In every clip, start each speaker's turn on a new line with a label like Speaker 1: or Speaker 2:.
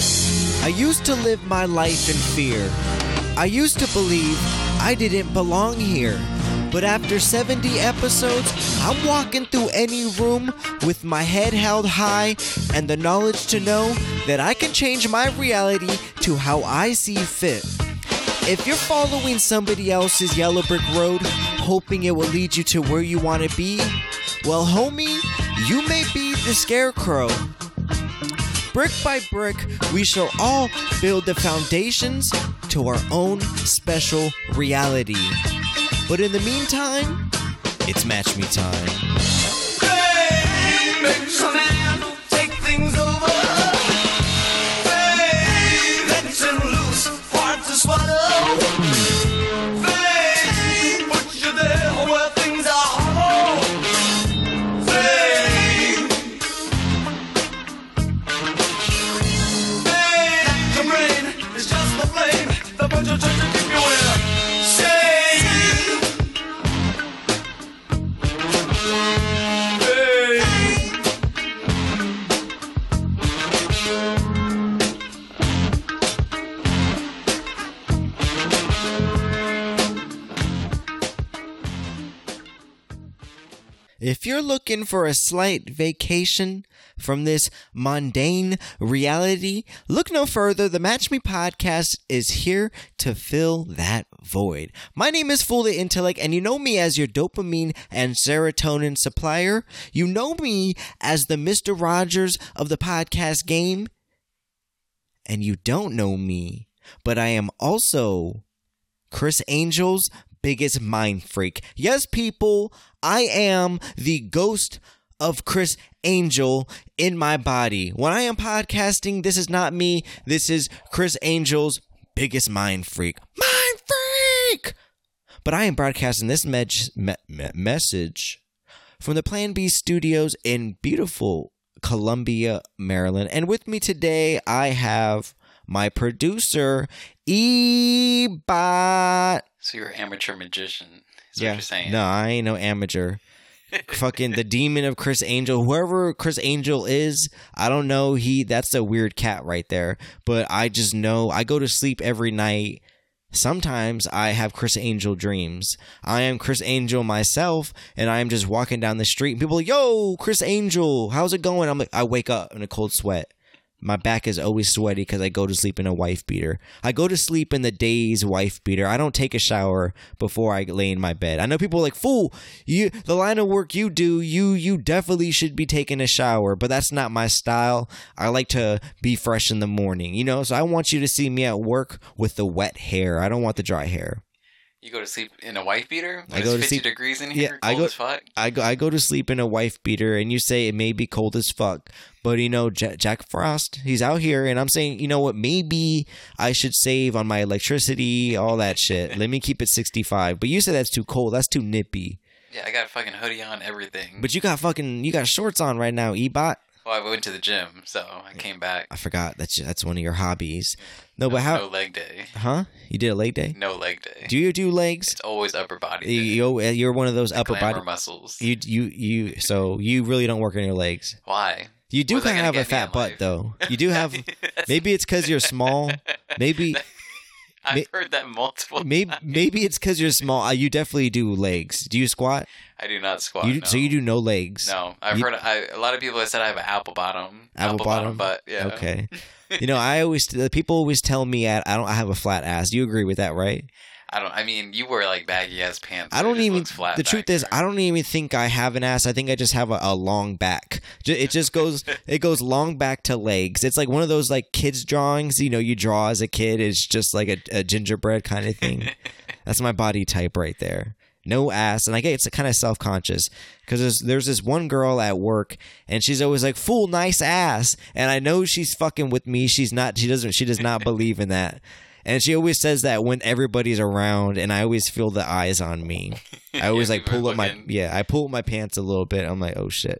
Speaker 1: I used to live my life in fear. I used to believe I didn't belong here. But after 70 episodes, I'm walking through any room with my head held high and the knowledge to know that I can change my reality to how I see fit. If you're following somebody else's yellow brick road, hoping it will lead you to where you want to be, well, homie, you may be the scarecrow. Brick by brick, we shall all build the foundations to our own special reality. But in the meantime, it's match me time. If you're looking for a slight vacation from this mundane reality, look no further. The Match Me podcast is here to fill that void. My name is Fool the Intellect, and you know me as your dopamine and serotonin supplier. You know me as the Mr. Rogers of the podcast game, and you don't know me, but I am also Chris Angel's biggest mind freak. Yes, people, I am the ghost of Chris Angel in my body. When I am podcasting, this is not me. This is Chris Angel's biggest mind freak. Mind freak! But I am broadcasting this med- me- me- message from the Plan B studios in beautiful Columbia, Maryland. And with me today, I have my producer, Ebot.
Speaker 2: So you're an amateur magician. Is
Speaker 1: yeah.
Speaker 2: what you're saying.
Speaker 1: No, I ain't no amateur. Fucking the demon of Chris Angel, whoever Chris Angel is, I don't know. He that's a weird cat right there. But I just know I go to sleep every night. Sometimes I have Chris Angel dreams. I am Chris Angel myself, and I am just walking down the street. And people, yo, Chris Angel, how's it going? I'm like, I wake up in a cold sweat. My back is always sweaty because I go to sleep in a wife beater. I go to sleep in the day's wife beater. I don't take a shower before I lay in my bed. I know people are like, fool, you the line of work you do, you you definitely should be taking a shower, but that's not my style. I like to be fresh in the morning, you know. So I want you to see me at work with the wet hair. I don't want the dry hair.
Speaker 2: You go to sleep in a wife beater. When
Speaker 1: I go
Speaker 2: it's
Speaker 1: to
Speaker 2: 50
Speaker 1: sleep-
Speaker 2: degrees in
Speaker 1: Yeah,
Speaker 2: here.
Speaker 1: I
Speaker 2: cold
Speaker 1: go-
Speaker 2: as fuck.
Speaker 1: I go, I go to sleep in a wife beater, and you say it may be cold as fuck, but you know Jack, Jack Frost, he's out here, and I'm saying, you know what? Maybe I should save on my electricity, all that shit. Let me keep it 65. But you say that's too cold. That's too nippy.
Speaker 2: Yeah, I got a fucking hoodie on, everything.
Speaker 1: But you got fucking you got shorts on right now, Ebot.
Speaker 2: well, I went to the gym, so I came back.
Speaker 1: I forgot that's that's one of your hobbies. No, but
Speaker 2: No
Speaker 1: how?
Speaker 2: leg day.
Speaker 1: Huh? You did a leg day?
Speaker 2: No leg day.
Speaker 1: Do you do legs?
Speaker 2: it's always upper body. day.
Speaker 1: You, you're one of those upper
Speaker 2: Glamour
Speaker 1: body.
Speaker 2: muscles.
Speaker 1: You you you. So you really don't work on your legs.
Speaker 2: Why?
Speaker 1: You do
Speaker 2: What's that
Speaker 1: kind of have
Speaker 2: gonna
Speaker 1: a
Speaker 2: get me
Speaker 1: fat
Speaker 2: in
Speaker 1: butt,
Speaker 2: life?
Speaker 1: though. You do have. Maybe it's because you're small. Maybe,
Speaker 2: I've
Speaker 1: may-
Speaker 2: heard that multiple.
Speaker 1: maybe, maybe it's because you're small. Uh, You definitely do legs. Do you squat?
Speaker 2: I do not squat.
Speaker 1: You-
Speaker 2: no.
Speaker 1: So you do no legs.
Speaker 2: No, I've
Speaker 1: You-
Speaker 2: heard I, a lot of people have said I have an apple bottom.
Speaker 1: Apple bottom?
Speaker 2: butt. Yeah.
Speaker 1: Okay. you know, I always the people always tell me I, I don't I have a flat ass. You agree with that, right?
Speaker 2: I don't. I mean, you wear like baggy ass pants.
Speaker 1: I
Speaker 2: so it
Speaker 1: don't
Speaker 2: just
Speaker 1: even.
Speaker 2: looks Flat
Speaker 1: The truth
Speaker 2: back
Speaker 1: is,
Speaker 2: there.
Speaker 1: I don't even think I have an ass. I think I just have a, a long back. Ju- It just goes. it goes long back to legs. It's like one of those like kids drawings. You know, you draw as a kid. It's just like a, a gingerbread kind of thing. That's my body type right there. No ass, and I get it's kind of self conscious because there's, there's this one girl at work, and she's always like, "Fool, nice ass," and I know she's fucking with me. She's not. She doesn't. She does not believe in that. And she always says that when everybody's around, and I always feel the eyes on me. I always
Speaker 2: Yeah,
Speaker 1: like
Speaker 2: people are
Speaker 1: pull up my
Speaker 2: looking.
Speaker 1: yeah, I pull up my pants a little bit. I'm like, oh shit.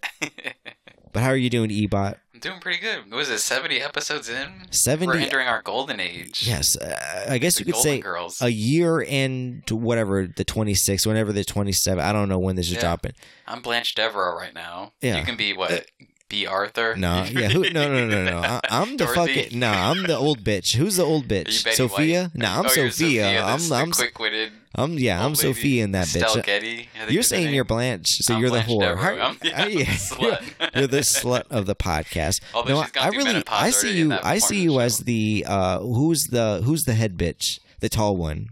Speaker 1: but how are you doing, Ebot?
Speaker 2: I'm doing pretty good. What was it? Seventy episodes in.
Speaker 1: 70
Speaker 2: We're entering our golden age.
Speaker 1: Yes, uh, I guess
Speaker 2: The
Speaker 1: you could
Speaker 2: Golden
Speaker 1: say
Speaker 2: Girls.
Speaker 1: a year and whatever the 26, whenever the 27. I don't know when this is
Speaker 2: Yeah.
Speaker 1: dropping.
Speaker 2: I'm Blanche Devereaux right now.
Speaker 1: Yeah. Uh,
Speaker 2: You can be what? B. Arthur.
Speaker 1: No, yeah, who, no, no, no, no. I, I'm the
Speaker 2: Dorothy?
Speaker 1: fucking no. I'm the old bitch. Who's the old bitch?
Speaker 2: Are you Betty
Speaker 1: Sophia? No, I'm
Speaker 2: Oh,
Speaker 1: Sophia.
Speaker 2: you're Sophia.
Speaker 1: I'm
Speaker 2: That's the
Speaker 1: I'm
Speaker 2: quick-witted.
Speaker 1: I'm yeah. I'm
Speaker 2: old lady.
Speaker 1: Sophia in that
Speaker 2: Estelle
Speaker 1: bitch.
Speaker 2: Getty, I
Speaker 1: You're
Speaker 2: think is her
Speaker 1: saying
Speaker 2: name.
Speaker 1: you're Blanche, so
Speaker 2: I'm
Speaker 1: you're the
Speaker 2: Blanche
Speaker 1: whore.
Speaker 2: Devereaux.
Speaker 1: How-
Speaker 2: I'm- yeah,
Speaker 1: how-
Speaker 2: I'm the
Speaker 1: yeah,
Speaker 2: slut.
Speaker 1: You're, you're the slut of the podcast.
Speaker 2: Although
Speaker 1: no,
Speaker 2: Oh, she's gone
Speaker 1: I
Speaker 2: through
Speaker 1: really,
Speaker 2: menopause
Speaker 1: I see
Speaker 2: already in
Speaker 1: you.
Speaker 2: that
Speaker 1: I see
Speaker 2: porn
Speaker 1: you
Speaker 2: show.
Speaker 1: as the uh, who's the who's the head bitch, the tall one,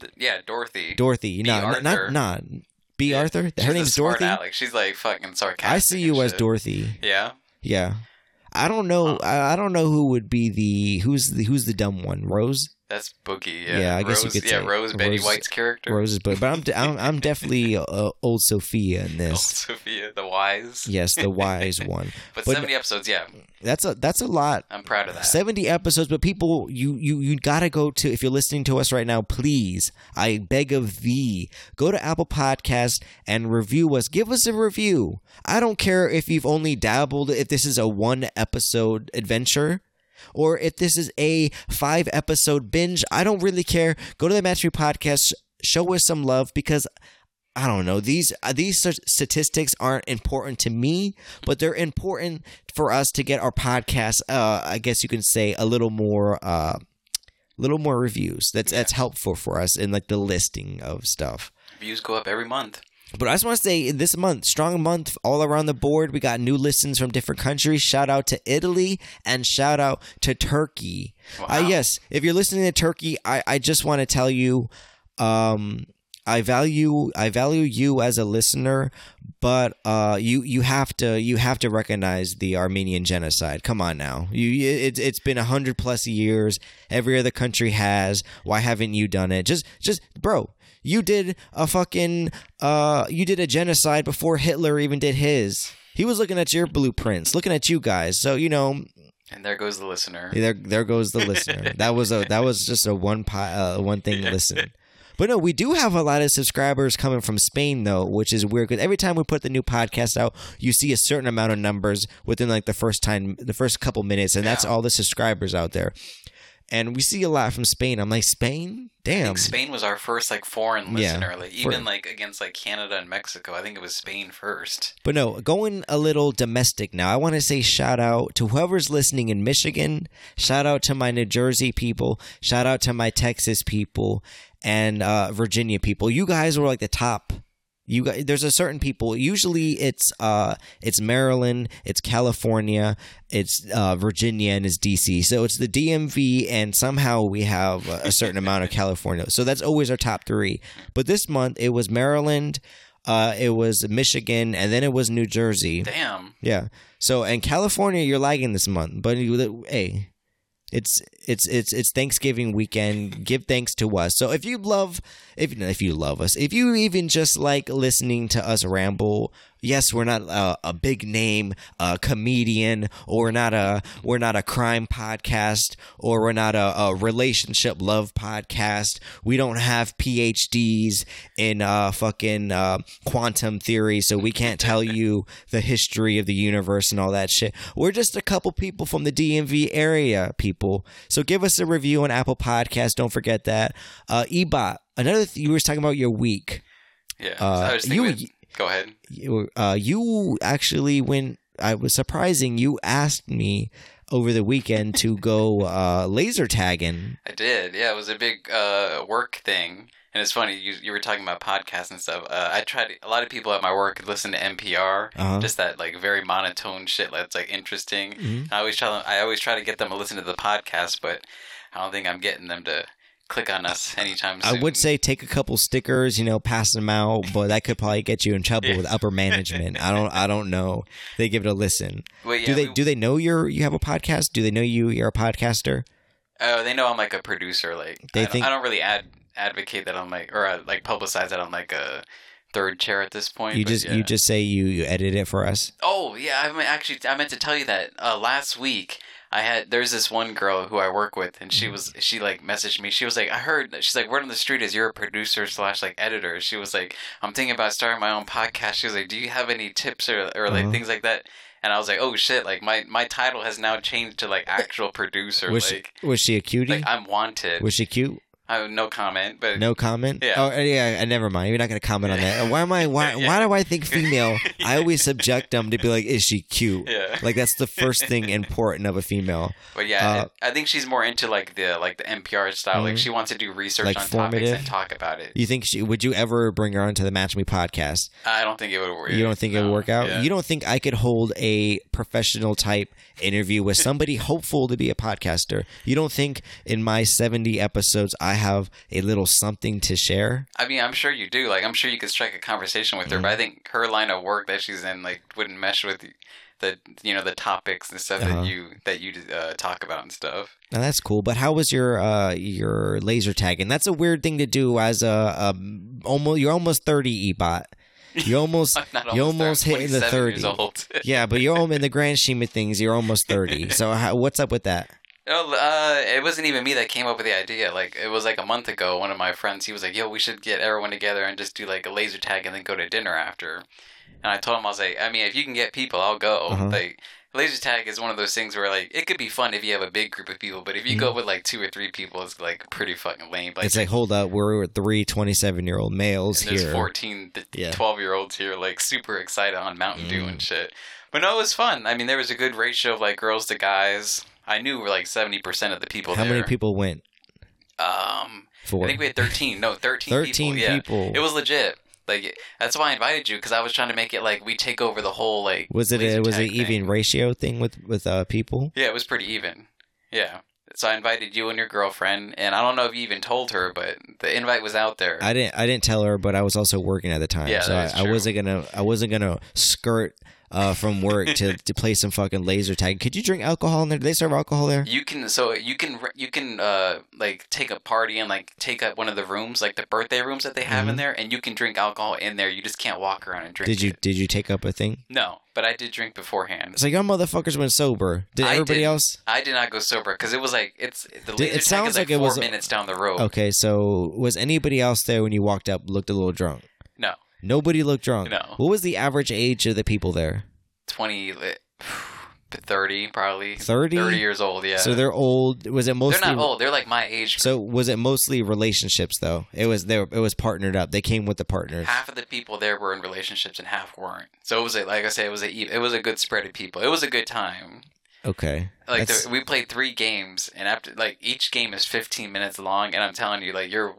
Speaker 2: Th- Yeah, Dorothy.
Speaker 1: Dorothy.
Speaker 2: B.
Speaker 1: No, not not,
Speaker 2: Arthur.
Speaker 1: not B.
Speaker 2: Yeah,
Speaker 1: Arthur.
Speaker 2: She's
Speaker 1: Her
Speaker 2: a
Speaker 1: name's
Speaker 2: smart
Speaker 1: Dorothy.
Speaker 2: Alex. She's like fucking sarcastic.
Speaker 1: I see
Speaker 2: and
Speaker 1: you as
Speaker 2: shit.
Speaker 1: Dorothy.
Speaker 2: Yeah.
Speaker 1: Yeah. I don't know. I I don't know who would be the who's the who's the dumb one. Rose.
Speaker 2: That's Boogie. Yeah,
Speaker 1: Yeah, I guess
Speaker 2: Rose,
Speaker 1: you could
Speaker 2: Yeah,
Speaker 1: say
Speaker 2: Rose, Betty
Speaker 1: Rose-
Speaker 2: White's character.
Speaker 1: Rose's book, but I'm de- I'm, I'm definitely uh, old Sophia in
Speaker 2: Old
Speaker 1: this.
Speaker 2: Sophia, the wise.
Speaker 1: Yes, the wise one.
Speaker 2: But,
Speaker 1: But-
Speaker 2: 70 episodes, yeah,
Speaker 1: That's a that's a lot.
Speaker 2: I'm proud of that.
Speaker 1: 70 episodes, but people, you you you gotta go to if you're listening to us right now. Please, I beg of thee, go to Apple Podcast and review us. Give us a review. I don't care if you've only dabbled. If this is a one episode adventure, or if this is a five episode binge, I don't really care. Go to the Match Me Podcast. Show us some love because I don't know these uh, these such statistics aren't important to me, but they're important for us to get our podcast. Uh, I guess you can say a little more, uh, little more reviews. That's that's helpful for us in like the listing of stuff.
Speaker 2: Views go up every month.
Speaker 1: But I just want to say this month, strong month all around the board. We got new listens from different countries. Shout out to Italy and shout out to Turkey.
Speaker 2: Wow.
Speaker 1: Uh, yes, if you're listening to Turkey, I, I just want to tell you, um, I value I value you as a listener, but uh, you you have to you have to recognize the Armenian genocide. Come on now, you you- it's it's been a hundred plus years. Every other country has. Why haven't you done it? Just just bro, you did a fucking uh, you did a genocide before Hitler even did his. He was looking at your blueprints, looking at you guys. So you know,
Speaker 2: And there goes the listener.
Speaker 1: there, there goes the listener. That was a that was just a one pi, uh, one thing listen. But no, we do have a lot of subscribers coming from Spain though, which is weird because every time we put the new podcast out, you see a certain amount of numbers within like the first time, the first couple minutes, and that's
Speaker 2: Yeah.
Speaker 1: all the subscribers out there. And we see a lot from Spain. I'm like, Spain,
Speaker 2: I
Speaker 1: damn,
Speaker 2: think Spain was our first like foreign
Speaker 1: Yeah,
Speaker 2: listener, like even
Speaker 1: foreign.
Speaker 2: like against like Canada and Mexico. I think it was Spain first.
Speaker 1: But no, going a little domestic now. I want to say shout out to whoever's listening in Michigan. Shout out to my New Jersey people. Shout out to my Texas people and uh, Virginia people. You guys were like the top. You guys, there's a certain people. Usually it's uh it's Maryland, it's California, it's uh, Virginia, and it's DC. So it's the DMV, and somehow we have a certain amount of California. So that's always our top three. But this month it was Maryland, uh, it was Michigan, and then it was New Jersey.
Speaker 2: Damn.
Speaker 1: Yeah. So and California, you're lagging this month, but you, hey, it's it's it's it's Thanksgiving weekend. Give thanks to us. So if you love, if if you love us, if you even just like listening to us ramble, yes, we're not a, a big name uh comedian, or we're not a we're not a crime podcast, or we're not a, a relationship love podcast. We don't have PhDs in uh fucking uh, quantum theory, so we can't tell you the history of the universe and all that shit. We're just a couple people from the DMV area, people. So give us a review on Apple Podcast. Don't forget that. Uh, Ebot, another th- you were talking about your week.
Speaker 2: Yeah.
Speaker 1: Uh,
Speaker 2: So I was
Speaker 1: you-
Speaker 2: thinking. we- Go ahead.
Speaker 1: You, uh, you actually went. I was surprising. You asked me over the weekend to go uh, laser tagging.
Speaker 2: I did. Yeah, it was a big uh, work thing. And it's funny, you, you were talking about podcasts and stuff. Uh, I tried, a lot of people at my work listen to NPR,
Speaker 1: Uh-huh.
Speaker 2: just that like very monotone shit that's like interesting.
Speaker 1: Mhm.
Speaker 2: I always try, I always try to get them to listen to the podcast, but I don't think I'm getting them to click on us anytime soon.
Speaker 1: I would say take a couple stickers, you know, pass them out, but that could probably get you in trouble with upper management. I don't, I don't know. They give it a listen.
Speaker 2: But yeah,
Speaker 1: do they
Speaker 2: we-
Speaker 1: do they know you're you have a podcast? Do they know you you're a podcaster?
Speaker 2: Oh, they know I'm like a producer. Like
Speaker 1: They
Speaker 2: I, don't,
Speaker 1: think-
Speaker 2: I don't really ad, advocate that I'm like or uh, like publicize that I'm like a third chair at this point.
Speaker 1: You
Speaker 2: but
Speaker 1: just
Speaker 2: yeah.
Speaker 1: you just say you you edit it for us.
Speaker 2: Oh yeah, I mean, actually I meant to tell you that uh, last week. I had there's this one girl who I work with, and
Speaker 1: Mm-hmm.
Speaker 2: she was she like messaged me. She was like, I heard she's like word on the street is you're a producer slash like editor. She was like, I'm thinking about starting my own podcast. She was like, Do you have any tips or or like
Speaker 1: Uh-huh.
Speaker 2: things like that? And I was like, Oh shit! Like my my title has now changed to like actual producer.
Speaker 1: Was she,
Speaker 2: like
Speaker 1: was she a cutie?
Speaker 2: like I'm wanted.
Speaker 1: was she cute?
Speaker 2: I no comment, but
Speaker 1: No comment.
Speaker 2: Yeah.
Speaker 1: Oh, yeah. uh, Never mind. You're not gonna comment on that. Why am I? Why?
Speaker 2: Yeah.
Speaker 1: Why do I think female? I always subject them to be like, is she cute?
Speaker 2: yeah,
Speaker 1: Like that's the first thing important of a female.
Speaker 2: but yeah,
Speaker 1: uh,
Speaker 2: I think she's more into like the like the NPR style. Like
Speaker 1: Mhm.
Speaker 2: she wants to do research
Speaker 1: Like
Speaker 2: on
Speaker 1: formative?
Speaker 2: topics and talk about it.
Speaker 1: You think she? Would you ever bring her onto the Match Me podcast?
Speaker 2: I don't think it would work.
Speaker 1: You don't think it would
Speaker 2: No.
Speaker 1: work out?
Speaker 2: Yeah.
Speaker 1: You don't think I could hold a professional type interview with somebody hopeful to be a podcaster? You don't think in my 70 episodes I have a little something to share?
Speaker 2: I mean, I'm sure you do. Like, I'm sure you could strike a conversation with her, but I think her line of work that she's in like wouldn't mesh with the you know the topics and stuff
Speaker 1: Uh-huh.
Speaker 2: that you that you uh, talk about and stuff.
Speaker 1: Now that's cool, but how was your uh, your laser tagging? That's a weird thing to do as a, a almost you're almost 30 ebot. You almost
Speaker 2: I'm not
Speaker 1: you almost
Speaker 2: almost there.
Speaker 1: hit the
Speaker 2: 27 years
Speaker 1: 30.
Speaker 2: old.
Speaker 1: yeah, but you're almost in the grand scheme of things. You're almost 30. So how, what's up with that?
Speaker 2: No, uh, it wasn't even me that came up with the idea. Like, it was like a month ago. One of my friends, he was like, "Yo, we should get everyone together and just do like a laser tag and then go to dinner after." And I told him, I was like, "I mean, if you can get people, I'll go."
Speaker 1: Uh-huh.
Speaker 2: Like, laser tag is one of those things where like it could be fun if you have a big group of people, but if you go with like two or three people, it's like pretty fucking lame. Like,
Speaker 1: Mm-hmm. It's like hold up, we're three 27 year old males
Speaker 2: and there's
Speaker 1: here.
Speaker 2: 14
Speaker 1: Yeah.
Speaker 2: 12 year olds here like super excited on mountain dew
Speaker 1: Mm.
Speaker 2: and shit but no it was fun i mean there was a good ratio of like girls to guys i knew like 70% of the people
Speaker 1: How
Speaker 2: there
Speaker 1: many people went?
Speaker 2: um
Speaker 1: For
Speaker 2: i think we had 13 no 13,
Speaker 1: 13
Speaker 2: people yeah
Speaker 1: people.
Speaker 2: it was legit like that's why i invited you because i was trying to make it like we take over the whole like
Speaker 1: Was it a,
Speaker 2: laser
Speaker 1: was it
Speaker 2: tag thing.
Speaker 1: even ratio thing with with uh, people?
Speaker 2: yeah it was pretty even yeah so I invited you and your girlfriend, and I don't know if you even told her, but the invite was out there.
Speaker 1: I didn't I didn't tell her, but I was also working at the time,
Speaker 2: Yeah,
Speaker 1: so
Speaker 2: that is
Speaker 1: I, I
Speaker 2: true.
Speaker 1: wasn't gonna I wasn't gonna skirt uh, from work to to play some fucking laser tag. Could you drink alcohol in there? Do they serve alcohol there?
Speaker 2: You can so you can you can uh like take a party and like take up one of the rooms like the birthday rooms that they have in there and you can drink alcohol in there. You just can't walk around and drink.
Speaker 1: Mm-hmm. Did you
Speaker 2: it.
Speaker 1: did you take up a thing?
Speaker 2: No, but I did drink beforehand.
Speaker 1: So y'all motherfuckers went sober. Did
Speaker 2: I
Speaker 1: everybody
Speaker 2: didn't.
Speaker 1: else?
Speaker 2: I did not go sober because it was like it's the
Speaker 1: Did-
Speaker 2: laser
Speaker 1: it
Speaker 2: tag
Speaker 1: sounds
Speaker 2: is like,
Speaker 1: like it
Speaker 2: four
Speaker 1: was a-
Speaker 2: minutes down the road.
Speaker 1: Okay, so was anybody else there when you walked up looked a little drunk?
Speaker 2: No,
Speaker 1: Nobody looked drunk.
Speaker 2: No.
Speaker 1: What was the average age of the people there?
Speaker 2: twenty, li- thirty probably
Speaker 1: 30?
Speaker 2: thirty years old. Yeah,
Speaker 1: So they're old. Was it
Speaker 2: they're
Speaker 1: mostly
Speaker 2: not old. They're like my age.
Speaker 1: So was it mostly relationships though? It was there. It was partnered up. They came with the partners.
Speaker 2: half of the people there were in relationships and half weren't. So it was a, like I said, it was a e- it was a good spread of people. It was a good time.
Speaker 1: Okay.
Speaker 2: Like
Speaker 1: That's-
Speaker 2: the, we played three games, and after like each game is fifteen minutes long, and I'm telling you, like you're.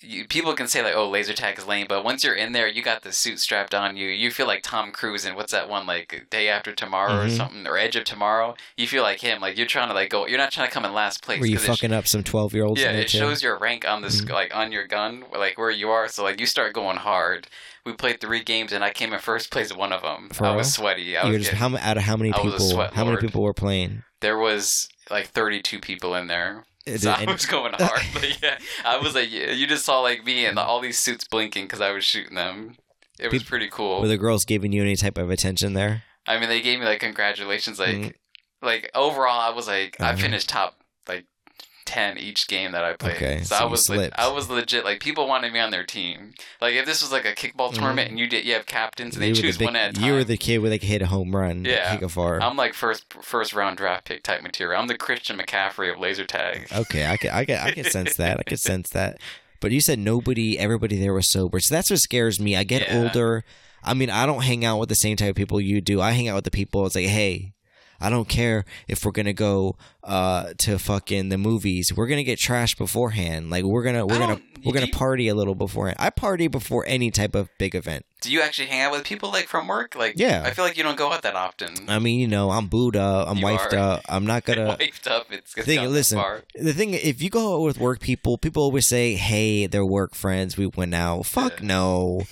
Speaker 2: You, people can say like, "Oh, laser tag is lame," but once you're in there, you got the suit strapped on you. You feel like Tom Cruise in what's that one like Day After Tomorrow or
Speaker 1: Mhm.
Speaker 2: something, or Edge of Tomorrow. You feel like him. Like you're trying to like go. You're not trying to come in last place.
Speaker 1: were you
Speaker 2: 'cause it sh-
Speaker 1: fucking up some twelve year olds?
Speaker 2: yeah,
Speaker 1: in there
Speaker 2: it
Speaker 1: too? Mm-hmm.
Speaker 2: shows your rank on this like on your gun, like where you are. So like you start going hard. We played three games, and I came in first place in one of them.
Speaker 1: For
Speaker 2: I
Speaker 1: real?
Speaker 2: was sweaty. I
Speaker 1: You were
Speaker 2: was
Speaker 1: just
Speaker 2: getting-
Speaker 1: how m- out of how many
Speaker 2: I was a
Speaker 1: people?
Speaker 2: sweat
Speaker 1: How many
Speaker 2: lord.
Speaker 1: people were playing?
Speaker 2: there was like 32 people in there.
Speaker 1: Is
Speaker 2: So
Speaker 1: it
Speaker 2: I
Speaker 1: any-
Speaker 2: was going hard. Like, yeah, I was like, yeah, you just saw like me and all these suits blinking because I was shooting them. It was
Speaker 1: Peop-
Speaker 2: pretty
Speaker 1: were
Speaker 2: cool.
Speaker 1: the girls giving you any type of attention there?
Speaker 2: I mean, they gave me like congratulations. Like,
Speaker 1: Mm.
Speaker 2: like overall, I was like, I
Speaker 1: Uh-huh.
Speaker 2: finished top like 10 each game that I played.
Speaker 1: Okay, so
Speaker 2: so, I
Speaker 1: you
Speaker 2: was le-
Speaker 1: slipped.
Speaker 2: I was legit. Like people wanted me on their team. Like if this was like a kickball
Speaker 1: Mhm.
Speaker 2: tournament and you did you have captains and
Speaker 1: You
Speaker 2: they
Speaker 1: were the
Speaker 2: choose
Speaker 1: big-
Speaker 2: one at a time.
Speaker 1: You were the kid where they could hit a home run.
Speaker 2: Yeah.
Speaker 1: Kick a far.
Speaker 2: I'm like first first round draft pick type material. I'm the Christian McCaffrey of laser tag.
Speaker 1: Okay, I could, I could, I could sense that. I could sense that. But you said nobody, everybody there was sober. So that's what scares me. I get
Speaker 2: Yeah.
Speaker 1: older. I mean, I don't hang out with the same type of people you do. I hang out with the people. It's like, hey, I don't care if we're gonna go uh, to fucking the movies. We're gonna get trashed beforehand. Like we're gonna, we're gonna,
Speaker 2: don't-
Speaker 1: we're
Speaker 2: do
Speaker 1: gonna
Speaker 2: you-
Speaker 1: party a little beforehand. I party before any type of big event.
Speaker 2: Do you actually hang out with people like from work? Like
Speaker 1: Yeah.
Speaker 2: I feel like you don't go out that often.
Speaker 1: I mean, you know, I'm booed up. I'm
Speaker 2: You
Speaker 1: wifed
Speaker 2: are.
Speaker 1: up. I'm not gonna.
Speaker 2: Wiped up. It's it's
Speaker 1: Thing-
Speaker 2: gotten that
Speaker 1: listen,
Speaker 2: far.
Speaker 1: The thing, if you go out with work people, people always say, "Hey, they're work friends. We went out." Fuck
Speaker 2: Yeah.
Speaker 1: no.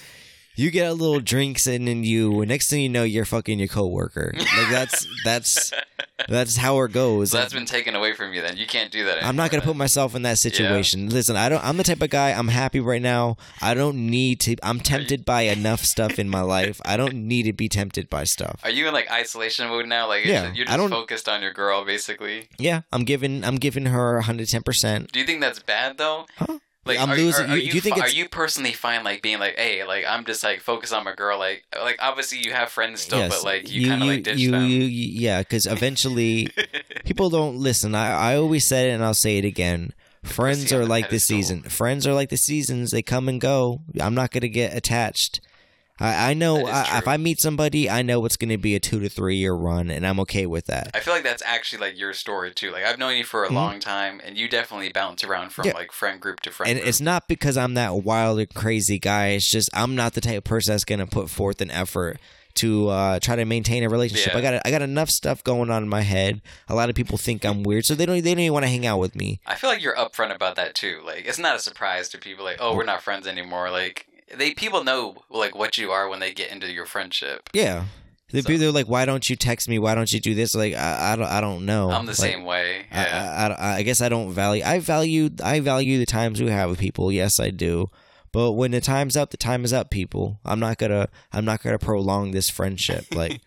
Speaker 1: You get a little drinks in and you. and Next thing you know, you're fucking your coworker. Like that's that's that's how it goes.
Speaker 2: So that's been taken away from you. Then you can't do that. Anymore,
Speaker 1: I'm not gonna
Speaker 2: then.
Speaker 1: put myself in that situation. Listen, I don't. I'm the type of guy. I'm happy right now. I don't need to. I'm tempted by enough stuff in my life. I don't need to be tempted by stuff.
Speaker 2: Are you in like isolation mode now? Like
Speaker 1: Yeah,
Speaker 2: yeah, you're
Speaker 1: I
Speaker 2: just
Speaker 1: don't-
Speaker 2: focused on your girl, basically.
Speaker 1: Yeah, I'm giving. I'm giving her 110. percent
Speaker 2: Do you think that's bad though?
Speaker 1: Huh?
Speaker 2: Like,
Speaker 1: I'm
Speaker 2: are,
Speaker 1: losing-
Speaker 2: Are, are
Speaker 1: you-
Speaker 2: you,
Speaker 1: do you think
Speaker 2: fi- are
Speaker 1: it's-
Speaker 2: you personally fine like being like, hey, like I'm just like focused on my girl. Like, like obviously you have friends still, but like you, kind of like ditch
Speaker 1: you,
Speaker 2: them.
Speaker 1: you- yeah, because eventually people don't listen. I, I always said it and I'll say it again. Friends
Speaker 2: pussy on
Speaker 1: are
Speaker 2: the
Speaker 1: like this
Speaker 2: pedestal.
Speaker 1: season. Friends are like the seasons. They come and go. I'm not gonna get attached. I, I know
Speaker 2: That is
Speaker 1: I, if
Speaker 2: true.
Speaker 1: I meet somebody, I know it's gonna be a two to three year run, and I'm okay with that.
Speaker 2: I feel like that's actually like your story too. Like I've known you for a
Speaker 1: Mhm.
Speaker 2: long time, and you definitely bounce around from
Speaker 1: Yeah.
Speaker 2: like friend group to friend.
Speaker 1: And
Speaker 2: group.
Speaker 1: it's not because I'm that wild and crazy guy. It's just I'm not the type of person that's gonna put forth an effort to uh, try to maintain a relationship.
Speaker 2: Yeah.
Speaker 1: I got I got enough stuff going on in my head. A lot of people think I'm weird, so they don't they don't even want to hang out with me.
Speaker 2: I feel like you're upfront about that too. Like it's not a surprise to people. Like oh, we're not friends anymore. Like they people know like what you are when they get into your friendship.
Speaker 1: Yeah. The
Speaker 2: So-
Speaker 1: people are like, why don't you text me? Why don't you do this? Like, I, I don't, I don't know.
Speaker 2: I'm the
Speaker 1: Like,
Speaker 2: same way.
Speaker 1: I-
Speaker 2: Yeah.
Speaker 1: I, I, I guess I don't value. I value, I value the times we have with people. Yes, I do. But when the time's up, the time is up, people. I'm not gonna, I'm not gonna prolong this friendship. Like,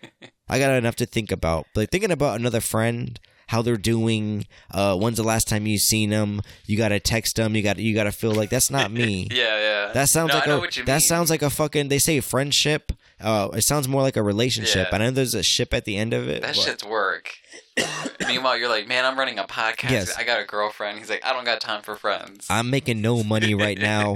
Speaker 1: I got enough to think about. Like thinking about another friend, how they're doing. Uh, when's the last time you seen them? You gotta text them. You got, to you gotta feel like that's not me.
Speaker 2: yeah, yeah.
Speaker 1: That sounds
Speaker 2: No,
Speaker 1: like
Speaker 2: I know
Speaker 1: a
Speaker 2: what you
Speaker 1: that
Speaker 2: mean.
Speaker 1: sounds like a fucking they say friendship. Uh, it sounds more like a relationship.
Speaker 2: Yeah.
Speaker 1: I know there's a ship at the end of it. but-
Speaker 2: that shit's work. Meanwhile, you're like, man, I'm running a podcast.
Speaker 1: Yes.
Speaker 2: I got a girlfriend. He's like, I don't got time for friends.
Speaker 1: I'm making no money right now.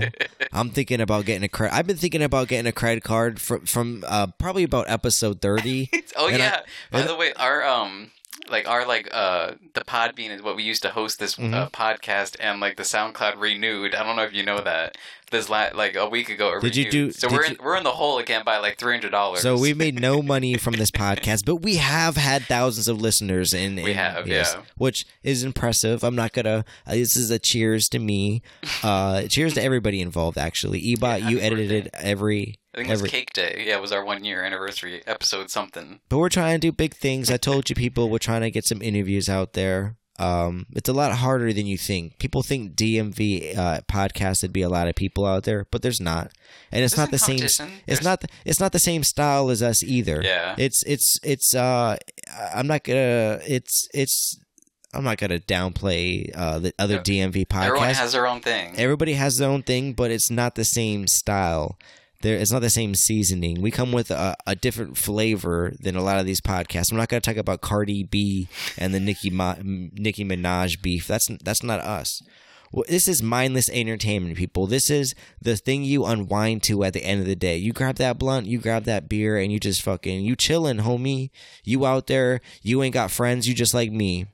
Speaker 1: I'm thinking about getting a credit. I've been thinking about getting a credit card from from uh, probably about episode thirty.
Speaker 2: oh
Speaker 1: And I-
Speaker 2: yeah. By
Speaker 1: and-
Speaker 2: the way, our um, like our like uh, the Podbean is what we used to host this uh,
Speaker 1: Mhm.
Speaker 2: podcast, and like the SoundCloud renewed. I don't know if you know that. This la- like a week ago. It
Speaker 1: Did you
Speaker 2: renewed.
Speaker 1: do-
Speaker 2: So
Speaker 1: did
Speaker 2: we're in,
Speaker 1: you-
Speaker 2: we're in the hole again by like three hundred dollars.
Speaker 1: so we made no money from this podcast, but we have had thousands of listeners. And
Speaker 2: We have, yeah.
Speaker 1: which is impressive. I'm not gonna. Uh, this is a cheers to me. Uh, cheers to everybody involved. Actually, Ebot,
Speaker 2: Yeah,
Speaker 1: you
Speaker 2: happy
Speaker 1: edited every
Speaker 2: I think it was
Speaker 1: every
Speaker 2: Cake Day. Yeah, it was our one year anniversary episode something.
Speaker 1: but we're trying to do big things. I told you people we're trying to get some interviews out there. Um, it's a lot harder than you think. People think DMV uh, podcast would be a lot of people out there, but there's not, and it's
Speaker 2: There's
Speaker 1: not the same. It's
Speaker 2: competition. There's-
Speaker 1: not. th- It's not the same style as us either.
Speaker 2: Yeah.
Speaker 1: It's it's it's. Uh, I'm not gonna. It's it's. I'm not gonna downplay uh, the other
Speaker 2: No.
Speaker 1: DMV
Speaker 2: Everyone
Speaker 1: podcasts.
Speaker 2: has their own thing.
Speaker 1: Everybody has their own thing, but it's not the same style. There, it's not the same seasoning. We come with a, a different flavor than a lot of these podcasts. I'm not going to talk about Cardi B and the Nicki Ma- Nicki Minaj beef. That's that's not us. Well, this is mindless entertainment, people. This is the thing you unwind to at the end of the day. You grab that blunt, you grab that beer, and you just fucking you chilling, homie. You out there, you ain't got friends. You just like me.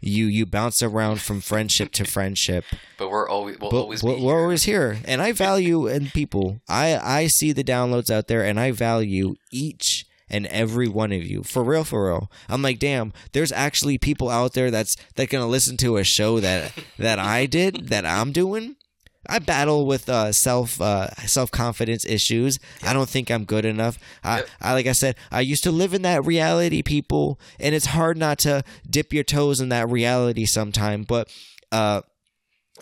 Speaker 1: You you bounce around from friendship to friendship
Speaker 2: but we're always we'll
Speaker 1: but
Speaker 2: always
Speaker 1: we're,
Speaker 2: be
Speaker 1: we're
Speaker 2: here.
Speaker 1: always here and i value in people i i see the downloads out there and i value each and every one of you for real for real i'm like damn there's actually people out there that's that gonna listen to a show that that i did that i'm doing I battle with uh, self uh, self confidence issues. I don't think I'm good enough. I,
Speaker 2: Yep.
Speaker 1: I like I said, I used to live in that reality, people, and it's hard not to dip your toes in that reality sometime. But uh,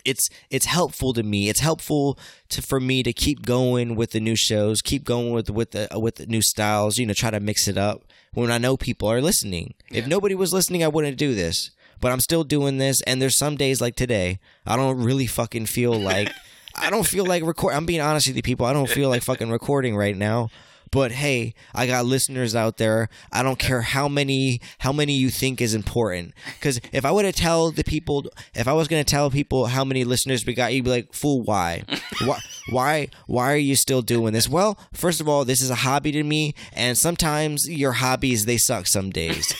Speaker 1: it's it's helpful to me. It's helpful to for me to keep going with the new shows, keep going with with the with the new styles. You know, try to mix it up when I know people are listening. If
Speaker 2: Yeah.
Speaker 1: nobody was listening, I wouldn't do this. But I'm still doing this, and there's some days like today, I don't really fucking feel like I don't feel like record. I'm being honest with you, people. I don't feel like fucking recording right now. But hey, I got listeners out there. I don't care how many how many you think is important. Because if I were to tell the people, if I was going to tell people how many listeners we got, you'd be like, "Fool, why? why? Why? Why are you still doing this?" Well, first of all, this is a hobby to me, and sometimes your hobbies they suck some days.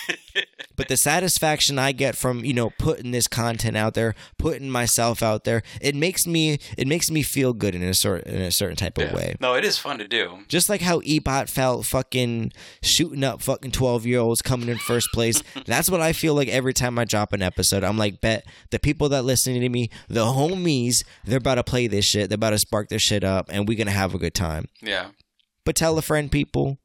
Speaker 1: But the satisfaction I get from you know putting this content out there, putting myself out there, it makes me it makes me feel good in a sort in a certain type of
Speaker 2: Yeah.
Speaker 1: way.
Speaker 2: No, it is fun to do.
Speaker 1: Just like how E Ebot felt fucking shooting up fucking 12 year olds coming in first place. That's what I feel like every time I drop an episode. I'm like, bet the people that listen to me, the homies, they're about to play this shit. They're about to spark their shit up and we're going to have a good time.
Speaker 2: Yeah.
Speaker 1: But tell a friend, people.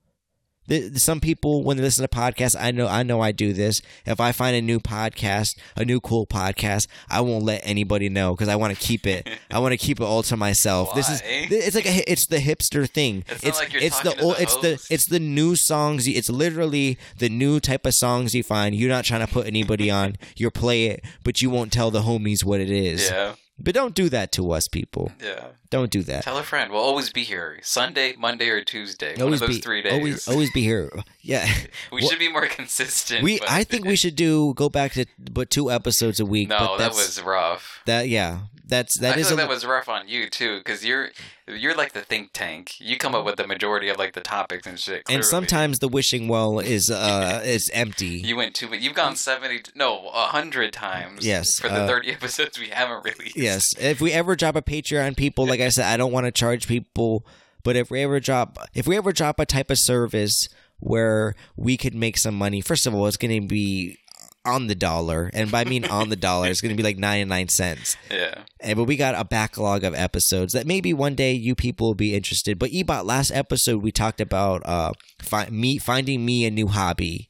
Speaker 1: Th- Some people, when they listen to podcasts, I know, I know, I do this. If I find a new podcast, a new cool podcast, I won't let anybody know because I want to keep it. I want to keep it all to myself. This is,
Speaker 2: Why?
Speaker 1: thi- it's like a, hi- it's the hipster thing.
Speaker 2: It's not like you're talking
Speaker 1: the,
Speaker 2: to
Speaker 1: ol-
Speaker 2: the
Speaker 1: it's the,
Speaker 2: host.
Speaker 1: it's the new songs. you- It's literally the new type of songs you find. You're not trying to put anybody on. You play it, but you won't tell the homies what it is.
Speaker 2: Yeah.
Speaker 1: But don't do that to us, people.
Speaker 2: Yeah.
Speaker 1: Don't do that.
Speaker 2: Tell a friend. We'll always be here. Sunday, Monday, or Tuesday. one of
Speaker 1: always
Speaker 2: those
Speaker 1: be
Speaker 2: three days.
Speaker 1: always always be here. Yeah.
Speaker 2: we
Speaker 1: Wha-
Speaker 2: should be more consistent.
Speaker 1: We
Speaker 2: but-
Speaker 1: I think we should do go back to but two episodes a week. but
Speaker 2: No, that
Speaker 1: that's,
Speaker 2: was rough.
Speaker 1: that yeah. That's
Speaker 2: I
Speaker 1: that
Speaker 2: feel
Speaker 1: is
Speaker 2: like
Speaker 1: a
Speaker 2: that was rough on you too, because you're you're like the think tank. You come up with the majority of like the topics and shit.
Speaker 1: and
Speaker 2: clearly.
Speaker 1: sometimes the wishing well is uh is empty.
Speaker 2: you went too. You've gone seventy, no, hundred times.
Speaker 1: Yes,
Speaker 2: for the
Speaker 1: uh,
Speaker 2: thirty episodes we haven't released.
Speaker 1: Yes. If we ever drop a Patreon, people, like I said, I don't want to charge people, but if we ever drop, if we ever drop a type of service where we could make some money, first of all, it's going to be on the dollar, and by mean on the dollar, it's going to be like ninety nine cents.
Speaker 2: Yeah.
Speaker 1: And Eh, but we got a backlog of episodes that maybe one day you people will be interested. But Ebot, last episode we talked about uh fi- me finding me a new hobby.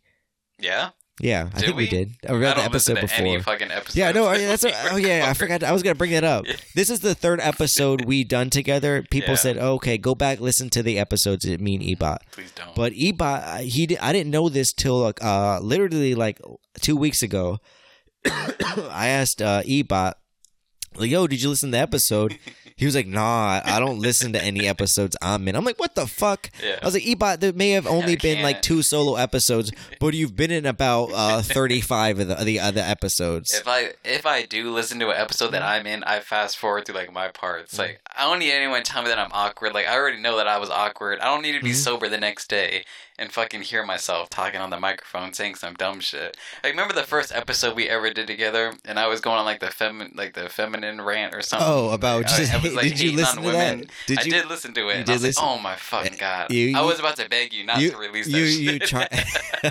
Speaker 2: Yeah.
Speaker 1: Yeah, I
Speaker 2: Did
Speaker 1: think we,
Speaker 2: we?
Speaker 1: did. I
Speaker 2: I
Speaker 1: read the
Speaker 2: don't listen
Speaker 1: episode
Speaker 2: to
Speaker 1: before.
Speaker 2: any fucking episode.
Speaker 1: Yeah, no, I that's a, oh yeah, I forgot. I was gonna bring that up. This is the third episode we done together. People
Speaker 2: Yeah.
Speaker 1: said, oh, "Okay, go back listen to the episodes." It mean Ebot,
Speaker 2: Please don't.
Speaker 1: but Ebot, uh, he di- I didn't know this till like uh, literally like two weeks ago. I asked uh, Ebot, like, "Yo, did you listen to the episode?" He was like, "Nah, I don't listen to any episodes I'm in." I'm like, "What the fuck?"
Speaker 2: yeah.
Speaker 1: I was like, Ebot, there may have only
Speaker 2: I
Speaker 1: been like
Speaker 2: can't.
Speaker 1: two solo episodes, but you've been in about uh, 35 of the, of the other episodes.
Speaker 2: If I if I do listen to an episode that
Speaker 1: Mm-hmm.
Speaker 2: I'm in, I fast forward through like my parts. Like I don't need anyone to tell me that I'm awkward. Like I already know that I was awkward. I don't need to be
Speaker 1: Mhm.
Speaker 2: sober the next day and fucking hear myself talking on the microphone saying some dumb shit. Like remember the first episode we ever did together, and I was going on like the feminine like the feminine rant or something.
Speaker 1: Oh, about
Speaker 2: I-
Speaker 1: just
Speaker 2: I was, like,
Speaker 1: did you
Speaker 2: hating on
Speaker 1: listen to
Speaker 2: women.
Speaker 1: that? Did
Speaker 2: I
Speaker 1: you?
Speaker 2: did listen to it.
Speaker 1: you
Speaker 2: And I
Speaker 1: did
Speaker 2: was like,
Speaker 1: listen- Eh,
Speaker 2: oh my fucking god!
Speaker 1: you-
Speaker 2: I
Speaker 1: you-
Speaker 2: was about to beg you not
Speaker 1: you-
Speaker 2: to release that
Speaker 1: You
Speaker 2: shit.
Speaker 1: you try.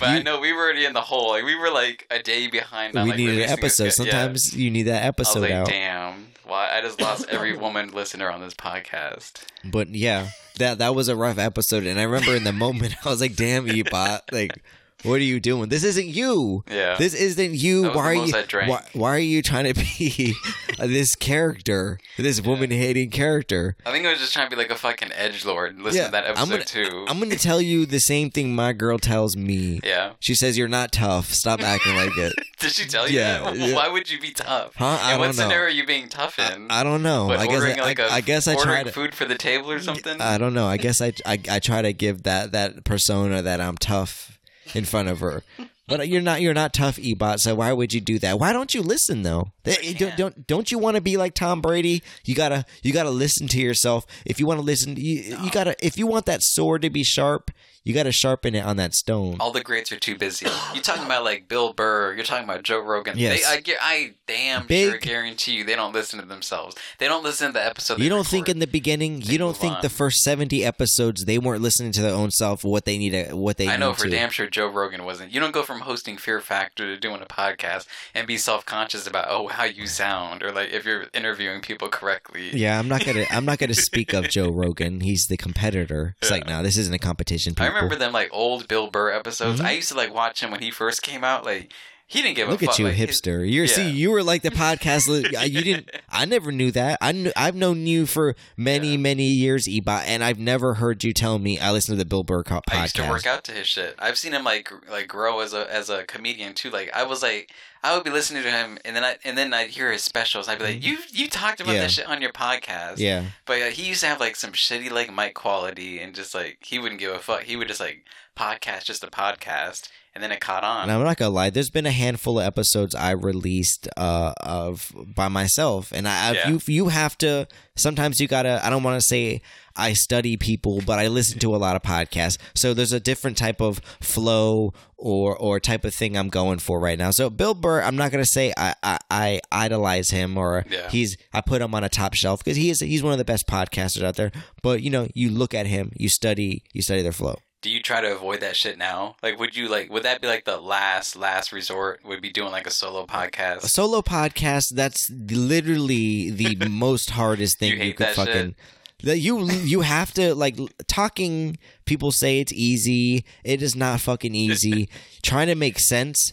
Speaker 2: But I
Speaker 1: You-
Speaker 2: know we were already in the hole. Like we were like a day behind. on,
Speaker 1: we
Speaker 2: like,
Speaker 1: need an
Speaker 2: releasing this
Speaker 1: episode.
Speaker 2: shit. Yeah.
Speaker 1: Sometimes you need that
Speaker 2: I was
Speaker 1: episode
Speaker 2: like,
Speaker 1: out.
Speaker 2: damn, why I just lost every woman listener on this podcast.
Speaker 1: But yeah, that that was a rough episode, and I remember in the moment I was like, "Damn, Ebot, like, what are you doing? This isn't you."
Speaker 2: Yeah,
Speaker 1: This isn't you.
Speaker 2: That was
Speaker 1: Why are
Speaker 2: the most
Speaker 1: you?
Speaker 2: I drank.
Speaker 1: Why, why are you trying to be this character, this woman hating character?
Speaker 2: I think I was just trying to be like a fucking edge lord. Listen
Speaker 1: Yeah,
Speaker 2: to that
Speaker 1: I'm
Speaker 2: episode
Speaker 1: gonna-
Speaker 2: too.
Speaker 1: I'm going to tell you the same thing my girl tells me.
Speaker 2: yeah,
Speaker 1: She says you're not tough. Stop acting like it.
Speaker 2: did she tell you
Speaker 1: Yeah,
Speaker 2: that?
Speaker 1: yeah.
Speaker 2: Why would you be tough?
Speaker 1: Huh? I
Speaker 2: in what
Speaker 1: don't know.
Speaker 2: scenario are you being tough in?
Speaker 1: I don't know.
Speaker 2: What,
Speaker 1: I guess
Speaker 2: ordering
Speaker 1: I,
Speaker 2: like
Speaker 1: I-
Speaker 2: a
Speaker 1: I guess I
Speaker 2: ordering
Speaker 1: try to.
Speaker 2: food for the table or something.
Speaker 1: I don't know. I guess I, I I try to give that that persona that I'm tough in front of her. But you're not you're not tough, Ebot. So why would you do that? Why don't you listen though? That- don't,
Speaker 2: can't.
Speaker 1: don't don't you want to be like Tom Brady? You gotta you gotta listen to yourself. If you want to listen, you, you gotta if you want that sword to be sharp, you gotta sharpen it on that stone.
Speaker 2: all the greats are too busy. You're talking about like Bill Burr. You're talking about Joe Rogan.
Speaker 1: Yes.
Speaker 2: They, I, gu- I damn sure
Speaker 1: Big-
Speaker 2: guarantee you they don't listen to themselves. They don't listen to the episode.
Speaker 1: You don't think in the beginning, you don't
Speaker 2: move
Speaker 1: think the
Speaker 2: on.
Speaker 1: first seventy episodes they weren't listening to their own self, what they need, to, what they
Speaker 2: I
Speaker 1: need
Speaker 2: know for
Speaker 1: to.
Speaker 2: damn sure Joe Rogan wasn't. You don't go from hosting Fear Factor to doing a podcast and be self conscious about oh how you sound or like if you're interviewing people correctly.
Speaker 1: Yeah, I'm not gonna. I'm not gonna speak of Joe Rogan. He's the competitor. It's like, no, this isn't a competition. People. Mm-hmm.
Speaker 2: I remember them like old Bill Burr episodes. I used to like watch him when he first came out. Like he didn't give
Speaker 1: Look
Speaker 2: a fuck.
Speaker 1: at you,
Speaker 2: like, his-
Speaker 1: hipster. You're see,
Speaker 2: yeah.
Speaker 1: you were like the podcast. li- I- you didn't. I never knew that. I kn- I've known you for many, many years, Ebot, and I've never heard you tell me I listen to the Bill Burr co- podcast.
Speaker 2: I used to work out to his shit. I've seen him like gr- like grow as a as a comedian too. Like I was like I would be listening to him and then I and then I'd hear his specials. I'd be like, you you talked about
Speaker 1: Mm-hmm. Yeah.
Speaker 2: this shit on your podcast.
Speaker 1: Yeah,
Speaker 2: But uh, he used to have like some shitty like mic quality and just like he wouldn't give a fuck. He would just like podcast just a podcast and then it caught on.
Speaker 1: and I'm not gonna lie. There's been a handful of episodes I released uh, of by myself, and I I've
Speaker 2: Yeah.
Speaker 1: you you have to. Sometimes you gotta. I don't want to say I study people, but I listen to a lot of podcasts. So there's a different type of flow or or type of thing I'm going for right now. So Bill Burr, I'm not gonna say I I, I idolize him or
Speaker 2: Yeah.
Speaker 1: he's I put him on a top shelf because he is he's one of the best podcasters out there. But you know, you look at him, you study you study their flow.
Speaker 2: Do you try to avoid that shit now? Like would you like would that be like the last last resort would be doing like a solo
Speaker 1: a
Speaker 2: podcast?
Speaker 1: solo podcast that's literally the most hardest thing
Speaker 2: You
Speaker 1: you,
Speaker 2: hate
Speaker 1: could
Speaker 2: that
Speaker 1: fucking that you you have to like l- talking people say it's easy it is not fucking easy trying to make sense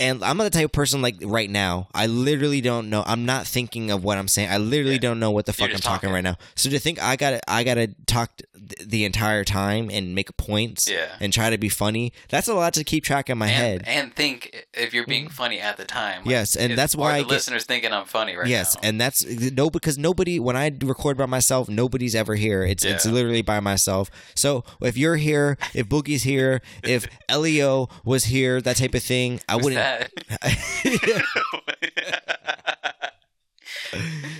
Speaker 1: And I'm not the type of person like right now. I literally don't know. I'm not thinking of what I'm saying. I literally
Speaker 2: Yeah.
Speaker 1: don't know what the
Speaker 2: You're
Speaker 1: fuck I'm
Speaker 2: just
Speaker 1: talking,
Speaker 2: talking.
Speaker 1: right now. So to think I got to I got to talk th- the entire time and make points
Speaker 2: Yeah.
Speaker 1: and try to be funny. That's a lot to keep track in my
Speaker 2: and,
Speaker 1: head.
Speaker 2: and think if you're being funny at the time. Like,
Speaker 1: Yes, and
Speaker 2: if-
Speaker 1: that's why
Speaker 2: are
Speaker 1: I
Speaker 2: the
Speaker 1: get-
Speaker 2: listeners thinking I'm funny right
Speaker 1: yes,
Speaker 2: now.
Speaker 1: and that's no because nobody when I record by myself, nobody's ever here. It's it's
Speaker 2: Yeah.
Speaker 1: literally by myself. So if you're here, if Boogie's here, if Elio was here, that type of thing, I
Speaker 2: Who's
Speaker 1: wouldn't.
Speaker 2: that?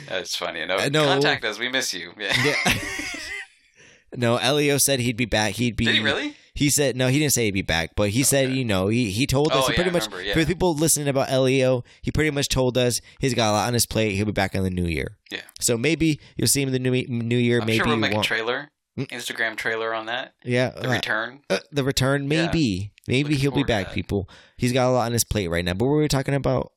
Speaker 2: That's funny. No,
Speaker 1: Uh, no.
Speaker 2: contact us. We miss you. Yeah.
Speaker 1: Yeah. no, Elio said he'd be back. He'd be.
Speaker 2: Did he really?
Speaker 1: He said no. He didn't say he'd be back, but he said
Speaker 2: Okay.
Speaker 1: you know he he told us
Speaker 2: Oh,
Speaker 1: he
Speaker 2: yeah,
Speaker 1: pretty
Speaker 2: I
Speaker 1: much
Speaker 2: remember, yeah.
Speaker 1: for the people listening about Elio, he pretty much told us he's got a lot on his plate. He'll be back in the new year.
Speaker 2: Yeah.
Speaker 1: So maybe you'll see him in the new new year.
Speaker 2: I'm
Speaker 1: maybe
Speaker 2: sure we'll
Speaker 1: you
Speaker 2: make a
Speaker 1: won't.
Speaker 2: trailer,
Speaker 1: Mm.
Speaker 2: Instagram trailer on that.
Speaker 1: yeah.
Speaker 2: The
Speaker 1: uh,
Speaker 2: return.
Speaker 1: uh, the return,
Speaker 2: Yeah.
Speaker 1: maybe, maybe
Speaker 2: Looking
Speaker 1: he'll be
Speaker 2: forward to
Speaker 1: back.
Speaker 2: that.
Speaker 1: People, he's got a lot on his plate right now. But what were we talking about?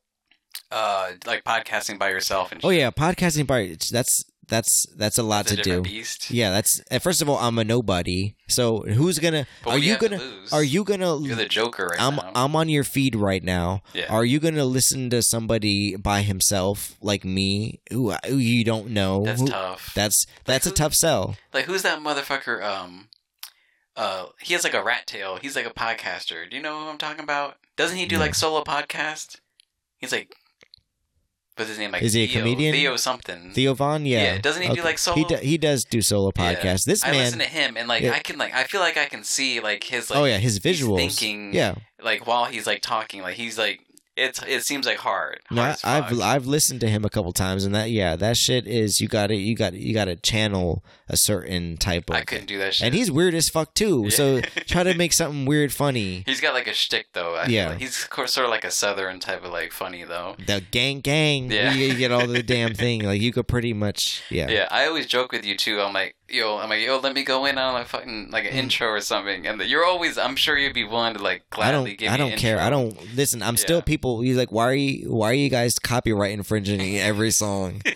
Speaker 2: Uh, like podcasting by yourself and
Speaker 1: Oh yeah, podcasting part. it's- That's that's that's a lot
Speaker 2: it's a
Speaker 1: to do.
Speaker 2: different beast.
Speaker 1: Yeah, that's and first of all, I'm a nobody. So who's gonna?
Speaker 2: But what
Speaker 1: are
Speaker 2: do
Speaker 1: you
Speaker 2: have to
Speaker 1: gonna?
Speaker 2: lose?
Speaker 1: Are you gonna?
Speaker 2: You're the Joker right
Speaker 1: I'm
Speaker 2: now.
Speaker 1: I'm on your feed right now.
Speaker 2: Yeah.
Speaker 1: Are you gonna listen to somebody by himself like me, who, I- who you don't know?
Speaker 2: That's
Speaker 1: Who-
Speaker 2: tough.
Speaker 1: That's that's a
Speaker 2: who-
Speaker 1: tough sell.
Speaker 2: like who's that motherfucker? Um, uh, he has like a rat tail. He's like a podcaster. Do you know who I'm talking about? Doesn't he do
Speaker 1: No.
Speaker 2: like solo podcast? He's like, what's his name? Like
Speaker 1: Is he a
Speaker 2: Theo,
Speaker 1: comedian?
Speaker 2: Theo something.
Speaker 1: Theo Vaughn, yeah,
Speaker 2: Yeah, doesn't he do, like,
Speaker 1: He
Speaker 2: solo-
Speaker 1: do, he does do solo
Speaker 2: Yeah.
Speaker 1: podcasts. This
Speaker 2: I listen
Speaker 1: man,
Speaker 2: to him and like
Speaker 1: Yeah.
Speaker 2: I can like I feel like I can see like his like
Speaker 1: oh yeah, his
Speaker 2: he's
Speaker 1: visuals,
Speaker 2: thinking
Speaker 1: yeah.
Speaker 2: like while he's like talking like he's like it's it seems like hard.
Speaker 1: No,
Speaker 2: hard
Speaker 1: I,
Speaker 2: as
Speaker 1: I've
Speaker 2: fuck.
Speaker 1: I've listened to him a couple times, and that yeah, that shit is you got to you got to you got to channel a certain type of.
Speaker 2: I couldn't do that shit.
Speaker 1: and he's weird as fuck too.
Speaker 2: Yeah.
Speaker 1: So try to make something weird funny.
Speaker 2: He's got like a shtick though. I
Speaker 1: Yeah.
Speaker 2: yeah, he's co- sort of like a southern type of like funny though.
Speaker 1: The gang gang,
Speaker 2: Yeah.
Speaker 1: you, you get all the damn thing. Like you could pretty much yeah.
Speaker 2: Yeah. I always joke with you too. I'm like, yo, I'm like, yo, let me go in on a fucking like an
Speaker 1: Mm.
Speaker 2: intro or something. And you're always, I'm sure you'd be willing to like
Speaker 1: I
Speaker 2: gladly
Speaker 1: don't.
Speaker 2: give.
Speaker 1: I
Speaker 2: me
Speaker 1: don't care.
Speaker 2: intro.
Speaker 1: I don't listen. I'm still
Speaker 2: Yeah.
Speaker 1: people. He's like, why are you? Why are you guys copyright infringing every song?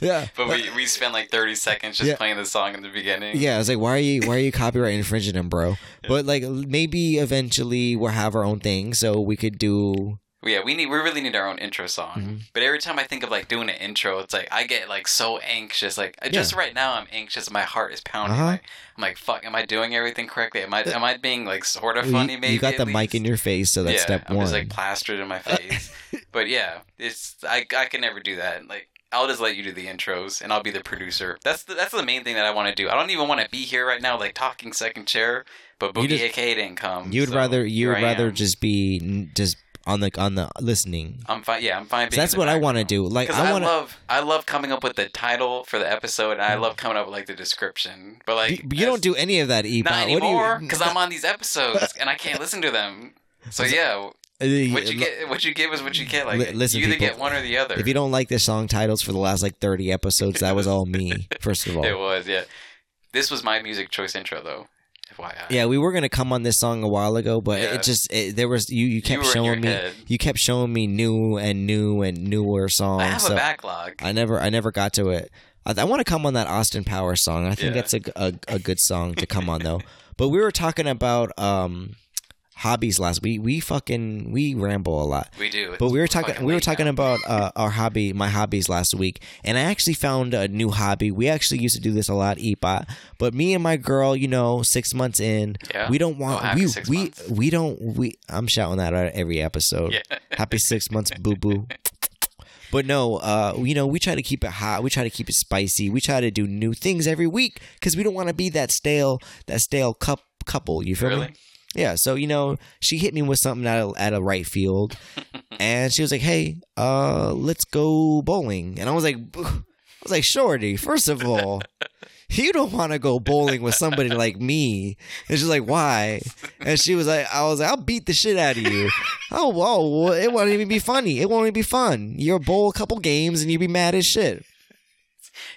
Speaker 2: Yes.
Speaker 1: Yeah,
Speaker 2: But we we spend like 30 seconds just
Speaker 1: Yeah.
Speaker 2: playing the song in the beginning.
Speaker 1: Yeah, I was like, why are you why are you copyright infringing him, bro? But like maybe eventually we'll have our own thing, so we could do
Speaker 2: Well, Yeah, we need we really need our own intro song.
Speaker 1: Mhm.
Speaker 2: But every time I think of like doing an intro, it's like I get like so anxious. Like I- just right now, I'm anxious. My heart is pounding.
Speaker 1: Uh-huh.
Speaker 2: Like, I'm like, fuck. Am I doing everything correctly? Am I am I being like sort of
Speaker 1: You-
Speaker 2: funny?
Speaker 1: you,
Speaker 2: Maybe
Speaker 1: got
Speaker 2: at
Speaker 1: the mic
Speaker 2: least?
Speaker 1: in your face, so that's
Speaker 2: yeah,
Speaker 1: step
Speaker 2: I'm
Speaker 1: one.
Speaker 2: just like plastered in my face. but yeah, it's I I can never do that. Like I'll just let you do the intros, and I'll be the producer. That's the, that's the main thing that I want to do. I don't even want to be here right now, like talking second chair. But
Speaker 1: You
Speaker 2: Boogie
Speaker 1: just-
Speaker 2: AKA didn't come.
Speaker 1: you would
Speaker 2: so
Speaker 1: rather you
Speaker 2: here
Speaker 1: would
Speaker 2: I
Speaker 1: rather
Speaker 2: am.
Speaker 1: just be n- just on the on the listening.
Speaker 2: I'm fine. Yeah, I'm fine.
Speaker 1: So
Speaker 2: being
Speaker 1: that's
Speaker 2: in the
Speaker 1: what I want to
Speaker 2: background.
Speaker 1: do. Like
Speaker 2: Because
Speaker 1: I
Speaker 2: I,
Speaker 1: want to.
Speaker 2: love I love coming up with the title for the episode, and I love coming up with like the description. But like
Speaker 1: you don't do any of that, Ebot.
Speaker 2: not
Speaker 1: what
Speaker 2: anymore
Speaker 1: do you?
Speaker 2: because I'm on these episodes and I can't listen to them. So yeah,
Speaker 1: Uh,
Speaker 2: what you get, what you give is what you get. Like
Speaker 1: Li- listen,
Speaker 2: you either
Speaker 1: people,
Speaker 2: get one or the other.
Speaker 1: If you don't like the song titles for the last like thirty episodes, that was all me. First of all,
Speaker 2: it was yeah. This was my music choice intro though. FYI.
Speaker 1: Yeah, we were gonna come on this song a while ago, but
Speaker 2: Yeah.
Speaker 1: it just it, there was you. You kept
Speaker 2: were in your
Speaker 1: showing me.
Speaker 2: head.
Speaker 1: You kept showing me new and new and newer songs.
Speaker 2: I have
Speaker 1: so
Speaker 2: a backlog.
Speaker 1: I never, I never got to it. I, I want to come on that Austin Power song. I think
Speaker 2: Yeah.
Speaker 1: that's a, g- a a good song to come on though. But we were talking about um hobbies last. We we fucking we ramble a lot.
Speaker 2: we do.
Speaker 1: But we were
Speaker 2: It's
Speaker 1: talking.
Speaker 2: fucking
Speaker 1: We were
Speaker 2: late
Speaker 1: talking
Speaker 2: now.
Speaker 1: about uh, our hobby, my hobbies last week, and I actually found a new hobby. We actually used to do this a lot, Epot. But me and my girl, you know, six months in,
Speaker 2: Yeah.
Speaker 1: we don't want
Speaker 2: Oh, happy
Speaker 1: we
Speaker 2: six
Speaker 1: we
Speaker 2: months.
Speaker 1: we don't we. I'm shouting that out every episode.
Speaker 2: Yeah.
Speaker 1: Happy six months, boo boo. But no, uh, you know, we try to keep it hot. We try to keep it spicy. We try to do new things every week because we don't want to be that stale, that stale cup couple. You feel me?
Speaker 2: Really?
Speaker 1: Yeah, so you know, she hit me with something out of, out of right field, and she was like, "Hey, uh, let's go bowling," and I was like, "I was like, shorty, first of all." You don't want to go bowling with somebody like me, and she's like, "Why?" And she was like, "I was like, I'll beat the shit out of you. oh, whoa, it won't even be funny. It won't even be fun. You'll bowl a couple games and you'll be mad as shit.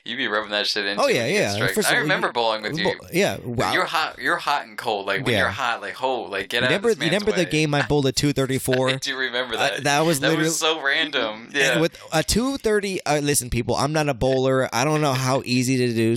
Speaker 2: You be rubbing that shit in.
Speaker 1: Oh, yeah, yeah. First of
Speaker 2: I
Speaker 1: all, you-
Speaker 2: remember bowling with you.
Speaker 1: Bowl- yeah, wow.
Speaker 2: You're hot. You're hot and cold. Like when
Speaker 1: Yeah.
Speaker 2: you're hot, like ho, like get
Speaker 1: You
Speaker 2: out.
Speaker 1: remember,
Speaker 2: of
Speaker 1: you
Speaker 2: this man's
Speaker 1: remember the
Speaker 2: way.
Speaker 1: game I bowled at two thirty
Speaker 2: I
Speaker 1: four?
Speaker 2: do remember
Speaker 1: That,
Speaker 2: that.
Speaker 1: was
Speaker 2: that
Speaker 1: literally
Speaker 2: was so random.
Speaker 1: And
Speaker 2: Yeah.
Speaker 1: with a 230, uh, listen, people, I'm not a bowler. I don't know how easy to do.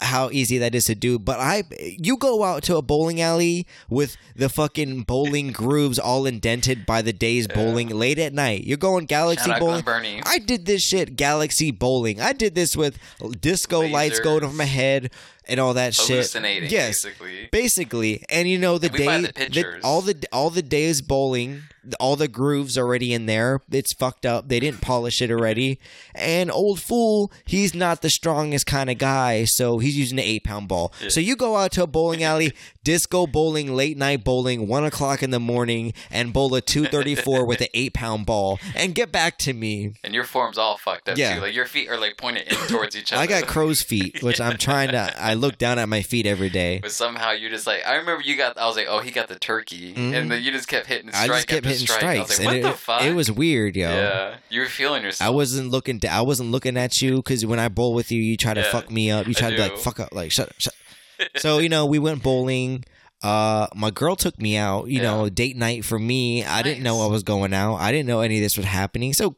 Speaker 1: how easy that is to do. But I, you go out to a bowling alley with the fucking bowling grooves all indented by the day's bowling late at night. You're going galaxy
Speaker 2: Shout out
Speaker 1: bowling.
Speaker 2: Glen Burnie.
Speaker 1: I did this shit galaxy bowling. I did this with disco lights going
Speaker 2: Lasers.
Speaker 1: over my head and all that
Speaker 2: hallucinating
Speaker 1: shit. Yes,
Speaker 2: basically.
Speaker 1: basically and you know the
Speaker 2: And we
Speaker 1: day
Speaker 2: buy the pictures.
Speaker 1: all the all the days bowling all the grooves already in there it's fucked up they didn't polish it already and old fool he's not the strongest kind of guy so he's using an eight pound ball so you go out to a bowling alley disco bowling late night bowling one o'clock in the morning and bowl a 234 with an eight pound ball and get back to me
Speaker 2: And your form's all fucked up
Speaker 1: Yeah.
Speaker 2: too. Like your feet are like pointed in towards each other.
Speaker 1: i got crow's feet which i'm trying to i look down at my feet every day
Speaker 2: But somehow you just like I remember you got I was like oh he got the turkey and then you just kept hitting
Speaker 1: Mm-hmm. I
Speaker 2: strike
Speaker 1: just kept
Speaker 2: after
Speaker 1: hitting
Speaker 2: strike. I was
Speaker 1: strikes,
Speaker 2: like what
Speaker 1: and
Speaker 2: the
Speaker 1: it,
Speaker 2: fuck
Speaker 1: it was weird, yo.
Speaker 2: yeah you were feeling
Speaker 1: I
Speaker 2: yourself
Speaker 1: wasn't looking. I wasn't looking at you because when I bowl with you, you try to
Speaker 2: Yeah,
Speaker 1: fuck me up. You try to be like
Speaker 2: do.
Speaker 1: fuck up, like shut. up, shut. up." so you know, we went bowling. Uh, my girl took me out. You
Speaker 2: Yeah.
Speaker 1: know, date night for me. I didn't know
Speaker 2: Nice.
Speaker 1: I was going out. I didn't know any of this was happening. So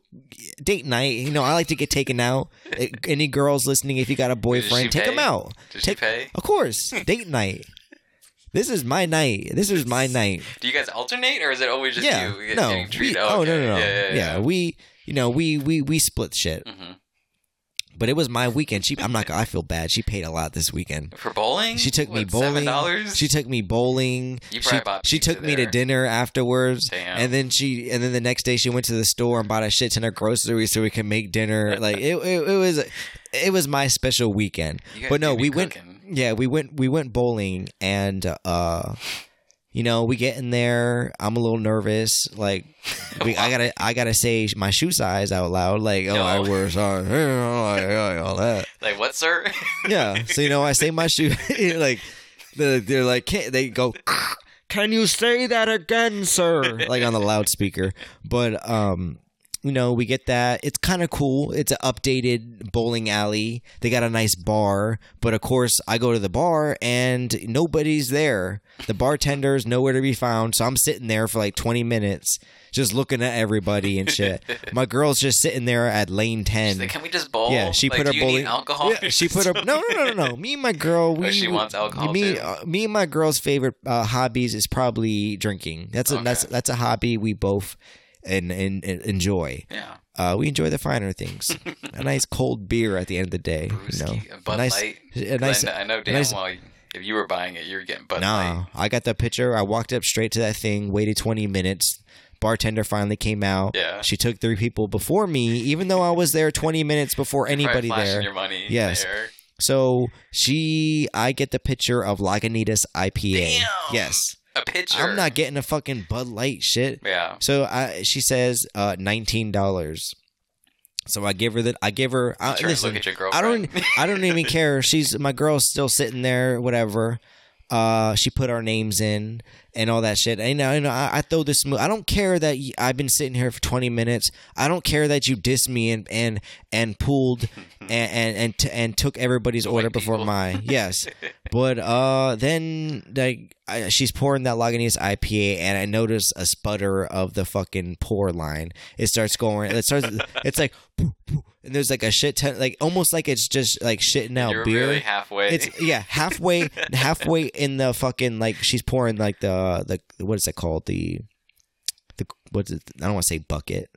Speaker 1: date night. You know, I like to get taken out. Eh, any girls listening, if you got a boyfriend, take
Speaker 2: pay?
Speaker 1: him out.
Speaker 2: Did she
Speaker 1: take,
Speaker 2: pay?
Speaker 1: Of course, date night. This is my night. This is my night
Speaker 2: Do you guys alternate or is it always just
Speaker 1: yeah,
Speaker 2: you get-
Speaker 1: no,
Speaker 2: getting treated?
Speaker 1: we-
Speaker 2: oh,
Speaker 1: oh no, no,
Speaker 2: okay.
Speaker 1: no,
Speaker 2: yeah, yeah, yeah.
Speaker 1: We, you know, we we we split shit.
Speaker 2: Mhm.
Speaker 1: But it was my weekend. She, I'm not. gonna- I feel bad. She paid a lot this weekend.
Speaker 2: For bowling,
Speaker 1: She took me
Speaker 2: What,
Speaker 1: bowling.
Speaker 2: Seven dollars.
Speaker 1: She took me bowling.
Speaker 2: You
Speaker 1: she,
Speaker 2: probably bought
Speaker 1: she
Speaker 2: pizza
Speaker 1: took me to
Speaker 2: there.
Speaker 1: dinner afterwards,
Speaker 2: Damn.
Speaker 1: and then she and then the next day she went to the store and bought a shit ton of groceries so we could make dinner. like it, it, it was, it was my special weekend.
Speaker 2: You guys
Speaker 1: But no,
Speaker 2: do be
Speaker 1: we went.
Speaker 2: cooking.
Speaker 1: Yeah, we went. We went bowling, and uh, you know, we get in there. I'm a little nervous. Like, we, I gotta, I gotta say my shoe size out loud. Like, oh,
Speaker 2: No.
Speaker 1: I wear size, all that
Speaker 2: Like what, sir?
Speaker 1: yeah. So you know, I say my shoe like the, they're like can they go. Can you say that again, sir? Like on the loudspeaker. But um, you know, we get that. It's kind of cool. It's an updated bowling alley. They got a nice bar, but of course, I go to the bar and nobody's there. The bartender's nowhere to be found. So I'm sitting there for like 20 minutes, just looking at everybody and shit. My girl's just sitting there at lane 10.
Speaker 2: She's like, Can we just bowl?
Speaker 1: Yeah, she
Speaker 2: Like,
Speaker 1: put
Speaker 2: do
Speaker 1: her
Speaker 2: you
Speaker 1: bowling
Speaker 2: Need alcohol. Oh,
Speaker 1: Yeah, she put her no, no, no, no, no. Me and my girl. We,
Speaker 2: she wants alcohol,
Speaker 1: Me,
Speaker 2: too.
Speaker 1: uh, me and my girl's favorite uh, hobbies is probably drinking. That's a
Speaker 2: Okay.
Speaker 1: that's that's a hobby we both and and, and enjoy.
Speaker 2: Yeah,
Speaker 1: Uh, we enjoy the finer things. a nice cold beer at the end of the day. You know,
Speaker 2: Brewski, a Bud
Speaker 1: a nice,
Speaker 2: Light.
Speaker 1: a
Speaker 2: 'Cause
Speaker 1: nice.
Speaker 2: I know, I know damn
Speaker 1: nice-
Speaker 2: well. If you were buying it, you were getting Bud Light.
Speaker 1: Nah, I got that picture. I walked up straight to that thing, waited 20 minutes. Bartender finally came out.
Speaker 2: Yeah.
Speaker 1: She took three people before me, even though I was there 20 minutes before
Speaker 2: Probably
Speaker 1: anybody
Speaker 2: flashing
Speaker 1: there.
Speaker 2: Your money.
Speaker 1: Yes.
Speaker 2: There.
Speaker 1: So she, I get the picture of Lagunitas IPA.
Speaker 2: Damn.
Speaker 1: Yes,
Speaker 2: A pitcher.
Speaker 1: I'm not getting a fucking Bud Light shit.
Speaker 2: Yeah.
Speaker 1: So I, she says uh, nineteen dollars. So I give her that. I give her. I,
Speaker 2: Sure,
Speaker 1: Uh, listen,
Speaker 2: look at your
Speaker 1: I
Speaker 2: girlfriend.
Speaker 1: don't. I don't even care. She's my girl's still sitting there. Whatever. Uh, she put our names in and all that shit. And I, know I, I throw this. Mo- I don't care that y I've been sitting here for twenty minutes. I don't care that you dissed me and and and pulled and and and, t- and took everybody's order before
Speaker 2: people.
Speaker 1: mine. Yes, but uh, then like I, she's pouring that Lagunitas IPA, and I notice a sputter of the fucking pour line. It starts going. It starts. it's like. And there's like a shit ton, like almost like it's just like shitting out
Speaker 2: You're
Speaker 1: beer.
Speaker 2: really halfway.
Speaker 1: It's yeah, halfway, halfway in the fucking like she's pouring like the the what is it called the the what's it? I don't want to say bucket.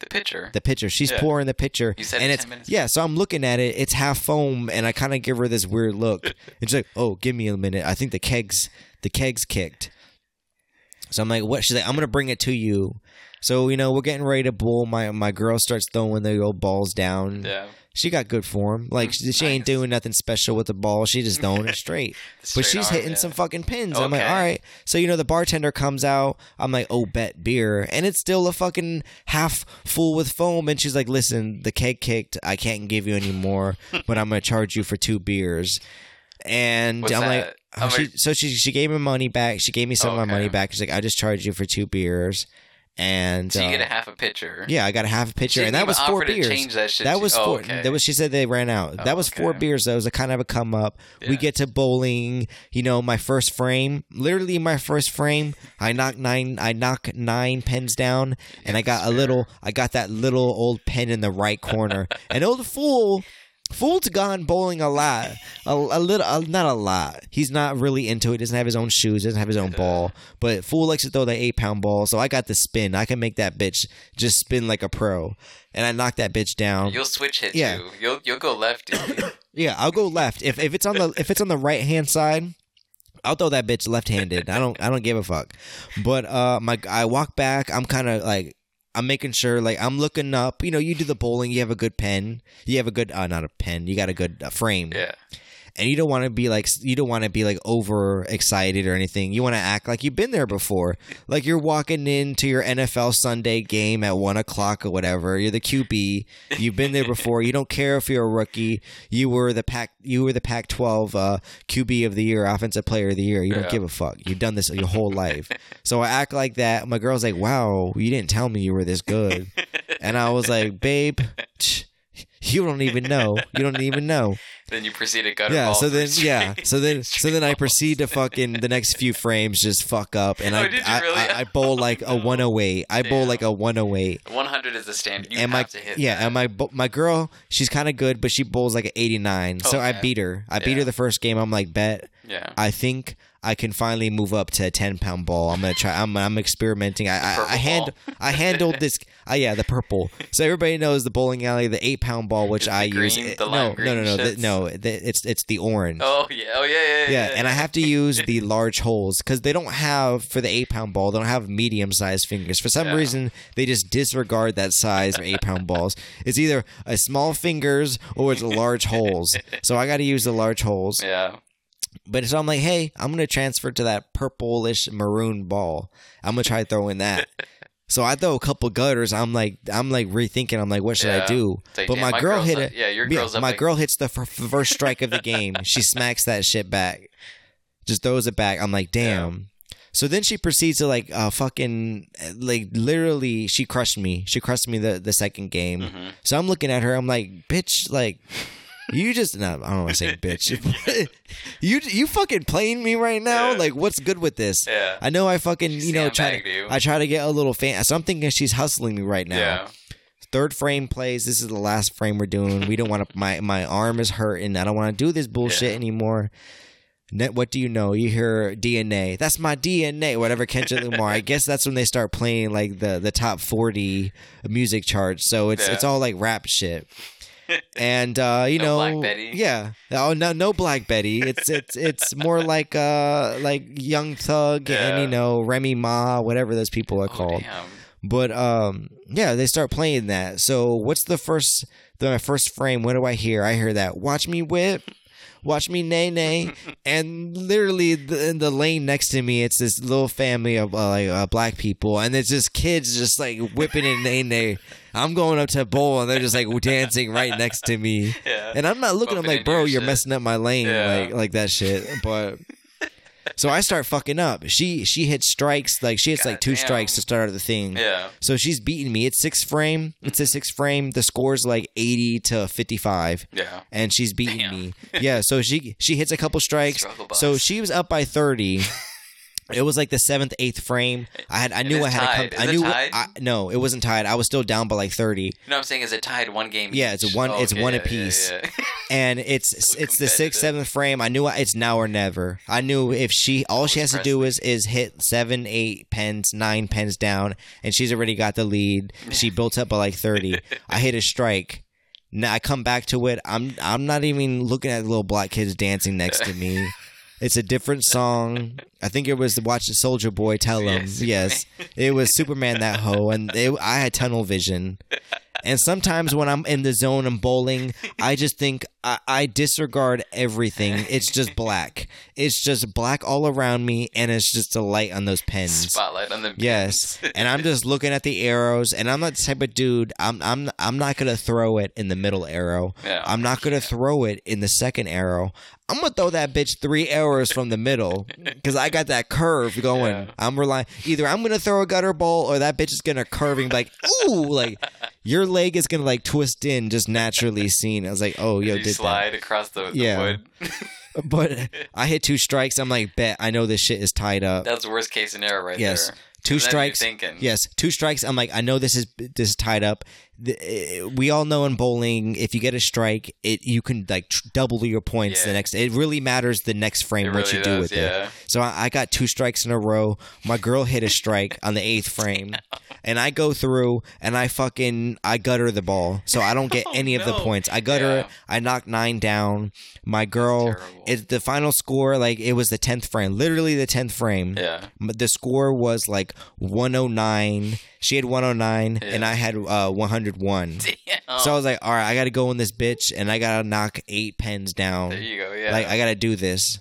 Speaker 2: the pitcher.
Speaker 1: The pitcher. She's
Speaker 2: Yeah.
Speaker 1: pouring the pitcher,
Speaker 2: You said
Speaker 1: and
Speaker 2: it
Speaker 1: it's
Speaker 2: 10 minutes
Speaker 1: yeah. So I'm looking at it. It's half foam, and I kind of give her this weird look. and she's like, "Oh, give me a minute. I think the kegs the kegs kicked." So I'm like, "What?" She's like, "I'm gonna bring it to you." So you know, we're getting ready to bowl. My my girl starts throwing the old balls down.
Speaker 2: yeah.
Speaker 1: She got good form. Like
Speaker 2: Mm,
Speaker 1: she, she ain't doing nothing special with the ball. She just throwing it straight. but
Speaker 2: Straight
Speaker 1: she's
Speaker 2: arm,
Speaker 1: hitting
Speaker 2: yeah.
Speaker 1: some fucking pins. I'm like,
Speaker 2: Okay.
Speaker 1: all right. So you know, the bartender comes out. I'm like, oh, bet beer, and it's still a fucking half full with foam. And she's like, listen, the keg kicked. I can't give you any more, but I'm gonna charge you for two beers. And
Speaker 2: What's
Speaker 1: I'm like, oh,
Speaker 2: that? I'm
Speaker 1: she,
Speaker 2: like-
Speaker 1: so she she gave me money back. She gave me some of
Speaker 2: Okay.
Speaker 1: my money back. She's like, I just charged you for two beers, and
Speaker 2: So you
Speaker 1: uh,
Speaker 2: get a half a pitcher.
Speaker 1: yeah, I got a half a pitcher,
Speaker 2: She
Speaker 1: and that
Speaker 2: didn't
Speaker 1: was
Speaker 2: even
Speaker 1: four
Speaker 2: offer to
Speaker 1: beers.
Speaker 2: change that shit.
Speaker 1: That
Speaker 2: She-
Speaker 1: was
Speaker 2: oh,
Speaker 1: four.
Speaker 2: okay.
Speaker 1: That was she said they ran out. that was four
Speaker 2: okay.
Speaker 1: beers. That was a kind of a come up. We
Speaker 2: Yeah.
Speaker 1: get to bowling. You know, my first frame, literally my first frame. I knock nine. I knock nine pins down, and I got a little. I got that little old pin in the right corner. An old fool Fool's gone bowling a lot, a, a little, a, not a lot. He's not really into it. Doesn't have his own shoes. Doesn't have his own ball. But Fool likes to throw the eight pound ball. So I got the spin. I can make that bitch just spin like a pro, and I knock that bitch down.
Speaker 2: You'll switch hit
Speaker 1: Yeah.
Speaker 2: too. You'll you'll go lefty.
Speaker 1: Yeah, I'll go left. If if it's on the if it's on the right hand side, I'll throw that bitch left handed. I don't I don't give a fuck. But uh my I walk back, I'm kinda like I'm making sure, like I'm looking up. You know, you do the bowling. You have a good pen. You have a good, uh, not a pen. You got a good uh, frame,
Speaker 2: yeah.
Speaker 1: and you don't want to be like you don't want to be like over excited or anything. You want to act like you've been there before, like you're walking into your NFL Sunday game at one o'clock or whatever. You're the QB. You've been there before. You don't care if you're a rookie. You were the pack. You were the Pac-12 uh, QB of the year, offensive player of the year. You don't
Speaker 2: Yeah.
Speaker 1: give a fuck. You've done this your whole life. So I act like that. My girl's like, "Wow, you didn't tell me you were this good," and I was like, "Babe." tch, You don't even know. You don't even know
Speaker 2: Then you proceed to gutter
Speaker 1: yeah
Speaker 2: ball
Speaker 1: so
Speaker 2: for
Speaker 1: then
Speaker 2: straight.
Speaker 1: yeah so then so then i proceed to fucking the next few frames just fuck up and
Speaker 2: Oh,
Speaker 1: I,
Speaker 2: did you
Speaker 1: I,
Speaker 2: really?
Speaker 1: I i bowl like a 108 i bowl
Speaker 2: Damn.
Speaker 1: like a 108
Speaker 2: One hundred is the standard. You
Speaker 1: and
Speaker 2: have
Speaker 1: my
Speaker 2: to hit.
Speaker 1: yeah
Speaker 2: that.
Speaker 1: and my bo- my girl she's kind of good but she bowls like an 89 so i
Speaker 2: Okay.
Speaker 1: beat her i beat
Speaker 2: Yeah.
Speaker 1: her the first game i'm like bet
Speaker 2: yeah.
Speaker 1: i think i can finally move up to a 10 pound ball i'm gonna try i'm, I'm experimenting i i, I
Speaker 2: purple
Speaker 1: hand i handled this uh, yeah the purple so everybody knows the bowling alley the 8 pound ball which
Speaker 2: Is it
Speaker 1: i
Speaker 2: the
Speaker 1: use
Speaker 2: green-
Speaker 1: it-
Speaker 2: the
Speaker 1: no,
Speaker 2: lime
Speaker 1: no no
Speaker 2: green
Speaker 1: no the-
Speaker 2: shits?
Speaker 1: no the, it's it's the orange
Speaker 2: Oh yeah. Oh yeah. Yeah.
Speaker 1: yeah, and I have to use the large holes because they don't have for the eight pound ball. They don't have medium sized fingers. For some
Speaker 2: Yeah.
Speaker 1: reason, they just disregard that size for eight pound balls. It's either a small fingers or it's large holes. So I got to use the large holes.
Speaker 2: yeah.
Speaker 1: But so I'm like, hey, I'm gonna transfer to that purplish maroon ball. I'm gonna try throwing that. So I throw a couple gutters. I'm like, I'm like rethinking. I'm like, what should I
Speaker 2: Yeah.
Speaker 1: do?
Speaker 2: It's like,
Speaker 1: but
Speaker 2: damn,
Speaker 1: my, girl
Speaker 2: girl's
Speaker 1: hit
Speaker 2: up-
Speaker 1: it.
Speaker 2: Yeah, your
Speaker 1: Yeah,
Speaker 2: girl's up.
Speaker 1: my
Speaker 2: like,
Speaker 1: girl hits the f- f- first strike of the game. She smacks that shit back. Just throws it back. I'm like, damn. So then she proceeds to like uh, fucking like literally she crushed me. She crushed me the, the second game.
Speaker 2: Mhm.
Speaker 1: So I'm looking at her. I'm like, bitch, like you just no, I don't want to say bitch. you you fucking playing me right now.
Speaker 2: Yeah.
Speaker 1: Like what's good with this?
Speaker 2: Yeah.
Speaker 1: I know I fucking
Speaker 2: She
Speaker 1: you know try
Speaker 2: sandbagged you.
Speaker 1: to, I try to get a little fan. So I'm thinking she's hustling me right now
Speaker 2: Yeah.
Speaker 1: third frame plays. This is the last frame we're doing. We don't want to. My my arm is hurting. I don't want to do this bullshit
Speaker 2: Yeah.
Speaker 1: anymore. Net, what do you know? You hear DNA. That's my DNA. Whatever Kendrick Lamar. I guess that's when they start playing like the the top forty music charts. So it's
Speaker 2: Yeah.
Speaker 1: it's all like rap shit. And uh, you
Speaker 2: No
Speaker 1: know,
Speaker 2: Black Betty.
Speaker 1: yeah, oh no, no Black Betty. It's it's it's more like uh like Young Thug and
Speaker 2: Yeah.
Speaker 1: you know Remy Ma, whatever those people are
Speaker 2: Oh,
Speaker 1: called.
Speaker 2: damn.
Speaker 1: But um, yeah, they start playing that. So what's the first the my first frame? What do I hear? I hear that. Watch me whip. Watch me nay nay, and literally the, in the lane next to me, it's this little family of uh, like uh, black people, and it's just kids just like whipping and nay nay. I'm going up to a bowl, and they're just like dancing right next to me,
Speaker 2: Yeah.
Speaker 1: and I'm not looking. I'm
Speaker 2: Bumping
Speaker 1: like,
Speaker 2: into
Speaker 1: bro,
Speaker 2: your
Speaker 1: you're
Speaker 2: shit."
Speaker 1: messing up my lane,
Speaker 2: Yeah.
Speaker 1: like like that shit. But so I start fucking up. She she hits strikes like she hits like two
Speaker 2: Goddamn.
Speaker 1: strikes to start the thing.
Speaker 2: yeah.
Speaker 1: So she's beating me. It's six frame. It's a six frame. The score's like eighty to fifty five,
Speaker 2: Yeah.
Speaker 1: and she's beating
Speaker 2: Damn.
Speaker 1: me. Yeah. So she she hits a couple strikes.
Speaker 2: Struggle bus.
Speaker 1: So she was up by thirty. It was like the seventh, eighth frame. I had, I knew
Speaker 2: is
Speaker 1: I had
Speaker 2: tied.
Speaker 1: to come.
Speaker 2: Is
Speaker 1: I
Speaker 2: it
Speaker 1: knew
Speaker 2: tied?
Speaker 1: I, no, it wasn't tied. I was still down by like thirty,
Speaker 2: You know what I'm saying? Is it tied one game?
Speaker 1: Yeah, it's
Speaker 2: each?
Speaker 1: one-
Speaker 2: Oh,
Speaker 1: it's
Speaker 2: okay,
Speaker 1: one
Speaker 2: yeah,
Speaker 1: apiece.
Speaker 2: Yeah, yeah.
Speaker 1: and it's
Speaker 2: So
Speaker 1: it's the sixth,
Speaker 2: competitive.
Speaker 1: seventh frame. I knew I, it's now or never. I knew if she all she has to do is is hit seven, eight pens, nine pens down, and she's already got the lead. She built up by like thirty. I hit a strike. Now I come back to it. I'm I'm not even looking at the little black kids dancing next to me. It's a different song. I think it was the Watch the Soldier Boy Tell Him.
Speaker 2: Yes.
Speaker 1: Yes. It was Superman That Ho. And it, I had tunnel vision. And sometimes when I'm in the zone and bowling, I just think I, I disregard everything. It's just black. It's just black all around me, and it's just a light on those pens.
Speaker 2: Spotlight on the
Speaker 1: Yes, and I'm just looking at the arrows, and I'm not the type of dude. I'm I'm I'm not gonna throw it in the middle arrow.
Speaker 2: Yeah.
Speaker 1: I'm not gonna throw it in the second arrow. I'm gonna throw that bitch three arrows from the middle because I got that curve going.
Speaker 2: Yeah.
Speaker 1: I'm relying either I'm gonna throw a gutter ball or that bitch is gonna curve and be like ooh like your leg is gonna like twist in just naturally. Seen I was like oh yo
Speaker 2: you
Speaker 1: did that
Speaker 2: slide across the, the
Speaker 1: Yeah.
Speaker 2: wood.
Speaker 1: but I hit two strikes. I'm like bet I know this shit is tied up.
Speaker 2: That's worst case scenario right
Speaker 1: Yes. two
Speaker 2: there. That's what you're
Speaker 1: strikes.
Speaker 2: Thinking.
Speaker 1: Yes, two strikes. I'm like, I know this is this is tied up. The, eh, we all know in bowling, if you get a strike, it you can like tr- double your points the
Speaker 2: Yeah.
Speaker 1: next. It really matters the next frame
Speaker 2: It
Speaker 1: what
Speaker 2: really
Speaker 1: you do
Speaker 2: does,
Speaker 1: with it.
Speaker 2: yeah.
Speaker 1: So I, I got two strikes in a row. My girl hit a strike on the eighth frame, and I go through and I fucking I gutter the ball, so I don't get
Speaker 2: Oh,
Speaker 1: any of the
Speaker 2: no.
Speaker 1: points. I gutter it.
Speaker 2: Yeah.
Speaker 1: I knock nine down. My girl,
Speaker 2: Terrible.
Speaker 1: it, the final score like it was the tenth frame, literally the tenth frame.
Speaker 2: Yeah.
Speaker 1: M- the score was like 109 she had 109 and i had uh 101
Speaker 2: Damn.
Speaker 1: so i was like all right i gotta go in this bitch and i gotta knock eight pens down
Speaker 2: there you go. Yeah.
Speaker 1: like i gotta do this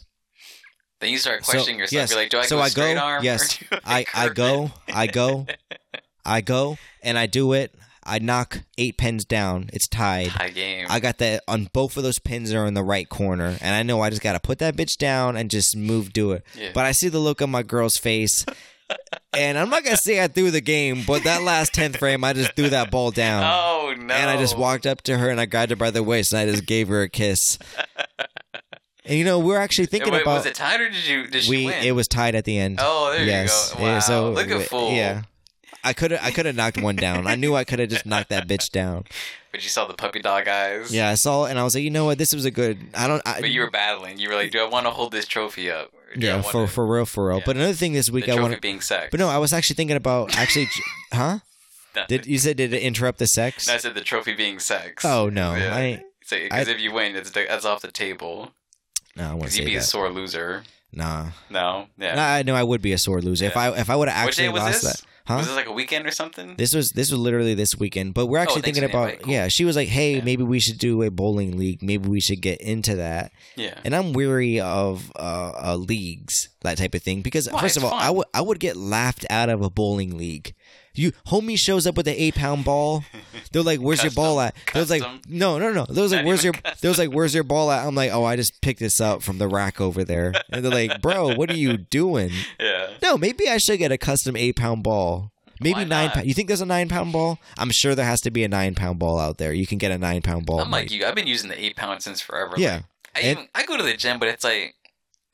Speaker 2: then you start
Speaker 1: so-
Speaker 2: questioning yourself.
Speaker 1: yes.
Speaker 2: You're like, do I
Speaker 1: So
Speaker 2: go
Speaker 1: I go-
Speaker 2: straight arm?
Speaker 1: yes.
Speaker 2: Or do
Speaker 1: i i
Speaker 2: curve it?
Speaker 1: go i go i go and i do it i knock eight pens down it's tied
Speaker 2: High game.
Speaker 1: I got that on both of those pins are in the right corner, and I know I just gotta put that bitch down and just move do it.
Speaker 2: Yeah.
Speaker 1: But I see the look on my girl's face, and I'm not gonna say I threw the game, but that last tenth frame, I just threw that ball down.
Speaker 2: oh no.
Speaker 1: And I just walked up to her and I grabbed her by the waist and I just gave her a kiss. And you know, we're actually thinking
Speaker 2: Wait,
Speaker 1: about
Speaker 2: was it tied or did you? Did she
Speaker 1: we.
Speaker 2: win?
Speaker 1: It was tied at the end.
Speaker 2: Oh, there
Speaker 1: yes.
Speaker 2: you go. Wow.
Speaker 1: Yeah, so
Speaker 2: Look
Speaker 1: we-
Speaker 2: at fool.
Speaker 1: Yeah. I could have I could have knocked one down. I knew I could have just knocked that bitch down.
Speaker 2: But you saw the puppy dog eyes.
Speaker 1: Yeah, I saw it and I was like, you know what, this was a good. I don't. I,
Speaker 2: But you were battling. You were like, do I want to hold this trophy up? Or do I
Speaker 1: yeah,
Speaker 2: want
Speaker 1: for
Speaker 2: to-
Speaker 1: for real, for real.
Speaker 2: Yeah.
Speaker 1: But another thing this
Speaker 2: the
Speaker 1: week I
Speaker 2: trophy
Speaker 1: want to.
Speaker 2: being sex.
Speaker 1: But no, I was actually thinking about actually, huh?
Speaker 2: Nothing.
Speaker 1: Did you said did it interrupt the sex?
Speaker 2: No, I said the trophy being sex.
Speaker 1: oh no,
Speaker 2: Yeah.
Speaker 1: I ain't-
Speaker 2: Because if you win, it's that's off the table.
Speaker 1: no, I won't
Speaker 2: Because you'd
Speaker 1: say
Speaker 2: be a
Speaker 1: that.
Speaker 2: sore loser.
Speaker 1: Nah,
Speaker 2: No, yeah.
Speaker 1: nah, I know I would be a sore loser if
Speaker 2: Yeah.
Speaker 1: I if I would have
Speaker 2: what day
Speaker 1: actually
Speaker 2: was
Speaker 1: lost
Speaker 2: this?
Speaker 1: that. Huh?
Speaker 2: Was Oh, this like a weekend or something?
Speaker 1: This was this was literally this weekend, but we're actually
Speaker 2: thanks
Speaker 1: thinking
Speaker 2: for the
Speaker 1: about
Speaker 2: invite, cool.
Speaker 1: yeah. She was like, "Hey,
Speaker 2: Yeah.
Speaker 1: maybe we should do a bowling league. Maybe we should get into that."
Speaker 2: yeah.
Speaker 1: And I'm weary of uh, uh, leagues, that type of thing. Because
Speaker 2: Why?
Speaker 1: first of
Speaker 2: It's
Speaker 1: all, I
Speaker 2: fun.
Speaker 1: would I would get laughed out of a bowling league. You homie shows up with an eight pound ball. They're like, "Where's your ball at?" They was like,
Speaker 2: Custom.
Speaker 1: "No, no, no." They was like,
Speaker 2: Not
Speaker 1: "Where's your?"
Speaker 2: even
Speaker 1: They was like, "Where's your ball at?" I'm like, "Oh, I just picked this up from the rack over there." And they're like, "Bro, what are you doing?"
Speaker 2: Yeah.
Speaker 1: No, maybe I should get a custom eight pound ball. Maybe
Speaker 2: Why
Speaker 1: nine.
Speaker 2: not?
Speaker 1: pound. You think there's a nine pound ball? I'm sure there has to be a nine pound ball out there. You can get a nine pound ball.
Speaker 2: I'm like
Speaker 1: mate.
Speaker 2: you. I've been using the eight pound since forever. Like,
Speaker 1: Oh yeah,
Speaker 2: I
Speaker 1: And-
Speaker 2: even I go to the gym, but it's like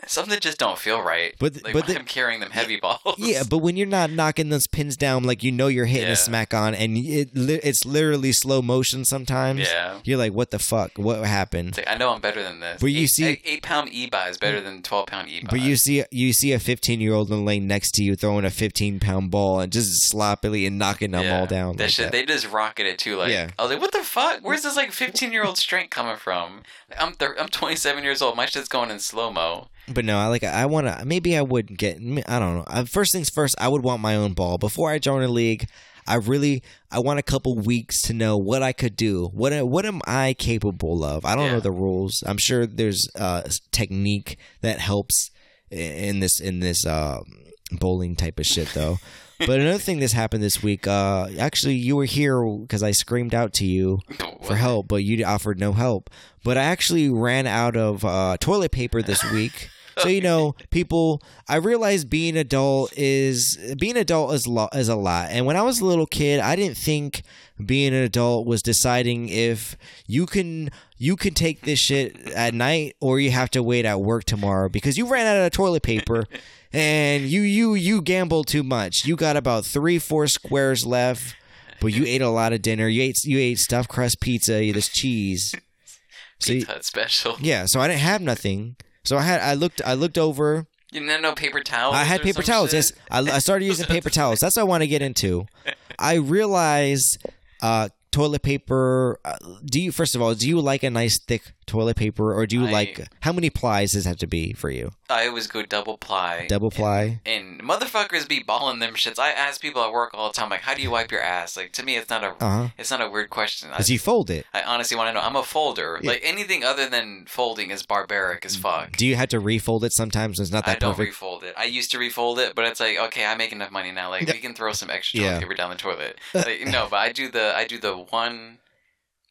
Speaker 2: something just don't feel right.
Speaker 1: But th-
Speaker 2: like
Speaker 1: but
Speaker 2: why
Speaker 1: the-
Speaker 2: I'm carrying them heavy balls.
Speaker 1: yeah. But when you're not knocking those pins down, like you know you're hitting
Speaker 2: Yeah.
Speaker 1: a smack on, and it li- it's literally slow motion sometimes.
Speaker 2: yeah.
Speaker 1: You're like, what the fuck? What happened?
Speaker 2: It's like I know I'm better than this.
Speaker 1: But you
Speaker 2: Eight-
Speaker 1: see-
Speaker 2: eight, eight pound e-bi is better than twelve pound e-bi.
Speaker 1: But you see, you see a 15 year old in the lane next to you throwing a 15 pound ball and just sloppily and knocking them
Speaker 2: Yeah.
Speaker 1: all down.
Speaker 2: That
Speaker 1: like
Speaker 2: shit,
Speaker 1: that.
Speaker 2: they just rocketed too. Like,
Speaker 1: Yeah.
Speaker 2: I was like, "What the fuck? Where's this like 15 year old strength coming from? Like, I'm thir- I'm 27 years old. My shit's going in slow mo.
Speaker 1: But no, I like I want to. Maybe I would get. I don't know. Uh, First things first, I would want my own ball before I join a league. I really I want a couple weeks to know what I could do. What I- what am I capable of? I don't know
Speaker 2: Yeah.
Speaker 1: the rules. I'm sure there's uh s- technique that helps i- in this in this uh bowling type of shit though. but another thing that's happened this week uh actually you were here cuz I screamed out to you for help, but you offered no help. But I actually ran out of uh, toilet paper this week. So you know, people. I realized being adult is being adult is lo- is a lot. And when I was a little kid, I didn't think being an adult was deciding if you can you can take this shit at night or you have to wait at work tomorrow because you ran out of toilet paper and you you you gambled too much. You got about three four squares left. But you ate a lot of dinner. You ate you ate stuffed crust pizza. There's cheese. So you-
Speaker 2: Pizza Hut special.
Speaker 1: yeah, so I didn't have nothing. So I had I looked I looked over.
Speaker 2: You know, no paper towels.
Speaker 1: I had
Speaker 2: or
Speaker 1: paper
Speaker 2: Oh, some
Speaker 1: towels. Yes,
Speaker 2: shit?
Speaker 1: I, I started using paper towels. That's what I want to get into. I realized uh, toilet paper. Uh, do you first of all do you like a nice thick toilet paper or do you
Speaker 2: I-
Speaker 1: like how many plies does it have to be for you?
Speaker 2: I always go double ply.
Speaker 1: Double ply.
Speaker 2: and motherfuckers be balling them shits. I ask people at work all the time, like, "How do you wipe your ass?" Like to me, it's not a
Speaker 1: Uh huh.
Speaker 2: it's not a weird question. I,
Speaker 1: Because you fold it.
Speaker 2: I honestly want to know. I'm a folder. Like anything other than folding is barbaric as fuck.
Speaker 1: Do you have to refold it sometimes? It's not
Speaker 2: I
Speaker 1: that
Speaker 2: don't
Speaker 1: perfect.
Speaker 2: refold it. I used to refold it, but it's like, okay, I make enough money now. Like we can throw some extra toilet
Speaker 1: Yeah.
Speaker 2: paper down the toilet. Like, no, but I do the I do the one,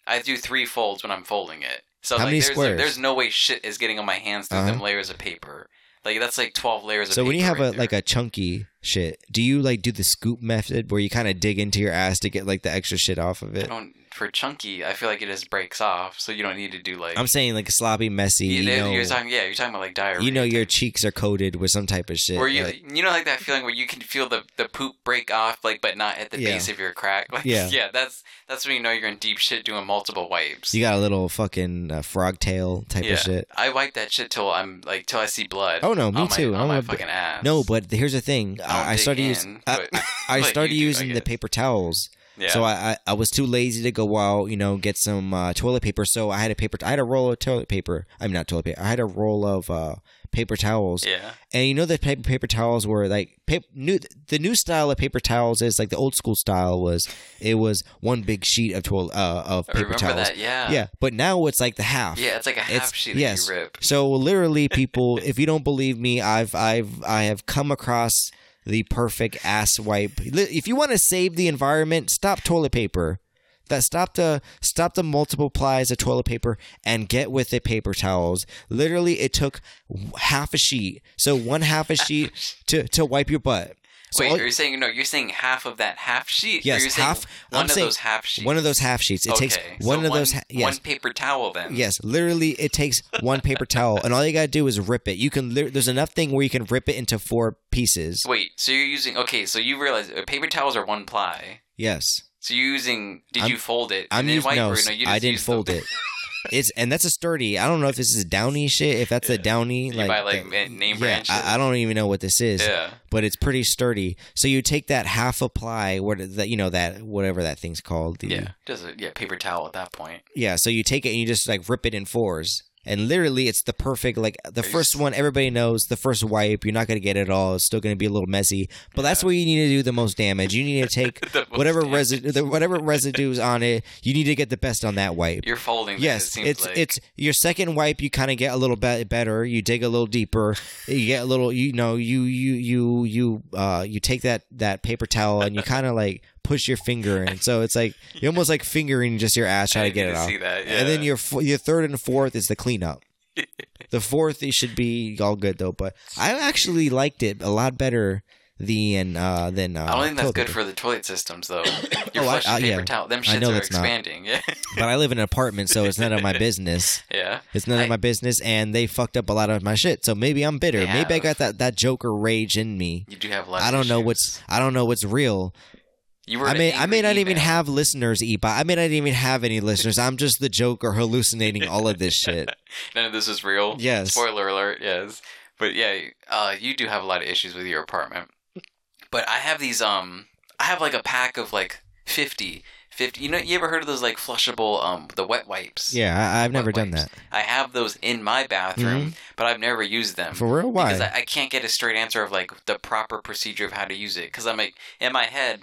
Speaker 2: I do three folds when I'm folding it. So
Speaker 1: How
Speaker 2: like,
Speaker 1: many
Speaker 2: there's,
Speaker 1: squares? Uh-huh.
Speaker 2: there's no way shit is getting on my hands through them layers of paper. Like that's like twelve layers. of
Speaker 1: So when you
Speaker 2: paper
Speaker 1: have
Speaker 2: right
Speaker 1: a
Speaker 2: there.
Speaker 1: like a chunky shit, do you like do the scoop method where you kind of dig into your ass to get like the extra shit off of
Speaker 2: I
Speaker 1: it?
Speaker 2: don't for chunky, I feel like it just breaks off, so you don't need to do like.
Speaker 1: I'm saying like sloppy, messy.
Speaker 2: you
Speaker 1: You
Speaker 2: know,
Speaker 1: know,
Speaker 2: you're talking, yeah, you're talking about like diarrhea.
Speaker 1: you know your cheeks are coated with some type of shit.
Speaker 2: Where you
Speaker 1: like-
Speaker 2: you know like that feeling where you can feel the, the poop break off like but not at the
Speaker 1: Yeah.
Speaker 2: base of your crack like
Speaker 1: Yeah.
Speaker 2: yeah. that's that's when you know you're in deep shit doing multiple wipes
Speaker 1: you got a little fucking uh, frog tail type
Speaker 2: yeah
Speaker 1: of shit.
Speaker 2: I wipe that shit till I'm like till I see blood
Speaker 1: Oh no, me
Speaker 2: on my,
Speaker 1: too.
Speaker 2: on
Speaker 1: I'm
Speaker 2: my
Speaker 1: a-
Speaker 2: fucking ass
Speaker 1: No, but here's the thing.
Speaker 2: I'll
Speaker 1: I, I
Speaker 2: dig
Speaker 1: started
Speaker 2: in,
Speaker 1: using I,
Speaker 2: but-
Speaker 1: I
Speaker 2: but
Speaker 1: started
Speaker 2: you do, I
Speaker 1: using the
Speaker 2: guess.
Speaker 1: paper towels.
Speaker 2: yeah
Speaker 1: So I, I I was too lazy to go out, you know, get some uh, toilet paper. So I had a paper. I had a roll of toilet paper. I'm mean, not toilet paper. I had a roll of uh, paper towels.
Speaker 2: yeah
Speaker 1: And you know the paper paper towels were like paper, new. The new style of paper towels is like the old school style was. It was one big sheet of toilet uh, of
Speaker 2: I
Speaker 1: paper
Speaker 2: remember
Speaker 1: towels.
Speaker 2: that yeah
Speaker 1: Yeah, but now it's like the half.
Speaker 2: yeah it's like a half
Speaker 1: It's-
Speaker 2: sheet that
Speaker 1: yes.
Speaker 2: you rip
Speaker 1: So literally, people, if you don't believe me, I've I've I have come across the perfect ass wipe. Li- If you want to save the environment, stop toilet paper. That stop the stop the multiple plies of toilet paper and get with it paper towels. Literally, it took w- half a sheet, so one half a sheet to to wipe your butt. So
Speaker 2: wait
Speaker 1: all-
Speaker 2: are you saying no you're saying half of that half sheet
Speaker 1: Yes,
Speaker 2: or you're saying
Speaker 1: half- I'm
Speaker 2: one of
Speaker 1: saying
Speaker 2: those half sheets
Speaker 1: one of those half sheets. It takes
Speaker 2: okay.
Speaker 1: one
Speaker 2: so
Speaker 1: of those. Ha- yes,
Speaker 2: one paper towel then
Speaker 1: Yes, literally, it takes one paper towel, and all you gotta do is rip it. You can lit- there's enough thing where you can rip it into four pieces.
Speaker 2: Wait, so you're using okay? So you realize uh, paper towels are one ply.
Speaker 1: Yes,
Speaker 2: So you're using? Did
Speaker 1: I'm-
Speaker 2: you fold it?
Speaker 1: I'm
Speaker 2: and then
Speaker 1: using
Speaker 2: wipe,
Speaker 1: no,
Speaker 2: or you
Speaker 1: I
Speaker 2: just
Speaker 1: didn't
Speaker 2: use
Speaker 1: fold
Speaker 2: them?
Speaker 1: it. It's and that's a sturdy. I don't know if this is downy shit. If that's a downy,
Speaker 2: You
Speaker 1: like,
Speaker 2: buy, like,
Speaker 1: the-
Speaker 2: name
Speaker 1: yeah,
Speaker 2: brand shit?
Speaker 1: I, I don't even know what this is,
Speaker 2: Yeah,
Speaker 1: but it's pretty sturdy. So you take that half a ply, what that you know that whatever that thing's called. The,
Speaker 2: yeah, just a, yeah, paper towel at that point.
Speaker 1: Yeah, so you take it and you just like rip it in fours. And literally, it's the perfect, like, the
Speaker 2: Are you
Speaker 1: first
Speaker 2: s-
Speaker 1: one, everybody knows the first wipe, you're not going to get it all. It's still going to be a little messy. But that's
Speaker 2: Yeah.
Speaker 1: where you need to do the most damage. You need to take
Speaker 2: The most
Speaker 1: whatever,
Speaker 2: damage.
Speaker 1: resi- the, whatever residues on it, you need to get the best on that wipe.
Speaker 2: You're folding. them, it
Speaker 1: Yes,
Speaker 2: seems
Speaker 1: it's
Speaker 2: like.
Speaker 1: it's your second wipe. You kind of get a little bit better. You dig a little deeper. You get a little. You know, you you you you uh you take that that paper towel and you kind of like push your finger in. So it's like you're almost like fingering just your ass
Speaker 2: I
Speaker 1: trying to
Speaker 2: didn't
Speaker 1: get it
Speaker 2: even
Speaker 1: off.
Speaker 2: See that? Yeah.
Speaker 1: And then your fo- your third and fourth is the cleanup. the fourth it should be all good though, but I actually liked it a lot better than uh than uh,
Speaker 2: I don't think that's
Speaker 1: toilet
Speaker 2: good
Speaker 1: paper.
Speaker 2: for the toilet systems though.
Speaker 1: Oh,
Speaker 2: You're
Speaker 1: I-
Speaker 2: flushing
Speaker 1: I-
Speaker 2: paper
Speaker 1: yeah.
Speaker 2: towel. Them
Speaker 1: I
Speaker 2: shits
Speaker 1: know
Speaker 2: are
Speaker 1: that's not-
Speaker 2: expanding. Yeah,
Speaker 1: But I live in an apartment, so it's none of my business.
Speaker 2: yeah.
Speaker 1: It's none of
Speaker 2: I-
Speaker 1: my business, and they fucked up a lot of my shit. So maybe I'm bitter.
Speaker 2: They
Speaker 1: Maybe I
Speaker 2: have.
Speaker 1: got that, that Joker rage in me.
Speaker 2: You do have less.
Speaker 1: I don't know
Speaker 2: issues.
Speaker 1: what's I don't know what's real.
Speaker 2: You were.
Speaker 1: I
Speaker 2: an
Speaker 1: may I
Speaker 2: angry
Speaker 1: may not even
Speaker 2: email.
Speaker 1: have listeners, Eba. I may not even have any listeners. I'm just the Joker hallucinating all of this shit.
Speaker 2: None of this is real.
Speaker 1: Yes.
Speaker 2: Spoiler alert, yes. But yeah, uh, you do have a lot of issues with your apartment. But I have these, um, I have like a pack of like 50, 50. You know, you ever heard of those like flushable, um, the wet wipes?
Speaker 1: Yeah, I, I've never
Speaker 2: Wet
Speaker 1: done
Speaker 2: wipes.
Speaker 1: that
Speaker 2: I have those in my bathroom, but I've never used them.
Speaker 1: Mm-hmm. for real.
Speaker 2: Because
Speaker 1: Why?
Speaker 2: I, I can't get a straight answer of like the proper procedure of how to use it. Because I'm like, in my head,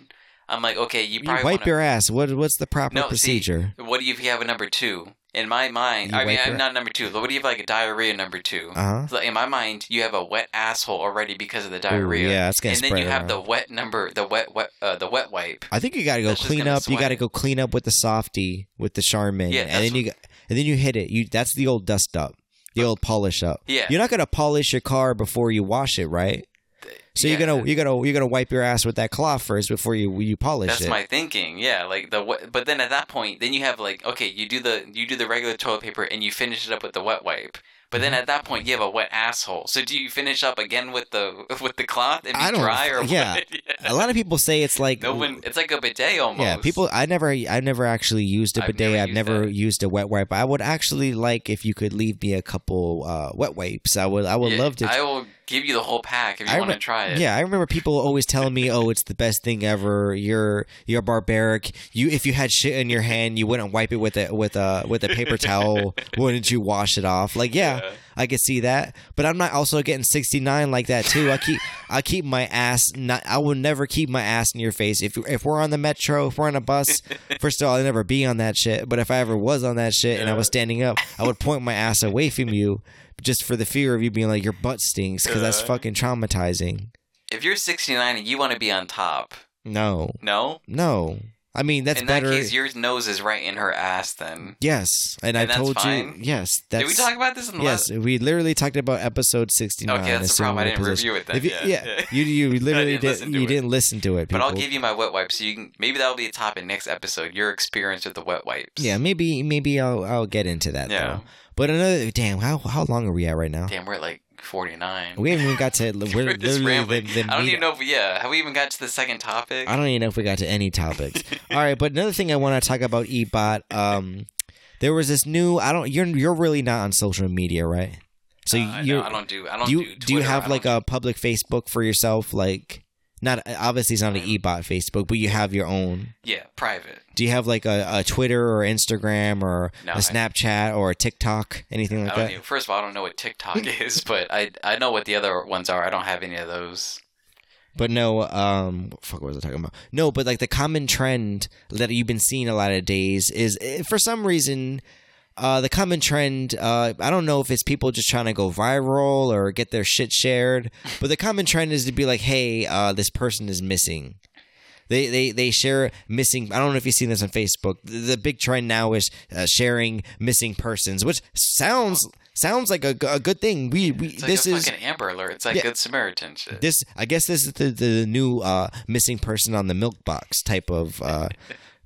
Speaker 2: I'm like, okay, you
Speaker 1: You,
Speaker 2: probably
Speaker 1: wipe
Speaker 2: wanna-
Speaker 1: your ass. What what's the proper
Speaker 2: No, see,
Speaker 1: procedure?
Speaker 2: What do you if you have a number two? In my mind,
Speaker 1: You
Speaker 2: I mean,
Speaker 1: wipe
Speaker 2: I'm
Speaker 1: your-
Speaker 2: not number two. But what do you have like a diarrhea number two?
Speaker 1: Uh huh.
Speaker 2: So in my mind, you have a wet asshole already because of the diarrhea.
Speaker 1: yeah, it's gonna
Speaker 2: and then
Speaker 1: spread
Speaker 2: you have
Speaker 1: around.
Speaker 2: the wet number, the wet, wet uh, the wet wipe.
Speaker 1: I think you gotta go
Speaker 2: That's just
Speaker 1: clean
Speaker 2: gonna
Speaker 1: up. You
Speaker 2: sweat.
Speaker 1: gotta go clean up with the softy with the Charmin,
Speaker 2: Yeah,
Speaker 1: and
Speaker 2: that's
Speaker 1: then you got- and then you hit it. You that's the old dust up, the old polish up.
Speaker 2: Oh. Yeah.
Speaker 1: You're not gonna polish your car before you wash it, right? So you're
Speaker 2: Yeah.
Speaker 1: gonna you're gonna you're gonna wipe your ass with that cloth first before you you polish
Speaker 2: That's
Speaker 1: it.
Speaker 2: my thinking. Yeah, like the wet, but then at that point, then you have like okay, you do the you do the regular toilet paper and you finish it up with the wet wipe. But
Speaker 1: Mm-hmm.
Speaker 2: then at that point, you have a wet asshole. So do you finish up again with the with the cloth and be
Speaker 1: I don't-
Speaker 2: dry or
Speaker 1: yeah.
Speaker 2: what? Yeah.
Speaker 1: A lot of people say it's like
Speaker 2: No one. It's like a bidet almost.
Speaker 1: Yeah, people. I never, I never actually used a
Speaker 2: I've
Speaker 1: bidet.
Speaker 2: never
Speaker 1: I've
Speaker 2: used
Speaker 1: never
Speaker 2: that.
Speaker 1: used a wet wipe. I would actually like if you could leave me a couple uh, wet wipes. I would, I would
Speaker 2: Yeah,
Speaker 1: love to.
Speaker 2: I will give you the whole pack if you
Speaker 1: I
Speaker 2: want to
Speaker 1: rem-
Speaker 2: try it.
Speaker 1: Yeah, I remember people always telling me, "Oh, it's the best thing ever. You're you're barbaric. You if you had shit in your hand, you wouldn't wipe it with a with a with a paper towel. Wouldn't you wash it off?" Like, yeah,
Speaker 2: Yeah.
Speaker 1: I could see that, but I'm not also getting 69 like that too. I keep I keep my ass not. I will never keep my ass in your face. If if we're on the metro, if we're on a bus, first of all, I never be on that shit. But if I ever was on that shit and I was standing up, I would point my ass away from you. Just for the fear of you being like your butt stinks, because that's
Speaker 2: Yeah.
Speaker 1: fucking traumatizing.
Speaker 2: If you're 69 and you want to be on top,
Speaker 1: No,
Speaker 2: no,
Speaker 1: no. I mean, that's
Speaker 2: in that
Speaker 1: better.
Speaker 2: case, your nose is right in her ass. Then
Speaker 1: yes, and,
Speaker 2: And
Speaker 1: I
Speaker 2: that's
Speaker 1: told
Speaker 2: fine?
Speaker 1: you yes. That's
Speaker 2: did we talk about this in the
Speaker 1: yes.
Speaker 2: last?
Speaker 1: We literally talked about episode sixty-nine.
Speaker 2: Okay, that's the problem. I didn't review it then.
Speaker 1: If you,
Speaker 2: Yeah,
Speaker 1: yeah,
Speaker 2: yeah.
Speaker 1: you you literally
Speaker 2: didn't
Speaker 1: did,
Speaker 2: listen to
Speaker 1: you
Speaker 2: it.
Speaker 1: didn't listen to it.
Speaker 2: But
Speaker 1: People.
Speaker 2: I'll give you my wet wipes. So you can maybe that'll be a topic next episode. Your experience with the wet wipes.
Speaker 1: yeah, maybe maybe I'll I'll get into that.
Speaker 2: Yeah.
Speaker 1: though. But another damn, how how long are we at right now?
Speaker 2: Damn, we're at like forty nine.
Speaker 1: We haven't even got to. We're,
Speaker 2: We're just
Speaker 1: literally
Speaker 2: rambling.
Speaker 1: the, the
Speaker 2: I don't
Speaker 1: meat-
Speaker 2: even know if we, yeah, have we even got to the second topic?
Speaker 1: I don't even know if we got to any topics. All right, but another thing I want to talk about Ebot. Um, there was this new. I don't. You're you're really not on social media, right? So
Speaker 2: Uh, no,
Speaker 1: you
Speaker 2: I don't do. I don't
Speaker 1: do you
Speaker 2: do.
Speaker 1: do you
Speaker 2: Twitter.
Speaker 1: have
Speaker 2: I
Speaker 1: like
Speaker 2: don't-
Speaker 1: a public Facebook for yourself? Like, not obviously it's not an Ebot Facebook, but you have your own.
Speaker 2: yeah private?
Speaker 1: Do you have like a, a Twitter or Instagram or
Speaker 2: No,
Speaker 1: a
Speaker 2: I-
Speaker 1: Snapchat or a TikTok, anything like
Speaker 2: I don't
Speaker 1: that?
Speaker 2: even, first of all, I don't know what TikTok is, but I I know what the other ones are. I don't have any of those.
Speaker 1: But no, um, fuck, what was I talking about? No, but like the common trend that you've been seeing a lot of days is eh, for some reason, uh, the common trend, uh, I don't know if it's people just trying to go viral or get their shit shared, but the common trend is to be like, hey, uh, this person is missing. They, they, they share missing. I don't know if you've seen this on Facebook. The, the big trend now is uh, sharing missing persons, which sounds sounds like a, g- a good thing. We, we
Speaker 2: It's like
Speaker 1: this
Speaker 2: a
Speaker 1: is
Speaker 2: fucking Amber Alert. It's like
Speaker 1: Yeah.
Speaker 2: Good Samaritan shit.
Speaker 1: this I guess this is the the new uh, missing person on the milk box type of uh,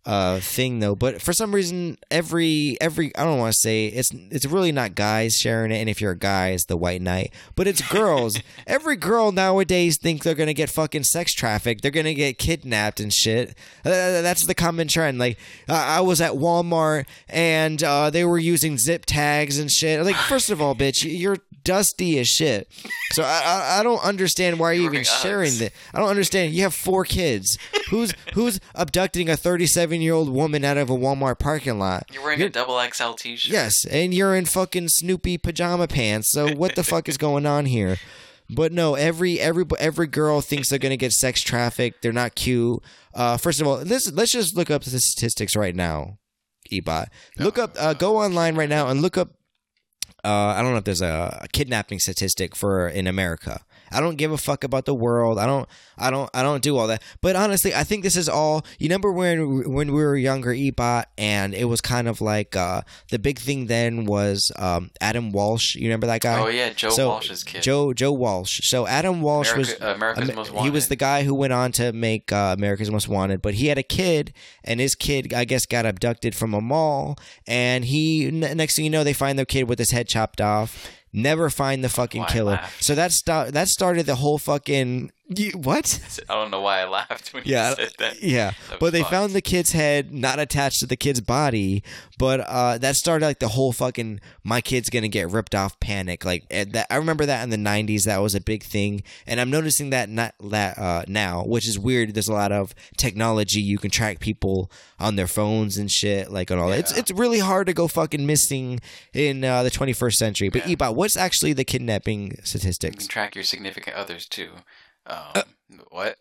Speaker 1: uh, thing though. But for some reason, every every I don't want to say it's it's really not guys sharing it, and if you're a guy, it's the white knight. But it's girls. every girl nowadays thinks they're gonna get fucking sex trafficked. They're gonna get kidnapped and shit. Uh, that's the common trend. Like I I was at Walmart and uh, they were using zip tags and shit. Like first of all, bitch, you're dusty as shit. So I I, I don't understand why you're
Speaker 2: You're
Speaker 1: even
Speaker 2: wearing
Speaker 1: sharing
Speaker 2: Uggs.
Speaker 1: this. I don't understand. You have four kids. Who's who's abducting a 37 year old woman out of a Walmart parking lot?
Speaker 2: You're wearing a double XL T-shirt.
Speaker 1: Yes, and you're in fucking Snoopy pajama pants. So what the fuck is going on here? But no, every every every girl thinks they're gonna get sex trafficked. They're not cute. Uh, first of all, let's let's just look up the statistics right now. Ebot, look up. Uh, go online right now and look up. Uh, I don't know if there's a, a kidnapping statistic for in America. I don't give a fuck about the world. I don't. I don't. I don't do all that. But honestly, I think this is all. You remember when when we were younger, Ebot, and it was kind of like uh, the big thing then was um, Adam Walsh. You remember that guy?
Speaker 2: Oh yeah, Joe
Speaker 1: So,
Speaker 2: Walsh's kid.
Speaker 1: Joe Joe Walsh. So Adam Walsh
Speaker 2: America- uh,
Speaker 1: was
Speaker 2: America's Most
Speaker 1: He was
Speaker 2: Wanted.
Speaker 1: the guy who went on to make uh, America's Most Wanted, but he had a kid, and his kid, I guess, got abducted from a mall, and he n- next thing you know, they find their kid with his head chopped off. Never find the fucking
Speaker 2: Why
Speaker 1: killer.
Speaker 2: laugh?
Speaker 1: So that sta- that started the whole fucking you, what?
Speaker 2: I don't know why I laughed when
Speaker 1: Yeah,
Speaker 2: you said that.
Speaker 1: Yeah,
Speaker 2: That
Speaker 1: but
Speaker 2: was
Speaker 1: they
Speaker 2: fucked.
Speaker 1: found the kid's head not attached to the kid's body. But uh, that started like the whole fucking my kid's gonna get ripped off panic. Like eh, that, I remember that in the '90s, that was a big thing, and I'm noticing that not that uh, now, which is weird. There's a lot of technology you can track people on their phones and shit, like and all that. It's
Speaker 2: Yeah.
Speaker 1: it's really hard to go fucking missing in uh, the 21st century. But
Speaker 2: Yeah.
Speaker 1: Ebot, what's actually the kidnapping
Speaker 2: You
Speaker 1: statistics?
Speaker 2: can track your significant others too. Um, what?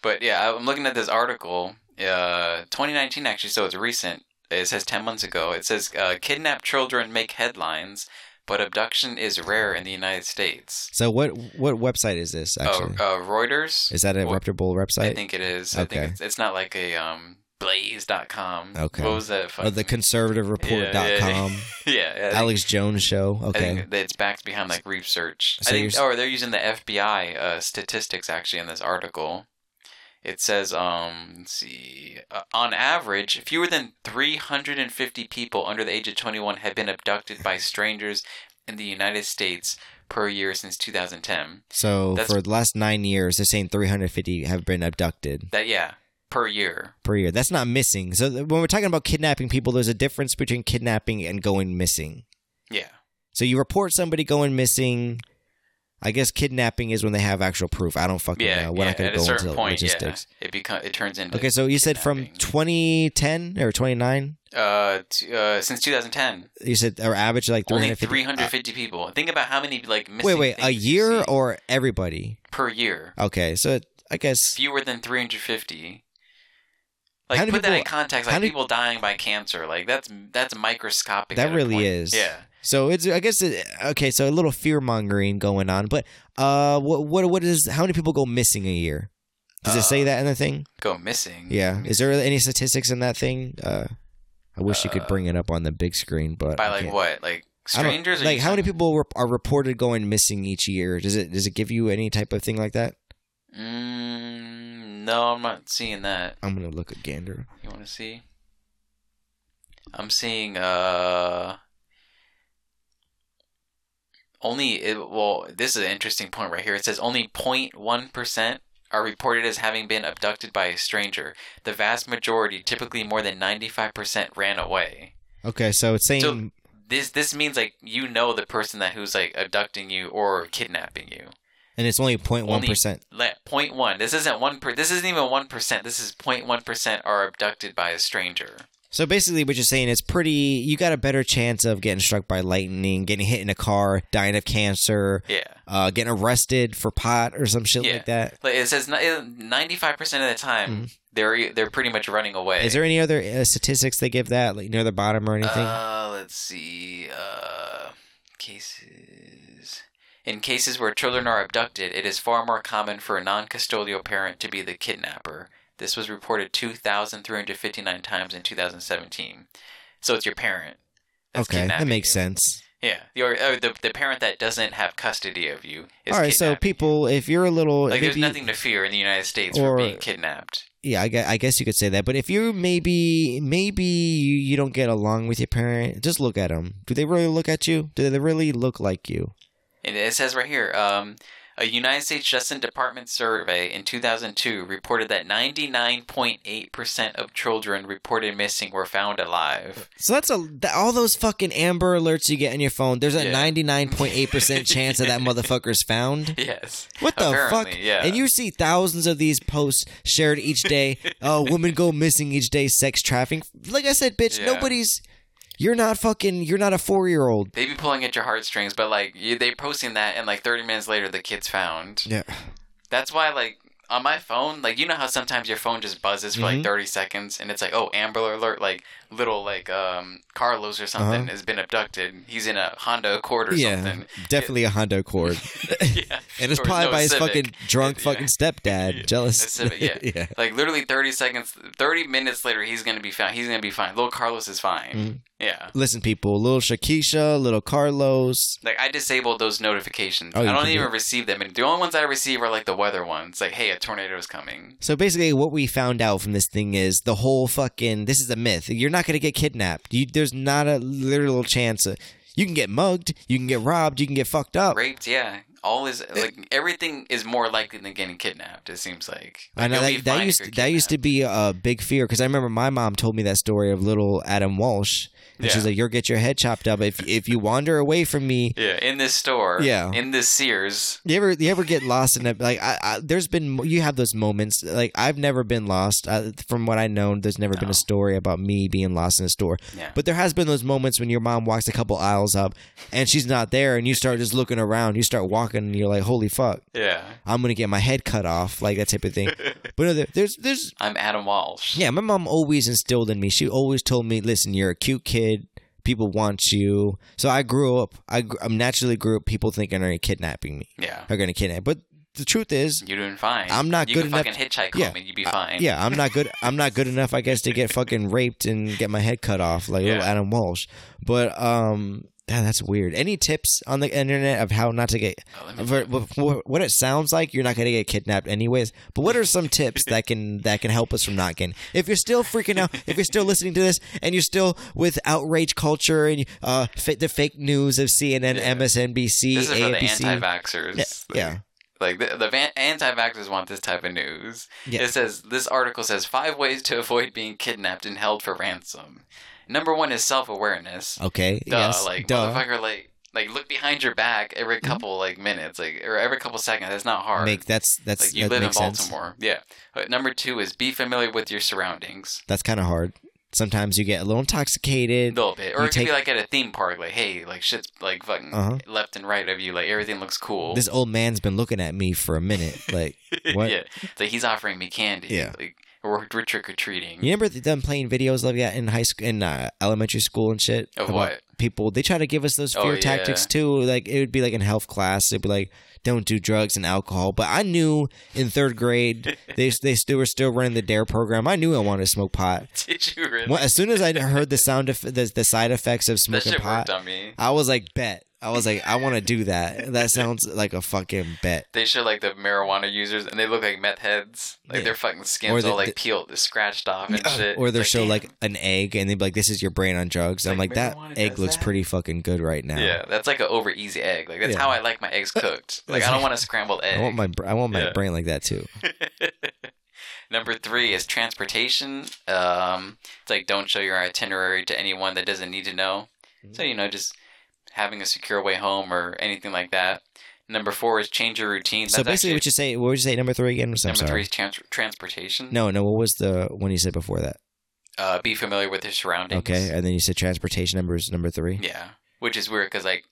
Speaker 2: But yeah, I'm looking at this article. Uh, 2019 actually, so it's recent. It says 10 months ago. It says uh, kidnapped children make headlines, but abduction is rare in the United States.
Speaker 1: So what what website is this actually?
Speaker 2: Oh, uh, Reuters.
Speaker 1: is that a
Speaker 2: Well,
Speaker 1: reputable
Speaker 2: I
Speaker 1: website?
Speaker 2: think it is. I
Speaker 1: Okay.
Speaker 2: think it's, it's not like a um, Blaze.com.
Speaker 1: Okay.
Speaker 2: What was that?
Speaker 1: Or the conservativereport.com,
Speaker 2: Yeah, yeah, yeah, I think-
Speaker 1: Alex Jones show.
Speaker 2: I
Speaker 1: Okay.
Speaker 2: think that it's backed behind like research.
Speaker 1: So
Speaker 2: I think,
Speaker 1: you're
Speaker 2: or they're using the FBI uh, statistics actually in this article. It says, um, let's see, uh, on average, fewer than 350 people under the age of 21 have been abducted by strangers in the United States per year since 2010.
Speaker 1: So
Speaker 2: That's-
Speaker 1: for the last nine years, they're saying 350 have been abducted
Speaker 2: That yeah, per year.
Speaker 1: per year. That's not missing. So th- when we're talking about kidnapping people, there's a difference between kidnapping and going missing.
Speaker 2: Yeah,
Speaker 1: So you report somebody going missing. I guess kidnapping is when they have actual proof. I don't fucking
Speaker 2: yeah.
Speaker 1: know. We're
Speaker 2: yeah.
Speaker 1: not going
Speaker 2: At
Speaker 1: to
Speaker 2: a
Speaker 1: go
Speaker 2: certain
Speaker 1: into
Speaker 2: point,
Speaker 1: logistics.
Speaker 2: yeah, it becomes it turns into
Speaker 1: Okay, so you said from
Speaker 2: Kidnapping.
Speaker 1: 2010 or 29,
Speaker 2: uh, t- uh since 2010,
Speaker 1: you said our average like
Speaker 2: only
Speaker 1: 350.
Speaker 2: 350 people. Think about how many like missing
Speaker 1: uh wait, wait, a
Speaker 2: things you
Speaker 1: year
Speaker 2: see
Speaker 1: or everybody?
Speaker 2: per year.
Speaker 1: Okay, so I guess
Speaker 2: fewer than 350.
Speaker 1: How
Speaker 2: Like
Speaker 1: do
Speaker 2: put that in
Speaker 1: people-
Speaker 2: context,
Speaker 1: how
Speaker 2: like
Speaker 1: do-
Speaker 2: people dying by cancer, like that's that's microscopic.
Speaker 1: That
Speaker 2: at a
Speaker 1: really
Speaker 2: point.
Speaker 1: is.
Speaker 2: Yeah,
Speaker 1: So it's I guess it, okay. So a little fear mongering going on, but uh, what what what is how many people go missing a year? Does it say
Speaker 2: Uh, mm-hmm.
Speaker 1: that in the thing?
Speaker 2: Go missing.
Speaker 1: Yeah. Is there any statistics in that thing? Uh, I wish you could bring it up on the big screen, but
Speaker 2: Uh, By
Speaker 1: I
Speaker 2: like
Speaker 1: can't.
Speaker 2: what? Like
Speaker 1: I don't-
Speaker 2: strangers? or
Speaker 1: Like
Speaker 2: you
Speaker 1: how many
Speaker 2: saying-
Speaker 1: people were, are reported going missing each year? Does it does it give you any type of thing like that?
Speaker 2: Mm, no, I'm not seeing that.
Speaker 1: I'm gonna look at Gander.
Speaker 2: You want to see? I'm seeing uh only it, well this is an interesting point right here. It says only 0.1% are reported as having been abducted by a stranger. The vast majority, typically more than 95%, ran away.
Speaker 1: Okay, so it's saying
Speaker 2: So- This this means like you know the person that who's like abducting you or kidnapping you.
Speaker 1: and it's only 0.1 percent.
Speaker 2: Let point 1. This isn't 1 per, this isn't even 1%. This is 0.1% are abducted by a stranger.
Speaker 1: So basically, what you're saying is pretty. You got a better chance of getting struck by lightning, getting hit in a car, dying of cancer,
Speaker 2: Yeah.
Speaker 1: uh, getting arrested for pot or some shit
Speaker 2: Yeah.
Speaker 1: like that.
Speaker 2: Like it says, ninety five percent of the time they're e, they're pretty much running away.
Speaker 1: Hmm. Is there any other uh, statistics they give that, like near the bottom or anything?
Speaker 2: Uh, let's see. Uh, cases. In cases where children are abducted, it is far more common for a non-custodial parent to be the kidnapper. This was reported 2,359 times in 2017. So it's your parent. that's
Speaker 1: okay, that
Speaker 2: kidnapping
Speaker 1: makes
Speaker 2: you.
Speaker 1: sense.
Speaker 2: Yeah, your, uh, the the parent that doesn't have custody of you is
Speaker 1: All right, so
Speaker 2: kidnapping you.
Speaker 1: people, if you're a little,
Speaker 2: like there's
Speaker 1: maybe-
Speaker 2: nothing to fear in the United States
Speaker 1: Or-
Speaker 2: for being kidnapped.
Speaker 1: yeah, I gue- I guess, you could say that. But if you're maybe, maybe you, you don't get along with your parent, just look at them. Do they really look at you? Do they really look like you?
Speaker 2: And it says right here, um, a United States Justice Department survey in 2002 reported that 99.8% of children reported missing were found alive.
Speaker 1: So that's a th- all those fucking Amber Alerts you get on your phone. There's a
Speaker 2: Yeah.
Speaker 1: ninety nine point eight percent chance that that motherfucker's found.
Speaker 2: Yes.
Speaker 1: What the
Speaker 2: Apparently,
Speaker 1: fuck?
Speaker 2: yeah.
Speaker 1: And you see thousands of these posts shared each day. uh, women go missing each day. Sex trafficking. Like I said, bitch,
Speaker 2: Yeah.
Speaker 1: nobody's. You're not fucking. You're not a four year old.
Speaker 2: They be pulling at your heartstrings, but like you, they posting that, and like 30 minutes later, the kid's found.
Speaker 1: Yeah.
Speaker 2: That's why, like, on my phone, like you know how sometimes your phone just buzzes for
Speaker 1: Mhm.
Speaker 2: like 30 seconds, and it's like, oh, Amber Alert, like little like um Carlos or something has been abducted. He's in a Honda Accord or
Speaker 1: Uh-huh. yeah,
Speaker 2: something.
Speaker 1: definitely a Honda Accord,
Speaker 2: yeah.
Speaker 1: and it's
Speaker 2: Or
Speaker 1: probably
Speaker 2: no,
Speaker 1: by his
Speaker 2: Civic.
Speaker 1: fucking drunk
Speaker 2: Yeah.
Speaker 1: fucking stepdad, jealous.
Speaker 2: A Civic, yeah.
Speaker 1: yeah.
Speaker 2: Like literally thirty seconds, thirty minutes later, he's gonna be fine. He's gonna be fine. Little Carlos is fine.
Speaker 1: Mhm.
Speaker 2: Yeah.
Speaker 1: Listen, people, little Shakisha, little Carlos.
Speaker 2: Like I disabled those notifications.
Speaker 1: Oh, you
Speaker 2: I don't
Speaker 1: can do
Speaker 2: even receive them. And the only ones I receive are like the weather ones. Like, hey, a tornado is coming.
Speaker 1: So basically, what we found out from this thing is the whole fucking. This is a myth. You're not gonna get kidnapped. You, there's not a literal chance. Of, you can get mugged. You can get robbed. You can get fucked up.
Speaker 2: Raped, yeah. All is like everything is more likely than getting kidnapped. It seems like.
Speaker 1: I know
Speaker 2: You'll be
Speaker 1: that, that
Speaker 2: fine if
Speaker 1: used
Speaker 2: you're
Speaker 1: that used to be a big fear because I remember my mom told me that story of little Adam Walsh, and she's
Speaker 2: Yeah.
Speaker 1: like, "You'll get your head chopped up if if you wander away from me."
Speaker 2: kidnapped. Yeah, in this store.
Speaker 1: Yeah.
Speaker 2: In this Sears.
Speaker 1: You ever you ever get lost in a like I, I there's been you have those moments like I've never been lost uh, from what I know there's never been
Speaker 2: No.
Speaker 1: a story about me being lost in a store
Speaker 2: Yeah.
Speaker 1: but there has been those moments when your mom walks a couple aisles up and she's not there and you start just looking around you start walking and you're like holy fuck
Speaker 2: yeah.
Speaker 1: I'm gonna get my head cut off like that type of thing but no, there, there's there's
Speaker 2: I'm Adam Walsh.
Speaker 1: yeah, my mom always instilled in me. She always told me, "Listen, you're a cute kid. People want you." So I grew up. I gr- I'm naturally grew up. People thinking are kidnapping me.
Speaker 2: Yeah.
Speaker 1: Are going to kidnap. But the truth is,
Speaker 2: You're doing fine.
Speaker 1: I'm not
Speaker 2: you
Speaker 1: good
Speaker 2: can
Speaker 1: enough-
Speaker 2: Fucking hitchhike
Speaker 1: Yeah.
Speaker 2: home and you'd be fine.
Speaker 1: yeah, I'm not good. I'm not good enough, I guess, to get fucking raped and get my head cut off like little
Speaker 2: Yeah.
Speaker 1: Adam Walsh. But um, damn, that's weird. Any tips on the internet of how not to get?
Speaker 2: Oh, let me-
Speaker 1: of- of- What it sounds like, you're not going to get kidnapped anyways. But what are some tips that can that can help us from not getting? If you're still freaking out, if you're still listening to this, and you're still with outrage culture and uh, fa- the fake news of CNN,
Speaker 2: Yeah.
Speaker 1: MSNBC,
Speaker 2: This is for the
Speaker 1: ABC,
Speaker 2: anti-vaxxers.
Speaker 1: Yeah, yeah.
Speaker 2: Like the, the van- anti-vaxxers want this type of news.
Speaker 1: Yeah.
Speaker 2: It says this article says five ways to avoid being kidnapped and held for ransom. Number one is self-awareness.
Speaker 1: okay,
Speaker 2: Duh,
Speaker 1: Uh, yes,
Speaker 2: like
Speaker 1: duh. Mm-hmm.
Speaker 2: motherfucker, like like look behind your back every couple like minutes, like or every couple seconds. That's not hard.
Speaker 1: Make that's that's
Speaker 2: like you
Speaker 1: that
Speaker 2: live in
Speaker 1: makes sense.
Speaker 2: Baltimore, yeah. But number two is be familiar with your surroundings.
Speaker 1: That's kind of hard. Sometimes you get a little
Speaker 2: A
Speaker 1: intoxicated.
Speaker 2: little bit, or
Speaker 1: You
Speaker 2: it could
Speaker 1: take-
Speaker 2: be like at a theme park, like hey, like shit's like fucking
Speaker 1: Uh-huh.
Speaker 2: left and right of you, like everything looks cool.
Speaker 1: This old man's been looking at me for a minute. Like, what?
Speaker 2: yeah, like he's offering me candy.
Speaker 1: Yeah.
Speaker 2: like we're, we're trick or treating.
Speaker 1: you remember them playing videos like that in high school, in uh, elementary school and shit?
Speaker 2: Of
Speaker 1: About
Speaker 2: what?
Speaker 1: people. They try to give us those
Speaker 2: Oh,
Speaker 1: fear tactics
Speaker 2: yeah.
Speaker 1: too. Like it would be like in health class, it'd be like don't do drugs and alcohol. But I knew in third grade they they still were still running the dare program. I knew I wanted to smoke pot.
Speaker 2: Did you really?
Speaker 1: Well, As soon as I heard the sound of the, the side effects of
Speaker 2: that
Speaker 1: smoking
Speaker 2: shit
Speaker 1: pot,
Speaker 2: worked on me.
Speaker 1: I was like, bet. I was like, I want to do that. That sounds like a fucking bet.
Speaker 2: They show like the marijuana users, and they look like meth heads. Like
Speaker 1: Yeah.
Speaker 2: their fucking skin's
Speaker 1: Or the-
Speaker 2: all like
Speaker 1: the-
Speaker 2: peeled, scratched off and shit.
Speaker 1: Or they'll
Speaker 2: It's
Speaker 1: show
Speaker 2: damn.
Speaker 1: like an egg and they'd be like, this is your brain on drugs. I'm
Speaker 2: Like,
Speaker 1: like, that
Speaker 2: marijuana
Speaker 1: egg
Speaker 2: does
Speaker 1: looks
Speaker 2: that?
Speaker 1: pretty fucking good right now.
Speaker 2: yeah, that's like an over easy egg. Like that's
Speaker 1: Yeah.
Speaker 2: how I like my eggs cooked. Like I don't want a scrambled egg.
Speaker 1: I want my br- I want my
Speaker 2: Yeah.
Speaker 1: brain like that too.
Speaker 2: Number three is transportation. Um, it's like don't show your itinerary to anyone that doesn't need to know. So you know, just having a secure way home or anything like that. Number four is change your routine.
Speaker 1: so
Speaker 2: That's
Speaker 1: basically,
Speaker 2: actually-
Speaker 1: what you say? What would you say? Number three again? I'm
Speaker 2: number
Speaker 1: sorry.
Speaker 2: three is trans- transportation.
Speaker 1: No, no. What was the one you said before that?
Speaker 2: Uh, be familiar with your surroundings.
Speaker 1: Okay, and then you said transportation numbers number three.
Speaker 2: Yeah, which is weird because like,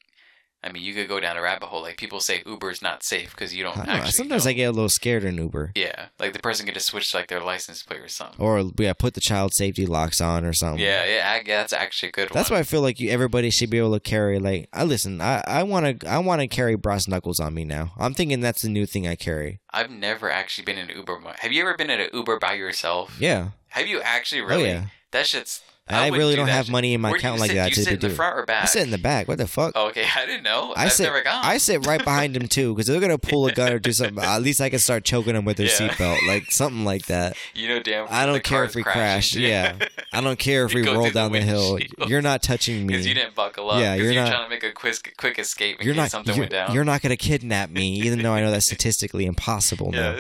Speaker 2: I mean, you could go down a rabbit hole. Like people say Uber's not safe because you don't.
Speaker 1: I don't know,
Speaker 2: actually
Speaker 1: Sometimes
Speaker 2: know.
Speaker 1: I get a little scared in Uber,
Speaker 2: Yeah, like the person could just switch to, like their license plate or something.
Speaker 1: or yeah, put the child safety locks on or something.
Speaker 2: yeah, yeah, I, that's actually a good.
Speaker 1: That's why
Speaker 2: one.
Speaker 1: I feel like you, everybody should be able to carry. Like, I listen. I I want to. I want to carry brass knuckles on me now. I'm thinking that's the new thing I carry.
Speaker 2: I've never actually been in an Uber. mo- Have you ever been in an Uber by yourself?
Speaker 1: Yeah.
Speaker 2: Have you actually really?
Speaker 1: Oh yeah.
Speaker 2: That shit's. I
Speaker 1: I,
Speaker 2: wouldn't
Speaker 1: really
Speaker 2: do
Speaker 1: don't
Speaker 2: that
Speaker 1: have
Speaker 2: shit.
Speaker 1: money in my
Speaker 2: Where do
Speaker 1: account
Speaker 2: you
Speaker 1: like
Speaker 2: sit?
Speaker 1: that.
Speaker 2: Do
Speaker 1: to
Speaker 2: you sit in
Speaker 1: do
Speaker 2: the
Speaker 1: it.
Speaker 2: front or back?
Speaker 1: I sit in the back. What the fuck?
Speaker 2: Okay, I didn't know.
Speaker 1: I
Speaker 2: I've
Speaker 1: sit.
Speaker 2: Oh, never gone.
Speaker 1: I sit right behind him too, because they're gonna pull a gun or do something. At least I can start choking them with their
Speaker 2: Yeah.
Speaker 1: seatbelt, like something like that.
Speaker 2: you know, damn.
Speaker 1: I don't
Speaker 2: the
Speaker 1: care
Speaker 2: car's
Speaker 1: if we crash.
Speaker 2: crashing.
Speaker 1: Yeah, I don't care if
Speaker 2: You
Speaker 1: we
Speaker 2: go
Speaker 1: roll
Speaker 2: through the
Speaker 1: down the, hill.
Speaker 2: windshield.
Speaker 1: You're not touching me.
Speaker 2: Because you didn't buckle up.
Speaker 1: Yeah,
Speaker 2: 'cause
Speaker 1: you're
Speaker 2: you're
Speaker 1: not-
Speaker 2: trying to make a quick quick escape in
Speaker 1: You're
Speaker 2: case
Speaker 1: not.
Speaker 2: something
Speaker 1: you're,
Speaker 2: went down.
Speaker 1: you're not gonna kidnap me, even though I know that's statistically impossible.
Speaker 2: yeah.
Speaker 1: now.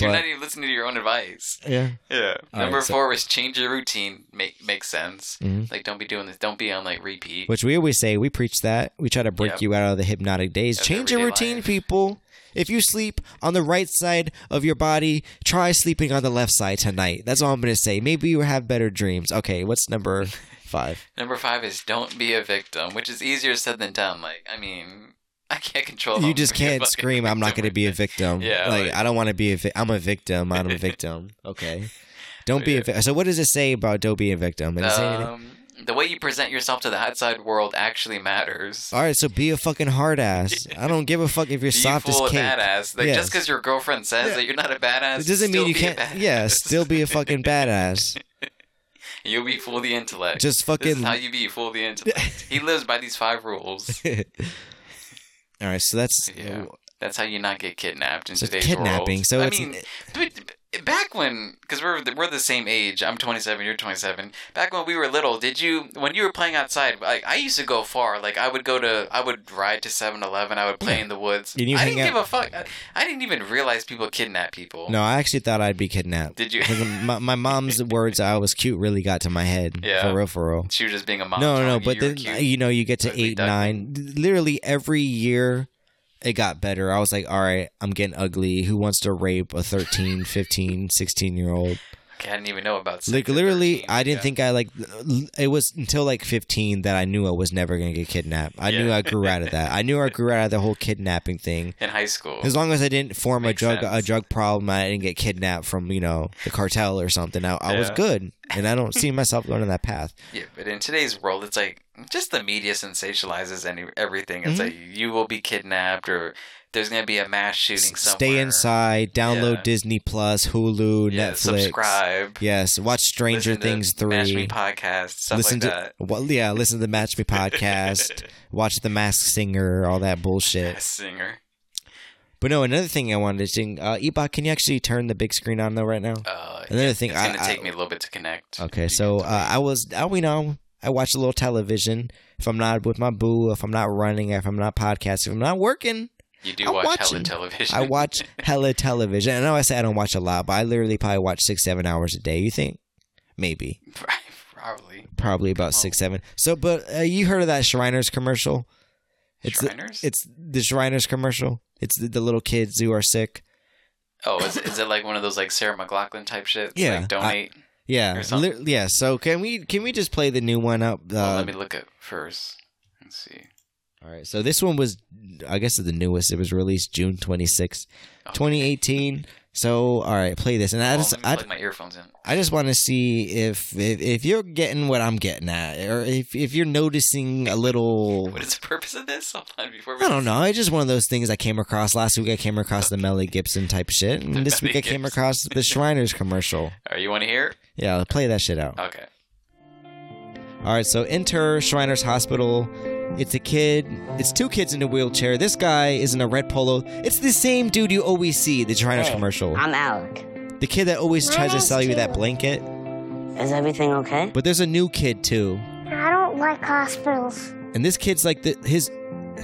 Speaker 2: you're
Speaker 1: But-
Speaker 2: not even listening to your own advice.
Speaker 1: Yeah.
Speaker 2: Yeah.
Speaker 1: All
Speaker 2: Number
Speaker 1: right, so-
Speaker 2: four is change your routine. Make makes sense.
Speaker 1: Mhm.
Speaker 2: Like don't be doing this. Don't be on like repeat.
Speaker 1: Which we always say, we preach that. We try to break
Speaker 2: Yep.
Speaker 1: you out of the hypnotic days.
Speaker 2: Of
Speaker 1: Change your
Speaker 2: everyday
Speaker 1: routine,
Speaker 2: life.
Speaker 1: people. If you sleep on the right side of your body, try sleeping on the left side tonight. That's all I'm going to say. Maybe you have better dreams. Okay, what's number five?
Speaker 2: Number five is don't be a victim, which is easier said than done. Like I mean, I can't control. how
Speaker 1: you just
Speaker 2: I'm gonna
Speaker 1: can't
Speaker 2: fucking
Speaker 1: scream, I'm not
Speaker 2: victim
Speaker 1: going to be a
Speaker 2: or-
Speaker 1: victim.
Speaker 2: Yeah,
Speaker 1: Like,
Speaker 2: like-
Speaker 1: I don't want to be a vi- I'm a victim. I'm a victim. Okay. Don't be a victim. So, what does it say about don't be a victim? Does it say anything?
Speaker 2: Um, the way you present yourself to the outside world actually matters.
Speaker 1: All right, so be a fucking hard ass. I don't give a fuck if you're
Speaker 2: be
Speaker 1: soft as
Speaker 2: full of
Speaker 1: cake.
Speaker 2: badass. Like
Speaker 1: Yes.
Speaker 2: just because your girlfriend says that you're not a badass,
Speaker 1: It doesn't
Speaker 2: still
Speaker 1: mean you
Speaker 2: be a
Speaker 1: can't. Yeah,
Speaker 2: badass.
Speaker 1: still be a fucking badass.
Speaker 2: You'll be fool the intellect.
Speaker 1: Just
Speaker 2: this
Speaker 1: fucking.
Speaker 2: is how you be fool the intellect. he lives by these five rules.
Speaker 1: All right, so that's
Speaker 2: Yeah. That's how you not get kidnapped in
Speaker 1: So
Speaker 2: today's
Speaker 1: kidnapping,
Speaker 2: world.
Speaker 1: so
Speaker 2: I
Speaker 1: it's-
Speaker 2: mean, but back when, because we're the, we're the same age. I'm 27. You're 27. Back when we were little, did you when you were playing outside? Like I used to go far. Like I would go to, I would ride to 7-Eleven. I would play in the woods.
Speaker 1: And you
Speaker 2: I
Speaker 1: hang
Speaker 2: didn't
Speaker 1: out-
Speaker 2: give a fuck. I, I didn't even realize people kidnap people.
Speaker 1: no. I actually thought I'd be kidnapped.
Speaker 2: Did you?
Speaker 1: 'Cause my, my mom's words, "I was cute," really got to my head.
Speaker 2: Yeah.
Speaker 1: for real, for real.
Speaker 2: She was just being a mom.
Speaker 1: no, no, no.
Speaker 2: telling you
Speaker 1: But
Speaker 2: you were
Speaker 1: then
Speaker 2: cute.
Speaker 1: you know, you get to
Speaker 2: Ugly
Speaker 1: eight,
Speaker 2: duckling.
Speaker 1: nine. Literally every year, it got better. I was like, "All right, I'm getting ugly. Who wants to rape a 13, 15, 16 year old?"
Speaker 2: Okay, I didn't even know about. sex
Speaker 1: Like
Speaker 2: at
Speaker 1: literally,
Speaker 2: 13.
Speaker 1: I didn't
Speaker 2: Yeah.
Speaker 1: think I like. l- It was until like 15 that I knew I was never gonna get kidnapped. I knew
Speaker 2: Yeah.
Speaker 1: I grew out of that. I knew I grew out of the whole kidnapping thing.
Speaker 2: in high school.
Speaker 1: As long as I didn't form
Speaker 2: Makes
Speaker 1: a drug a
Speaker 2: sense.
Speaker 1: drug problem, I didn't get kidnapped from you know the cartel or something. I, I was
Speaker 2: Yeah.
Speaker 1: good, and I don't see myself going on that path.
Speaker 2: Yeah, but in today's world, it's like just the media sensationalizes any everything. It's
Speaker 1: Mhm.
Speaker 2: like you will be kidnapped, or there's gonna be a mass shooting
Speaker 1: S-
Speaker 2: somewhere.
Speaker 1: Stay inside, download
Speaker 2: Yeah.
Speaker 1: Disney Plus, Hulu,
Speaker 2: yeah,
Speaker 1: Netflix.
Speaker 2: subscribe.
Speaker 1: Yes, watch Stranger
Speaker 2: listen to
Speaker 1: Things
Speaker 2: Mash
Speaker 1: three.
Speaker 2: Me podcast, stuff
Speaker 1: listen
Speaker 2: like
Speaker 1: to well, yeah, listen to the Match Me podcast. watch The Masked Singer, all that bullshit.
Speaker 2: that. Singer.
Speaker 1: But no, another thing I wanted to sing, uh, Ebot, can you actually turn the big screen on though right now?
Speaker 2: Uh,
Speaker 1: Another thing,
Speaker 2: it's
Speaker 1: I-
Speaker 2: gonna
Speaker 1: I-
Speaker 2: take me a little bit to connect.
Speaker 1: Okay,
Speaker 2: You
Speaker 1: so
Speaker 2: can-
Speaker 1: uh, I was, I, you know, I watch a little television. If I'm not with my boo, if I'm not running, if I'm not podcasting, if I'm not working,
Speaker 2: you do
Speaker 1: I'm
Speaker 2: watch hella
Speaker 1: watching.
Speaker 2: television.
Speaker 1: I watch hella television. I know I say I don't watch a lot, but I literally probably watch six, seven hours a day. You think? Maybe,
Speaker 2: probably.
Speaker 1: probably about six,
Speaker 2: Oh.
Speaker 1: seven. So, but uh, you heard of that Shriners commercial? It's uh, the,
Speaker 2: Shriners?
Speaker 1: it's the Shriners commercial. It's the, the little kids who are sick.
Speaker 2: oh, is, is it like one of those like Sarah McLaughlin type shit?
Speaker 1: Yeah, I-
Speaker 2: like, donate.
Speaker 1: Yeah,
Speaker 2: Or something.
Speaker 1: lit- yeah. So can we can we just play the new one up? Uh,
Speaker 2: well, let me look at first. Let's see.
Speaker 1: All right. So this one was, I guess, the newest. It was released June 26,
Speaker 2: Oh, Okay.
Speaker 1: 2018. So, all right, play this, and I
Speaker 2: Well,
Speaker 1: just
Speaker 2: let me
Speaker 1: I,
Speaker 2: plug my earphones in.
Speaker 1: I just want to see if, if if you're getting what I'm getting at, or if if you're noticing a little.
Speaker 2: What is the purpose of this? Hold on, before we
Speaker 1: I don't know. It's just one of those things I came across last week. I came across the Melly Gibson type shit, and this week I
Speaker 2: Melly
Speaker 1: came
Speaker 2: Gibson.
Speaker 1: across the Shriners commercial.
Speaker 2: Are you want to hear?
Speaker 1: Yeah, play that shit out.
Speaker 2: Okay.
Speaker 1: All right, so enter Shriners Hospital. It's a kid. It's two kids in a wheelchair. This guy is in a red polo. It's the same dude you always see the Shriners
Speaker 3: Hey,
Speaker 1: commercial.
Speaker 3: I'm Alec.
Speaker 1: The kid that always tries to
Speaker 4: Mine's
Speaker 1: sell you that
Speaker 4: too.
Speaker 1: blanket.
Speaker 3: Is everything okay?
Speaker 1: But there's a new kid too,
Speaker 4: I don't like hospitals.
Speaker 1: and this kid's like the, his.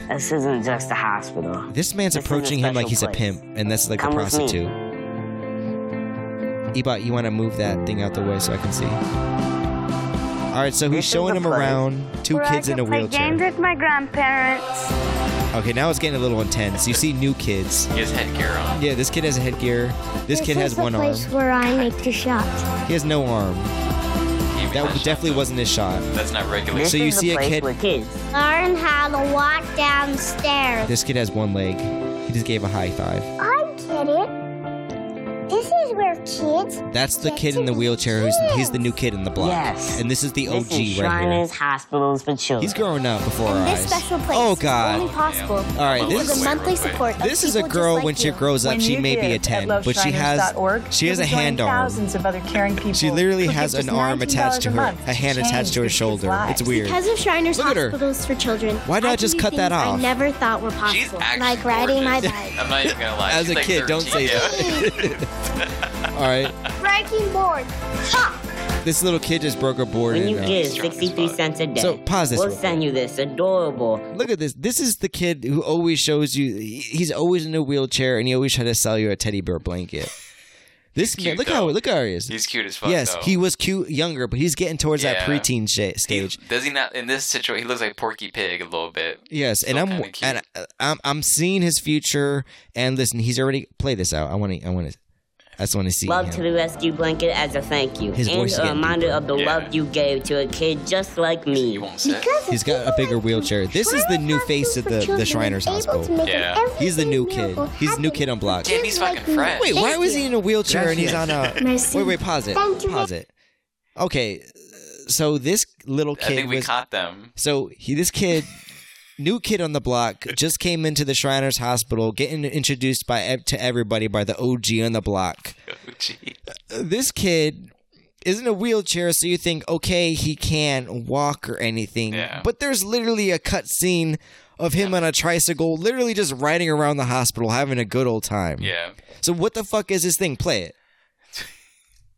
Speaker 3: This isn't just a hospital.
Speaker 1: This man's
Speaker 3: This is a
Speaker 1: approaching him like he's
Speaker 3: special
Speaker 1: a
Speaker 3: place.
Speaker 1: pimp, and that's like
Speaker 3: Come
Speaker 1: the
Speaker 3: with me.
Speaker 1: prostitute. Ebot, you want to move that thing out the way so I can see. All right, so he's
Speaker 3: This is
Speaker 1: showing
Speaker 3: a
Speaker 1: him
Speaker 3: place
Speaker 1: around. Two
Speaker 4: Where I
Speaker 1: kids in
Speaker 4: can
Speaker 1: a
Speaker 4: play games
Speaker 1: wheelchair.
Speaker 4: with my grandparents.
Speaker 1: Okay, now it's getting a little intense. You see new kids.
Speaker 2: He has headgear on.
Speaker 1: Yeah, this kid has a headgear. This kid has one arm.
Speaker 4: where I make the shot.
Speaker 1: He has no arm.
Speaker 2: He
Speaker 1: That
Speaker 2: was-
Speaker 1: definitely wasn't his shot.
Speaker 2: That's not regular.
Speaker 3: This
Speaker 1: So you
Speaker 3: is
Speaker 1: see a
Speaker 3: the place
Speaker 1: kid-
Speaker 3: where kids.
Speaker 4: Learn how to walk downstairs.
Speaker 1: This kid has one leg. He just gave a high five.
Speaker 4: I get it. This is where kids.
Speaker 1: That's the kid in the wheelchair who's he's the new kid in the block.
Speaker 3: Yes.
Speaker 1: And this is the
Speaker 3: This is
Speaker 1: OG right here.
Speaker 3: Shriners Hospitals for Children.
Speaker 1: He's growing up before our
Speaker 4: This
Speaker 1: eyes.
Speaker 4: special place
Speaker 1: Oh
Speaker 4: is only
Speaker 1: god.
Speaker 4: possible
Speaker 1: All right,
Speaker 4: for
Speaker 1: this
Speaker 4: the
Speaker 1: is
Speaker 4: monthly support of
Speaker 1: this is a
Speaker 4: people just
Speaker 1: girl
Speaker 4: like
Speaker 1: when she
Speaker 4: you.
Speaker 1: grows up
Speaker 5: When
Speaker 1: she
Speaker 5: you
Speaker 1: may be
Speaker 5: give
Speaker 1: a
Speaker 5: at
Speaker 1: 10,
Speaker 5: loveshriners.org,
Speaker 1: but she has she has a
Speaker 5: you'll be
Speaker 1: hand
Speaker 5: joining
Speaker 1: arm.
Speaker 5: Thousands of other caring people.
Speaker 1: She literally
Speaker 5: who give
Speaker 1: has an
Speaker 5: just
Speaker 1: arm attached to
Speaker 5: $19
Speaker 1: her,
Speaker 5: month
Speaker 1: a hand
Speaker 5: change
Speaker 1: attached to her
Speaker 5: these kids'
Speaker 1: shoulder.
Speaker 5: lives.
Speaker 1: It's weird.
Speaker 4: Because of Shriners
Speaker 1: Look at her.
Speaker 4: Hospitals for Children.
Speaker 1: Why not
Speaker 4: I can
Speaker 1: just
Speaker 4: do
Speaker 1: cut that
Speaker 4: things
Speaker 1: off?
Speaker 4: I never thought were
Speaker 2: She's
Speaker 4: possible.
Speaker 2: actually
Speaker 4: Like riding my
Speaker 2: gorgeous.
Speaker 4: bike.
Speaker 2: I'm not even gonna lie.
Speaker 1: As
Speaker 2: She's
Speaker 1: a
Speaker 2: like
Speaker 1: kid, don't say
Speaker 2: 13, yeah.
Speaker 1: that. All right.
Speaker 4: Breaking board. Ha!
Speaker 1: This little kid just broke her board
Speaker 3: when you
Speaker 1: and uh,
Speaker 3: give
Speaker 2: strongest
Speaker 3: 63
Speaker 2: body.
Speaker 3: cents a day,
Speaker 1: So, pause this
Speaker 3: we'll
Speaker 1: real
Speaker 3: send you this adorable
Speaker 1: Look at this. This is the kid who always shows you. he- He's always in a wheelchair, and he always tries to sell you a teddy bear blanket. This man,
Speaker 2: He's cute,
Speaker 1: look how
Speaker 2: though.
Speaker 1: look how he is.
Speaker 2: He's cute as fuck.
Speaker 1: Yes,
Speaker 2: though.
Speaker 1: he was cute younger, but he's getting towards that
Speaker 2: Yeah.
Speaker 1: preteen sh-
Speaker 2: He-
Speaker 1: stage.
Speaker 2: Does he not in this situation? He looks like Porky Pig a little bit.
Speaker 1: Yes, and
Speaker 2: Still
Speaker 1: I'm
Speaker 2: kinda cute.
Speaker 1: and I- I'm I'm seeing his future. And listen, he's already play this out. I want to. I want to. I just want to see.
Speaker 3: Love
Speaker 1: him.
Speaker 3: to the Rescue blanket as a thank you.
Speaker 1: His
Speaker 3: and
Speaker 1: voice is
Speaker 3: a
Speaker 1: getting
Speaker 3: reminder
Speaker 1: deeper.
Speaker 3: of the
Speaker 2: Yeah.
Speaker 3: love you gave to a kid just like me.
Speaker 2: You won't sit.
Speaker 4: Because
Speaker 1: He's
Speaker 4: of
Speaker 1: got a
Speaker 4: people
Speaker 1: bigger
Speaker 4: like
Speaker 1: wheelchair.
Speaker 4: you,
Speaker 1: This is the
Speaker 4: Shriners
Speaker 1: new face
Speaker 4: Hospital
Speaker 1: of
Speaker 4: for
Speaker 1: the- the
Speaker 4: Children
Speaker 1: Shriners
Speaker 4: is able to
Speaker 1: Hospital.
Speaker 4: make
Speaker 2: Yeah.
Speaker 4: everything
Speaker 1: He's the new kid.
Speaker 4: miracle
Speaker 1: He's the new kid on
Speaker 4: happen.
Speaker 1: block.
Speaker 2: Damn, he's fucking fresh.
Speaker 1: Wait, why
Speaker 4: Thank
Speaker 1: was
Speaker 4: you.
Speaker 1: he in a wheelchair and he's on a?
Speaker 4: Merci.
Speaker 1: Wait, wait, pause it.
Speaker 4: Thank you.
Speaker 1: Pause it. Okay, so this little
Speaker 2: I
Speaker 1: kid
Speaker 2: think we
Speaker 1: was
Speaker 2: caught them.
Speaker 1: so he this kid, new kid on the block, just came into the Shriners Hospital, getting introduced by ev- to everybody by the OG on the block.
Speaker 2: Oh, gee.
Speaker 1: This kid is in a wheelchair, so you think, okay, he can't walk or anything.
Speaker 2: Yeah.
Speaker 1: But there's literally a cut scene of him on a tricycle, literally just riding around the hospital, having a good old time.
Speaker 2: Yeah.
Speaker 1: So what the fuck is this thing? Play it.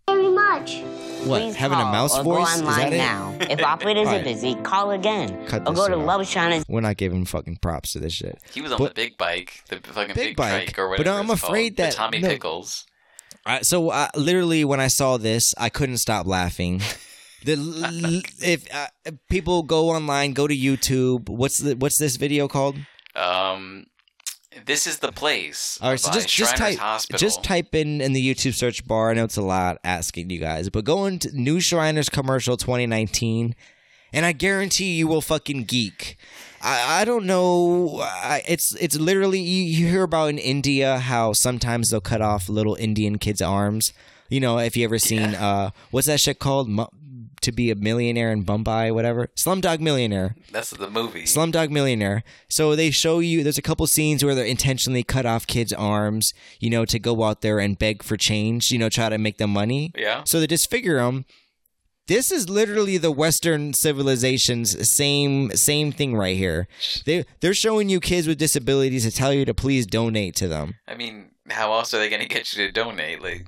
Speaker 4: Very much.
Speaker 1: What
Speaker 3: Please
Speaker 1: having
Speaker 3: call
Speaker 1: a mouse
Speaker 3: or
Speaker 1: voice? Is
Speaker 3: Go online
Speaker 1: that it?
Speaker 3: now. If operators
Speaker 1: Alright.
Speaker 3: are busy, call again.
Speaker 1: Cut
Speaker 3: or
Speaker 1: this
Speaker 3: go to
Speaker 1: out.
Speaker 3: Love Shriners.
Speaker 1: We're not giving fucking props to this shit.
Speaker 2: He was on
Speaker 1: But-
Speaker 2: the big bike, the
Speaker 1: Big
Speaker 2: fucking big,
Speaker 1: bike,
Speaker 2: trike or
Speaker 1: but
Speaker 2: whatever.
Speaker 1: I'm
Speaker 2: it's called,
Speaker 1: afraid
Speaker 2: the
Speaker 1: that-
Speaker 2: Tommy
Speaker 1: no.
Speaker 2: Pickles.
Speaker 1: I, so I, literally, when I saw this, I couldn't stop laughing. The l- l- if uh, people go online, go to YouTube. What's the what's this video called?
Speaker 2: Um, this is the place.
Speaker 1: All right, so
Speaker 2: by
Speaker 1: just just
Speaker 2: Shriners
Speaker 1: type
Speaker 2: Hospital.
Speaker 1: just type in in the YouTube search bar. I know it's a lot asking you guys, but go into New Shriners commercial 2019, and I guarantee you will fucking geek. I, I don't know. I, it's it's literally you, you hear about in India how sometimes they'll cut off little Indian kids' arms. You know, if you ever seen uh, what's that shit called? Mu- to be a millionaire in Mumbai, whatever. Slumdog Millionaire.
Speaker 2: That's the movie.
Speaker 1: Slumdog Millionaire. So they show you there's a couple scenes where they're intentionally cut off kids' arms, you know, to go out there and beg for change, you know, try to make them money.
Speaker 2: yeah.
Speaker 1: So they disfigure them. This is literally the Western civilization's same same thing right here. They they're showing you kids with disabilities to tell you to please donate to them,
Speaker 2: I mean, how else are they going to get you to donate? Like,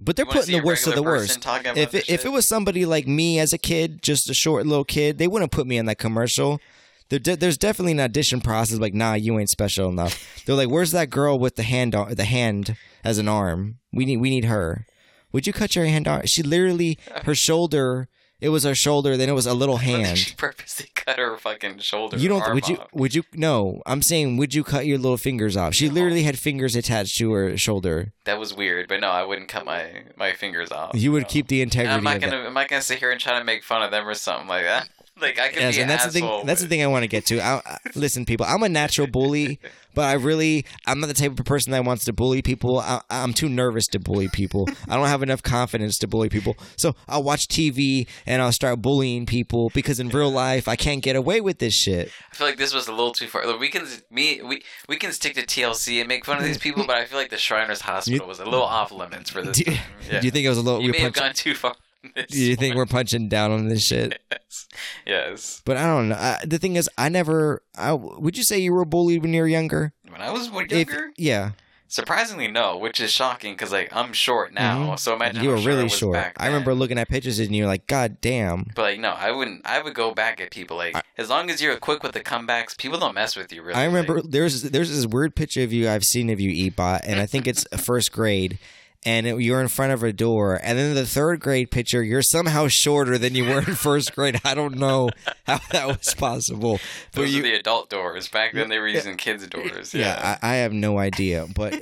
Speaker 1: but they're
Speaker 2: You wanna
Speaker 1: putting
Speaker 2: see
Speaker 1: the
Speaker 2: a
Speaker 1: worst of the
Speaker 2: regular person
Speaker 1: worst.
Speaker 2: talking about
Speaker 1: If
Speaker 2: this
Speaker 1: it, if
Speaker 2: shit?
Speaker 1: it was somebody like me as a kid, just a short little kid, they wouldn't put me in that commercial. There de- there's definitely an audition process. Like, nah, you ain't special enough. They're like, where's that girl with the hand ar- the hand as an arm? We need we need her. Would you cut your hand arm? She literally her shoulder. It was her shoulder. Then it was a little
Speaker 2: she
Speaker 1: hand.
Speaker 2: purposely cut her fucking shoulder.
Speaker 1: You don't
Speaker 2: arm
Speaker 1: would you
Speaker 2: off.
Speaker 1: would you no? I'm saying would you cut your little fingers off? She literally had fingers attached to her shoulder.
Speaker 2: That was weird, but no, I wouldn't cut my my fingers off.
Speaker 1: You would
Speaker 2: no.
Speaker 1: keep the integrity.
Speaker 2: I'm not
Speaker 1: of that.
Speaker 2: gonna. I'm not gonna sit here and try to make fun of them or something like that. like I could
Speaker 1: Yes,
Speaker 2: be
Speaker 1: and
Speaker 2: an
Speaker 1: that's the
Speaker 2: asshole,
Speaker 1: thing. That's the
Speaker 2: but-
Speaker 1: thing I want to get to. I, I- listen, people, I'm a natural bully, but I really, I'm not the type of person that wants to bully people. I, I'm too nervous to bully people. I don't have enough confidence to bully people. So I'll watch TV and I'll start bullying people because in real life I can't get away with this shit.
Speaker 2: I feel like this was a little too far. Look, we can me we we can stick to TLC and make fun of these people, but I feel like the Shriners Hospital was a little off limits for this.
Speaker 1: Do,
Speaker 2: one. Yeah.
Speaker 1: do you think it was a little?
Speaker 2: You
Speaker 1: we're
Speaker 2: may have
Speaker 1: punching-
Speaker 2: gone too far? on this
Speaker 1: do you think
Speaker 2: one.
Speaker 1: we're punching down on this shit?
Speaker 2: Yes. yes.
Speaker 1: But I don't know. I, the thing is, I never. I, would you say you were bullied when you were younger?
Speaker 2: When I was what,
Speaker 1: If-
Speaker 2: younger,
Speaker 1: yeah.
Speaker 2: surprisingly no, which is shocking because like I'm short now,
Speaker 1: Mhm.
Speaker 2: so imagine
Speaker 1: you
Speaker 2: how
Speaker 1: were
Speaker 2: I
Speaker 1: really
Speaker 2: was
Speaker 1: short.
Speaker 2: back
Speaker 1: I remember
Speaker 2: then.
Speaker 1: looking at pictures and you're like, God damn.
Speaker 2: But like no, I wouldn't. I would go back at people. Like as long as you're quick with the comebacks, people don't mess with you. Really,
Speaker 1: I remember
Speaker 2: Like,
Speaker 1: there's there's this weird picture of you I've seen of you Ebot, and I think it's first grade, and it- you're in front of a door, and then the third grade picture you're somehow shorter than you were in first grade. I don't know how that was possible. But
Speaker 2: those
Speaker 1: you,
Speaker 2: are the adult doors. Back then, they were using kids' doors. Yeah.
Speaker 1: yeah, I, I have no idea, but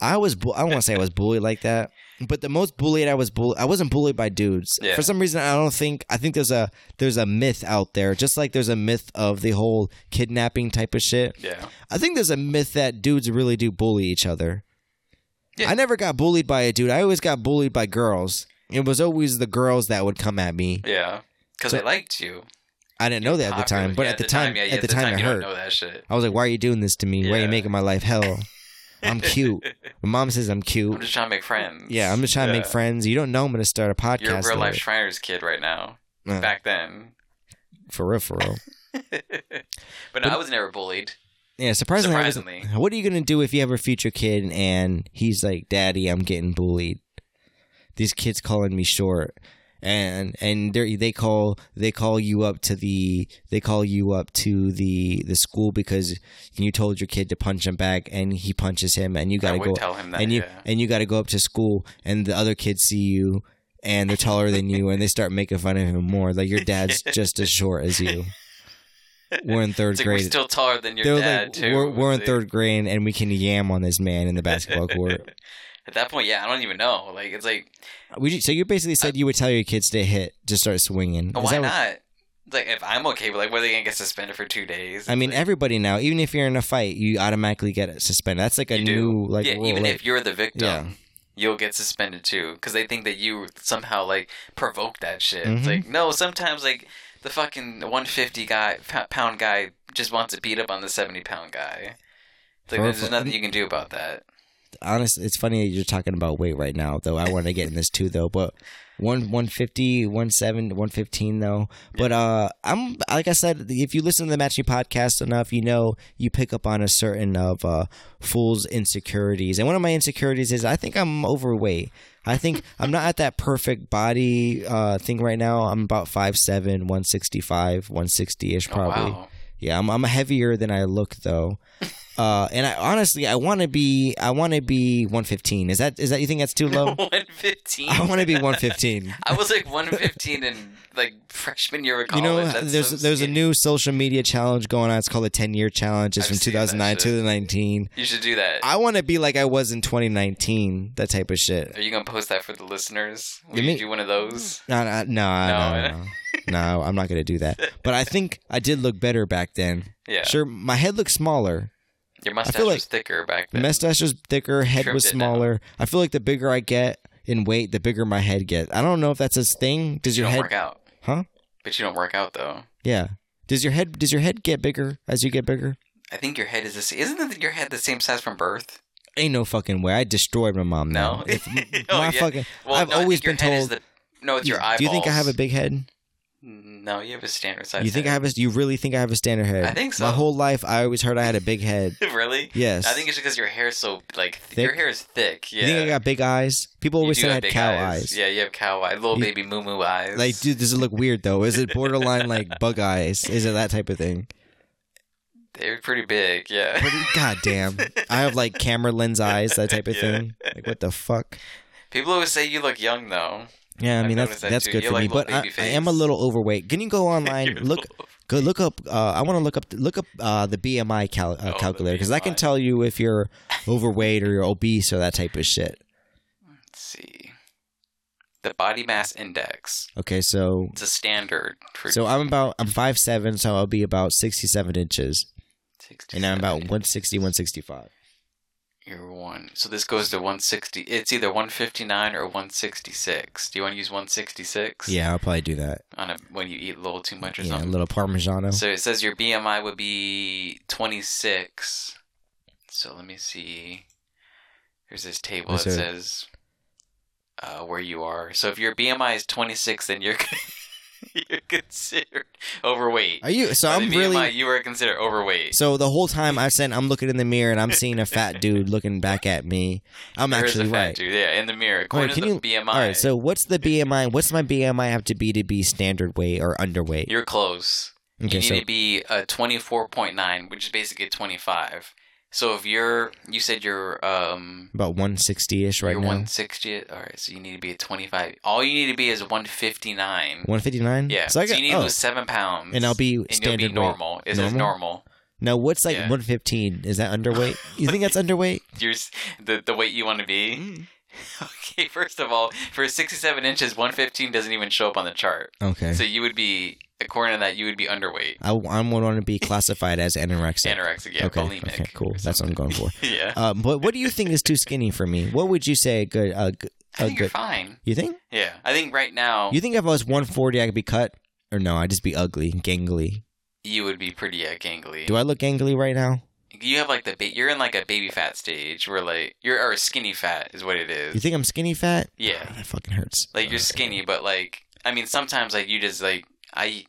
Speaker 1: I was bu- I don't want to say I was bullied like that, but the most bullied I was bullied I wasn't bullied by dudes
Speaker 2: Yeah.
Speaker 1: for some reason. I don't think I think there's a there's a myth out there, just like there's a myth of the whole kidnapping type of shit.
Speaker 2: yeah.
Speaker 1: I think there's a myth that dudes really do bully each other.
Speaker 2: Yeah.
Speaker 1: I never got bullied by a dude. I always got bullied by girls. It was always the girls that would come at me.
Speaker 2: Yeah. Because
Speaker 1: So-
Speaker 2: they liked you.
Speaker 1: I didn't know that at the
Speaker 2: Popular.
Speaker 1: time, but
Speaker 2: Yeah,
Speaker 1: at the time,
Speaker 2: yeah, yeah,
Speaker 1: at the time, it
Speaker 2: you
Speaker 1: hurt.
Speaker 2: Don't know that shit.
Speaker 1: I was like, "Why are you doing this to me? Why are
Speaker 2: Yeah.
Speaker 1: you making my life hell? I'm cute. My mom says I'm
Speaker 2: I'm
Speaker 1: cute.
Speaker 2: just trying to make friends.
Speaker 1: Yeah, I'm just trying to
Speaker 2: Yeah.
Speaker 1: make friends. You don't know I'm going to start a podcast.
Speaker 2: You're a real life
Speaker 1: with.
Speaker 2: Shriners kid right now.
Speaker 1: Uh,
Speaker 2: Back then.
Speaker 1: for real, for real.
Speaker 2: but, no, I was never bullied.
Speaker 1: Yeah, surprisingly, I wasn't-
Speaker 2: Surprisingly.
Speaker 1: what are you going to do if you have a future kid and he's like, "Daddy, I'm getting bullied. These kids calling me short." And and they they call they call you up to the they call you up to the the school because you told your kid to punch him back and he punches him and you
Speaker 2: I
Speaker 1: gotta
Speaker 2: would
Speaker 1: go
Speaker 2: tell him that.
Speaker 1: and you
Speaker 2: yeah.
Speaker 1: and you got to go up to school, and the other kids see you, and they're taller than you, and they start making fun of him more. Like your dad's just as short as you. We're in third
Speaker 2: It's like, we're
Speaker 1: grade.
Speaker 2: still taller than your
Speaker 1: they're
Speaker 2: dad,
Speaker 1: like,
Speaker 2: too.
Speaker 1: we're, we're in
Speaker 2: It's like-
Speaker 1: third grade, and we can yam on this man in the basketball court.
Speaker 2: At that point, yeah, I don't even know. Like, it's like,
Speaker 1: Would you, so you basically said you would tell your kids to hit, just start swinging. Is
Speaker 2: why
Speaker 1: that what-
Speaker 2: not? It's like, if I'm okay, but like, what are they going to get suspended for two days? It's
Speaker 1: I mean,
Speaker 2: like,
Speaker 1: everybody now, even if you're in a fight, you automatically get suspended. That's like a
Speaker 2: you
Speaker 1: new
Speaker 2: do.
Speaker 1: like
Speaker 2: yeah,
Speaker 1: rule.
Speaker 2: even
Speaker 1: like-
Speaker 2: if you're the victim,
Speaker 1: Yeah.
Speaker 2: you'll get suspended too because they think that you somehow like provoked that shit.
Speaker 1: Mhm.
Speaker 2: It's like no, sometimes like the fucking 150 guy p- pound guy just wants to beat up on the 70 pound guy. It's like there's
Speaker 1: Perfect.
Speaker 2: nothing you can do about that.
Speaker 1: honestly, it's funny that you're talking about weight right now, though. I want to get in this too, though. But one 150, 17, 115, though. But uh, I'm like I said, if you listen to the Matchy podcast enough, you know you pick up on a certain of uh, fool's insecurities. And one of my insecurities is I think I'm overweight. I think I'm not at that perfect body uh, thing right now. I'm about 5'7", 165, 160 ish
Speaker 2: Oh,
Speaker 1: probably.
Speaker 2: wow.
Speaker 1: Yeah, I'm I'm heavier than I look though. Uh, and I honestly I want to be I want to be 115. Is that is that you think that's too low?
Speaker 2: 115.
Speaker 1: I want to be 115.
Speaker 2: I was like 115 in like freshman year of
Speaker 1: You
Speaker 2: college.
Speaker 1: know,
Speaker 2: That's
Speaker 1: there's
Speaker 2: so
Speaker 1: there's a
Speaker 2: skinny.
Speaker 1: new social media challenge going on. It's called the 10 year challenge. It's from
Speaker 2: I've seen that
Speaker 1: 2009 to
Speaker 2: shit.
Speaker 1: 2019.
Speaker 2: You should do that.
Speaker 1: I want to be like I was in 2019. That type of shit.
Speaker 2: Are you gonna post that for the listeners? Will
Speaker 1: You
Speaker 2: you
Speaker 1: mean-
Speaker 2: do one of those?
Speaker 1: No, no, no, no, no, no. I'm not gonna do that. But I think I did look better back then.
Speaker 2: Yeah.
Speaker 1: Sure, my head looked smaller.
Speaker 2: Your mustache
Speaker 1: feel
Speaker 2: was
Speaker 1: like
Speaker 2: thicker back
Speaker 1: The
Speaker 2: then.
Speaker 1: mustache was thicker, head
Speaker 2: Trimmed
Speaker 1: was
Speaker 2: it down.
Speaker 1: smaller. I feel like the bigger I get in weight, the bigger my head gets. I don't know if that's a thing. Does
Speaker 2: you
Speaker 1: your head
Speaker 2: don't work out,
Speaker 1: Huh?
Speaker 2: but you don't work out though.
Speaker 1: Yeah. Does your head does your head get bigger as you get bigger?
Speaker 2: I think your head is the same. Isn't it your head the same size from birth?
Speaker 1: Ain't no fucking way. I destroyed my mom now.
Speaker 2: No.
Speaker 1: If m-
Speaker 2: Oh,
Speaker 1: my
Speaker 2: yeah.
Speaker 1: fucking
Speaker 2: Well,
Speaker 1: I've
Speaker 2: no, I
Speaker 1: always
Speaker 2: think your
Speaker 1: been
Speaker 2: head is
Speaker 1: told
Speaker 2: the- no, it's your eyeballs.
Speaker 1: Do you think I have a big head?
Speaker 2: No, you have a standard size.
Speaker 1: you think I
Speaker 2: head.
Speaker 1: have a you really think I have a standard head?
Speaker 2: I think
Speaker 1: My
Speaker 2: so.
Speaker 1: whole life I always heard I had a big head.
Speaker 2: really?
Speaker 1: Yes.
Speaker 2: I think it's because your hair's so like th- your
Speaker 1: Thick?
Speaker 2: hair is thick. Yeah.
Speaker 1: You think I got big eyes? People
Speaker 2: You
Speaker 1: always
Speaker 2: do
Speaker 1: said I
Speaker 2: have
Speaker 1: had
Speaker 2: big
Speaker 1: cow eyes.
Speaker 2: eyes. Yeah, you have cow eyes, little
Speaker 1: You-
Speaker 2: baby moo moo eyes.
Speaker 1: Like, dude, does it look weird though? Is it borderline like bug eyes? Is it that type of thing?
Speaker 2: they're pretty big. Yeah.
Speaker 1: But God damn. I have like camera lens eyes, that type of
Speaker 2: Yeah.
Speaker 1: thing. Like what the fuck?
Speaker 2: People always say you look young though.
Speaker 1: Yeah, I
Speaker 2: I've
Speaker 1: mean that's
Speaker 2: noticed that
Speaker 1: that's
Speaker 2: too.
Speaker 1: good
Speaker 2: You're
Speaker 1: for me,
Speaker 2: like
Speaker 1: but
Speaker 2: little
Speaker 1: I,
Speaker 2: baby
Speaker 1: I am a
Speaker 2: face.
Speaker 1: little overweight. Can you go online?
Speaker 2: You're
Speaker 1: look,
Speaker 2: little-
Speaker 1: go look up. Uh, I want to look up look up uh, the BMI cal- uh,
Speaker 2: Oh, the
Speaker 1: calculator because that can
Speaker 2: BMI.
Speaker 1: tell you if you're overweight or you're obese or that type of shit.
Speaker 2: Let's see. the body mass index.
Speaker 1: Okay, so
Speaker 2: It's a standard for
Speaker 1: so I'm about I'm five seven, so I'll be about sixty seven inches,
Speaker 2: 60,
Speaker 1: and I'm about 160, 165.
Speaker 2: You're one. So this goes to 160. It's either 159 or 166. Do you want to use 166?
Speaker 1: Yeah, I'll probably do that.
Speaker 2: On a, when you eat a little too much or
Speaker 1: Yeah, a
Speaker 2: something.
Speaker 1: little Parmigiano.
Speaker 2: So it says your BMI would be 26. So let me see. Here's this table that
Speaker 1: Is there-
Speaker 2: says uh, where you are. So if your BMI is 26, then you're you're considered overweight.
Speaker 1: Are you? So
Speaker 2: By
Speaker 1: I'm
Speaker 2: the BMI,
Speaker 1: really.
Speaker 2: you are considered overweight.
Speaker 1: So the whole time I said I'm looking in the mirror and I'm seeing a fat dude looking back at me. I'm
Speaker 2: There is
Speaker 1: actually
Speaker 2: a fat
Speaker 1: right.
Speaker 2: dude. Yeah, in the mirror.
Speaker 1: Wait,
Speaker 2: According to the BMI,
Speaker 1: All right, so what's the BMI? What's my BMI have to be to be standard weight or underweight?
Speaker 2: you're close.
Speaker 1: okay,
Speaker 2: you need
Speaker 1: so
Speaker 2: to be a 24.9, which is basically 25. So if you're, you said you're, um,
Speaker 1: about 160 ish right
Speaker 2: you're
Speaker 1: now.
Speaker 2: 160. All right, so you need to be a 25. All you need to be is 159.
Speaker 1: 159.
Speaker 2: yeah.
Speaker 1: So I got
Speaker 2: you need to
Speaker 1: oh.
Speaker 2: lose seven pounds,
Speaker 1: and I'll be
Speaker 2: and you'll
Speaker 1: standard
Speaker 2: be
Speaker 1: weight.
Speaker 2: normal. It says normal.
Speaker 1: Now what's like
Speaker 2: Yeah.
Speaker 1: 115? Is that underweight? You think that's underweight?
Speaker 2: You're s- the the weight you want to
Speaker 1: Mm.
Speaker 2: be. Okay, first of all, for 67 inches, 115 doesn't even show up on the chart.
Speaker 1: Okay.
Speaker 2: So you would be, according to that, you would be underweight,
Speaker 1: I, I'm want to be classified as anorexic.
Speaker 2: anorexic, yeah,
Speaker 1: okay.
Speaker 2: bulimic.
Speaker 1: Okay. Cool.
Speaker 2: or
Speaker 1: That's what I'm going for.
Speaker 2: something. yeah.
Speaker 1: Um, but what do you think is too skinny for me? What would you say? A good. A, g-
Speaker 2: I
Speaker 1: a
Speaker 2: think you're
Speaker 1: good.
Speaker 2: fine.
Speaker 1: You think?
Speaker 2: Yeah, I think right now
Speaker 1: You
Speaker 2: you,
Speaker 1: think if I was 140, I could be cut? Or no, I'd just be ugly, gangly.
Speaker 2: would be pretty uh, gangly.
Speaker 1: Do I look gangly right now?
Speaker 2: you have like the ba- you're in like a baby fat stage where like you're or skinny fat is what it is.
Speaker 1: You think Oh, I'm skinny fat? Ah,
Speaker 2: Yeah.
Speaker 1: that fucking hurts.
Speaker 2: like you're skinny, but like I mean, sometimes like you just like I.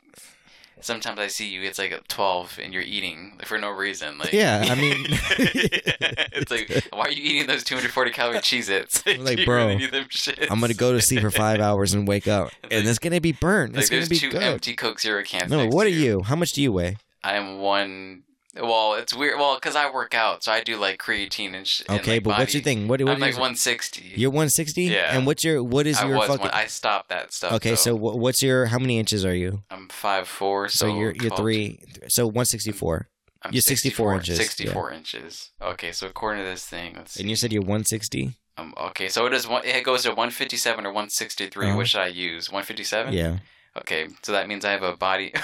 Speaker 2: Sometimes I see you. It's like at twelve, and you're eating for no reason. Like
Speaker 1: Yeah, I mean-
Speaker 2: it's like why are you eating those 240 calorie Cheez-Its?
Speaker 1: Like,
Speaker 2: You
Speaker 1: bro,
Speaker 2: really need them shits.
Speaker 1: I'm gonna go to sleep for five hours and wake up, and it's gonna be burnt.
Speaker 2: Like
Speaker 1: it's gonna
Speaker 2: there's
Speaker 1: be
Speaker 2: two
Speaker 1: good.
Speaker 2: empty Coke Zero cans.
Speaker 1: no,
Speaker 2: next
Speaker 1: what
Speaker 2: to
Speaker 1: are you? How much do you weigh?
Speaker 2: I'm one. Well, it's weird. Well, because I work out, so I do like creatine and shit.
Speaker 1: Okay, but what's your thing? What, what
Speaker 2: I'm
Speaker 1: are
Speaker 2: like
Speaker 1: you-
Speaker 2: 160.
Speaker 1: You're 160.
Speaker 2: Yeah.
Speaker 1: And what's your what is
Speaker 2: I
Speaker 1: your
Speaker 2: was
Speaker 1: fucking?
Speaker 2: one. I stopped that stuff.
Speaker 1: okay, so
Speaker 2: though.
Speaker 1: wha- what's your how many inches are you?
Speaker 2: I'm five four.
Speaker 1: So,
Speaker 2: So,
Speaker 1: you're you're
Speaker 2: 12.
Speaker 1: three. So 164,
Speaker 2: I'm
Speaker 1: you're 64 inches, yeah.
Speaker 2: 64 inches. Okay, so according to this thing, let's see.
Speaker 1: and you said you're 160.
Speaker 2: um, okay, so it is one. It goes to 157 or 163.
Speaker 1: Uh-huh.
Speaker 2: Which should I use? 157.
Speaker 1: Yeah.
Speaker 2: Okay, so that means I have a body.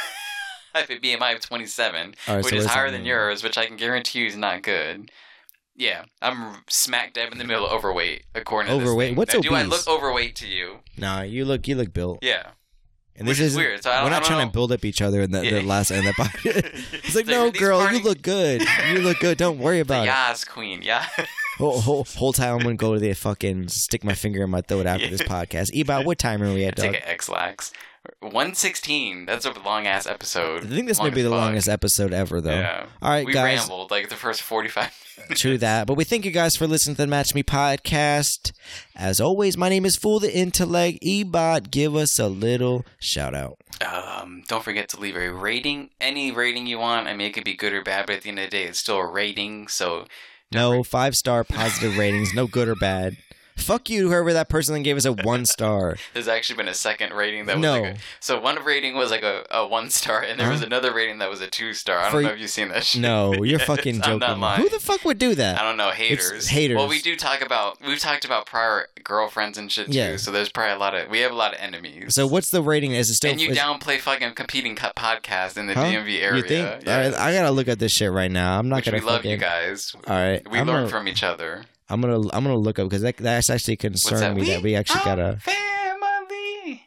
Speaker 2: I have a BMI of 27,
Speaker 1: All right,
Speaker 2: which
Speaker 1: so
Speaker 2: is
Speaker 1: what's
Speaker 2: higher
Speaker 1: that
Speaker 2: than
Speaker 1: mean?
Speaker 2: yours, which I can guarantee you is not good. Yeah, I'm smack dab in the middle of overweight, according to this
Speaker 1: Overweight?
Speaker 2: thing.
Speaker 1: What's
Speaker 2: Now, Do I
Speaker 1: obese?
Speaker 2: look overweight to you?
Speaker 1: Nah, you look you look built.
Speaker 2: Yeah.
Speaker 1: and
Speaker 2: which is weird, so I don't-
Speaker 1: we're
Speaker 2: I
Speaker 1: not
Speaker 2: don't
Speaker 1: trying
Speaker 2: know.
Speaker 1: to build up each other in the,
Speaker 2: Yeah.
Speaker 1: the last end of the podcast. It's like,
Speaker 2: So
Speaker 1: no,
Speaker 2: these
Speaker 1: girl,
Speaker 2: party-
Speaker 1: you look good. You look good. Don't worry about it.
Speaker 2: Yas queen, yeah.
Speaker 1: Whole, whole, whole time I'm gonna go to the fucking stick my finger in my throat after this podcast. Ebot, what time are we at,
Speaker 2: Take
Speaker 1: dog?
Speaker 2: an X-Lax. 116. That's a long ass episode.
Speaker 1: I think this
Speaker 2: Long
Speaker 1: may be
Speaker 2: as
Speaker 1: the
Speaker 2: fuck.
Speaker 1: longest episode ever, though.
Speaker 2: Yeah.
Speaker 1: All right,
Speaker 2: we
Speaker 1: guys.
Speaker 2: rambled like the first 45
Speaker 1: True that. But we thank you guys for listening to the Match Me podcast. As always, my name is Fool the Intellect. Ebot, give us a little shout out.
Speaker 2: Um, don't forget to leave a rating, any rating you want. I mean, it could be good or bad, but at the end of the day, it's still a rating. So
Speaker 1: No five star positive ratings, no good or bad. Fuck you, whoever that person that gave us a one star.
Speaker 2: there's actually been a second rating that was
Speaker 1: No.
Speaker 2: like a, so one rating was like a, a one star, and there was
Speaker 1: Huh?
Speaker 2: another rating that was a two star. I don't
Speaker 1: For-
Speaker 2: know if you've seen that. Shit.
Speaker 1: No, you're fucking
Speaker 2: I'm
Speaker 1: joking.
Speaker 2: not lying.
Speaker 1: Who the fuck would do
Speaker 2: I
Speaker 1: that?
Speaker 2: don't know haters.
Speaker 1: haters.
Speaker 2: Well, we do talk about we've talked about prior girlfriends and shit too.
Speaker 1: Yeah.
Speaker 2: So there's probably a lot of we have a lot of enemies.
Speaker 1: So what's the rating? Is it still?
Speaker 2: and you
Speaker 1: is-
Speaker 2: downplay fucking competing cut podcast in the
Speaker 1: huh?
Speaker 2: DMV area.
Speaker 1: You think?
Speaker 2: Yeah.
Speaker 1: All right, I gotta look at this shit right now. I'm not
Speaker 2: Which
Speaker 1: gonna.
Speaker 2: we love
Speaker 1: fucking,
Speaker 2: you guys.
Speaker 1: All right,
Speaker 2: We
Speaker 1: I'm
Speaker 2: learn
Speaker 1: gonna,
Speaker 2: from each other.
Speaker 1: I'm gonna I'm gonna look up because that, that's actually concerned me that we actually
Speaker 2: are
Speaker 1: gotta
Speaker 2: family.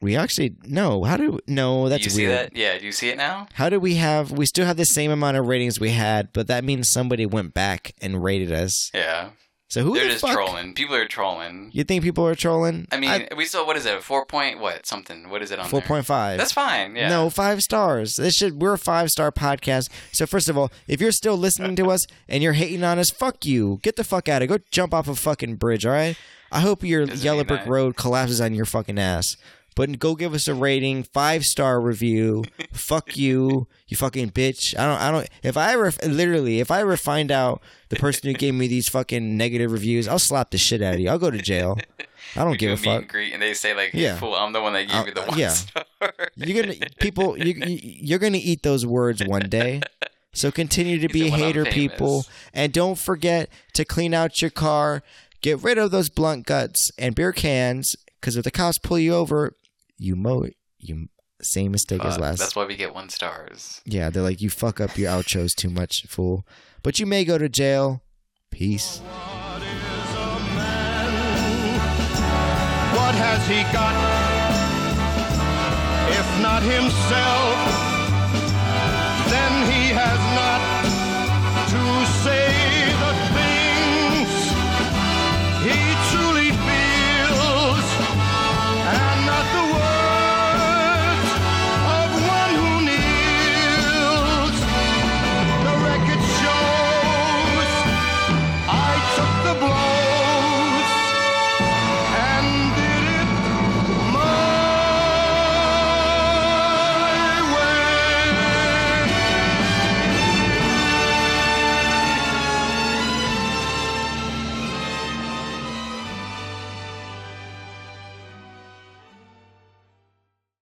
Speaker 1: we actually no how do no that's
Speaker 2: you see
Speaker 1: weird.
Speaker 2: that? Yeah, do you see it now?
Speaker 1: How do we have? We still have the same amount of ratings we had, but that means somebody went back and rated us.
Speaker 2: Yeah,
Speaker 1: So who
Speaker 2: they're
Speaker 1: the
Speaker 2: just
Speaker 1: fuck?
Speaker 2: trolling. People are trolling.
Speaker 1: You think people are trolling?
Speaker 2: I mean, we saw what is it? Four point what something? What is it on
Speaker 1: four
Speaker 2: there?
Speaker 1: point five.
Speaker 2: That's fine. Yeah.
Speaker 1: No, five stars. This should we're a five star podcast. So first of all, if you're still listening to us and you're hating on us, fuck you. Get the fuck out of. Go jump off a fucking bridge. All right. I hope your
Speaker 2: Doesn't
Speaker 1: yellow
Speaker 2: mean
Speaker 1: brick
Speaker 2: that.
Speaker 1: road collapses on your fucking ass. But go give us a rating, five star review. fuck you, you fucking bitch. I don't. I don't. If I ever literally, if I ever find out the person who gave me these fucking negative reviews, I'll slap the shit out of you. I'll go to jail. I don't
Speaker 2: You
Speaker 1: give a
Speaker 2: meet and
Speaker 1: fuck.
Speaker 2: greet, and they say like,
Speaker 1: Yeah.
Speaker 2: yeah. "Fool, I'm the one that gave
Speaker 1: Uh,
Speaker 2: you the
Speaker 1: uh,
Speaker 2: one
Speaker 1: yeah.
Speaker 2: star."
Speaker 1: You're gonna people. You, you- you're gonna eat those words one day. So continue to be a
Speaker 2: said, "When I'm
Speaker 1: hater,
Speaker 2: famous."
Speaker 1: people, and don't forget to clean out your car, get rid of those blunt guts and beer cans, Because if the cops pull you over, you mow it. You same mistake as
Speaker 2: Fuck,
Speaker 1: last.
Speaker 2: That's why we get one stars.
Speaker 1: Yeah, they're like, you fuck up your outros too much, fool. But you may go to jail. Peace.
Speaker 5: What has he got? If not himself, then he has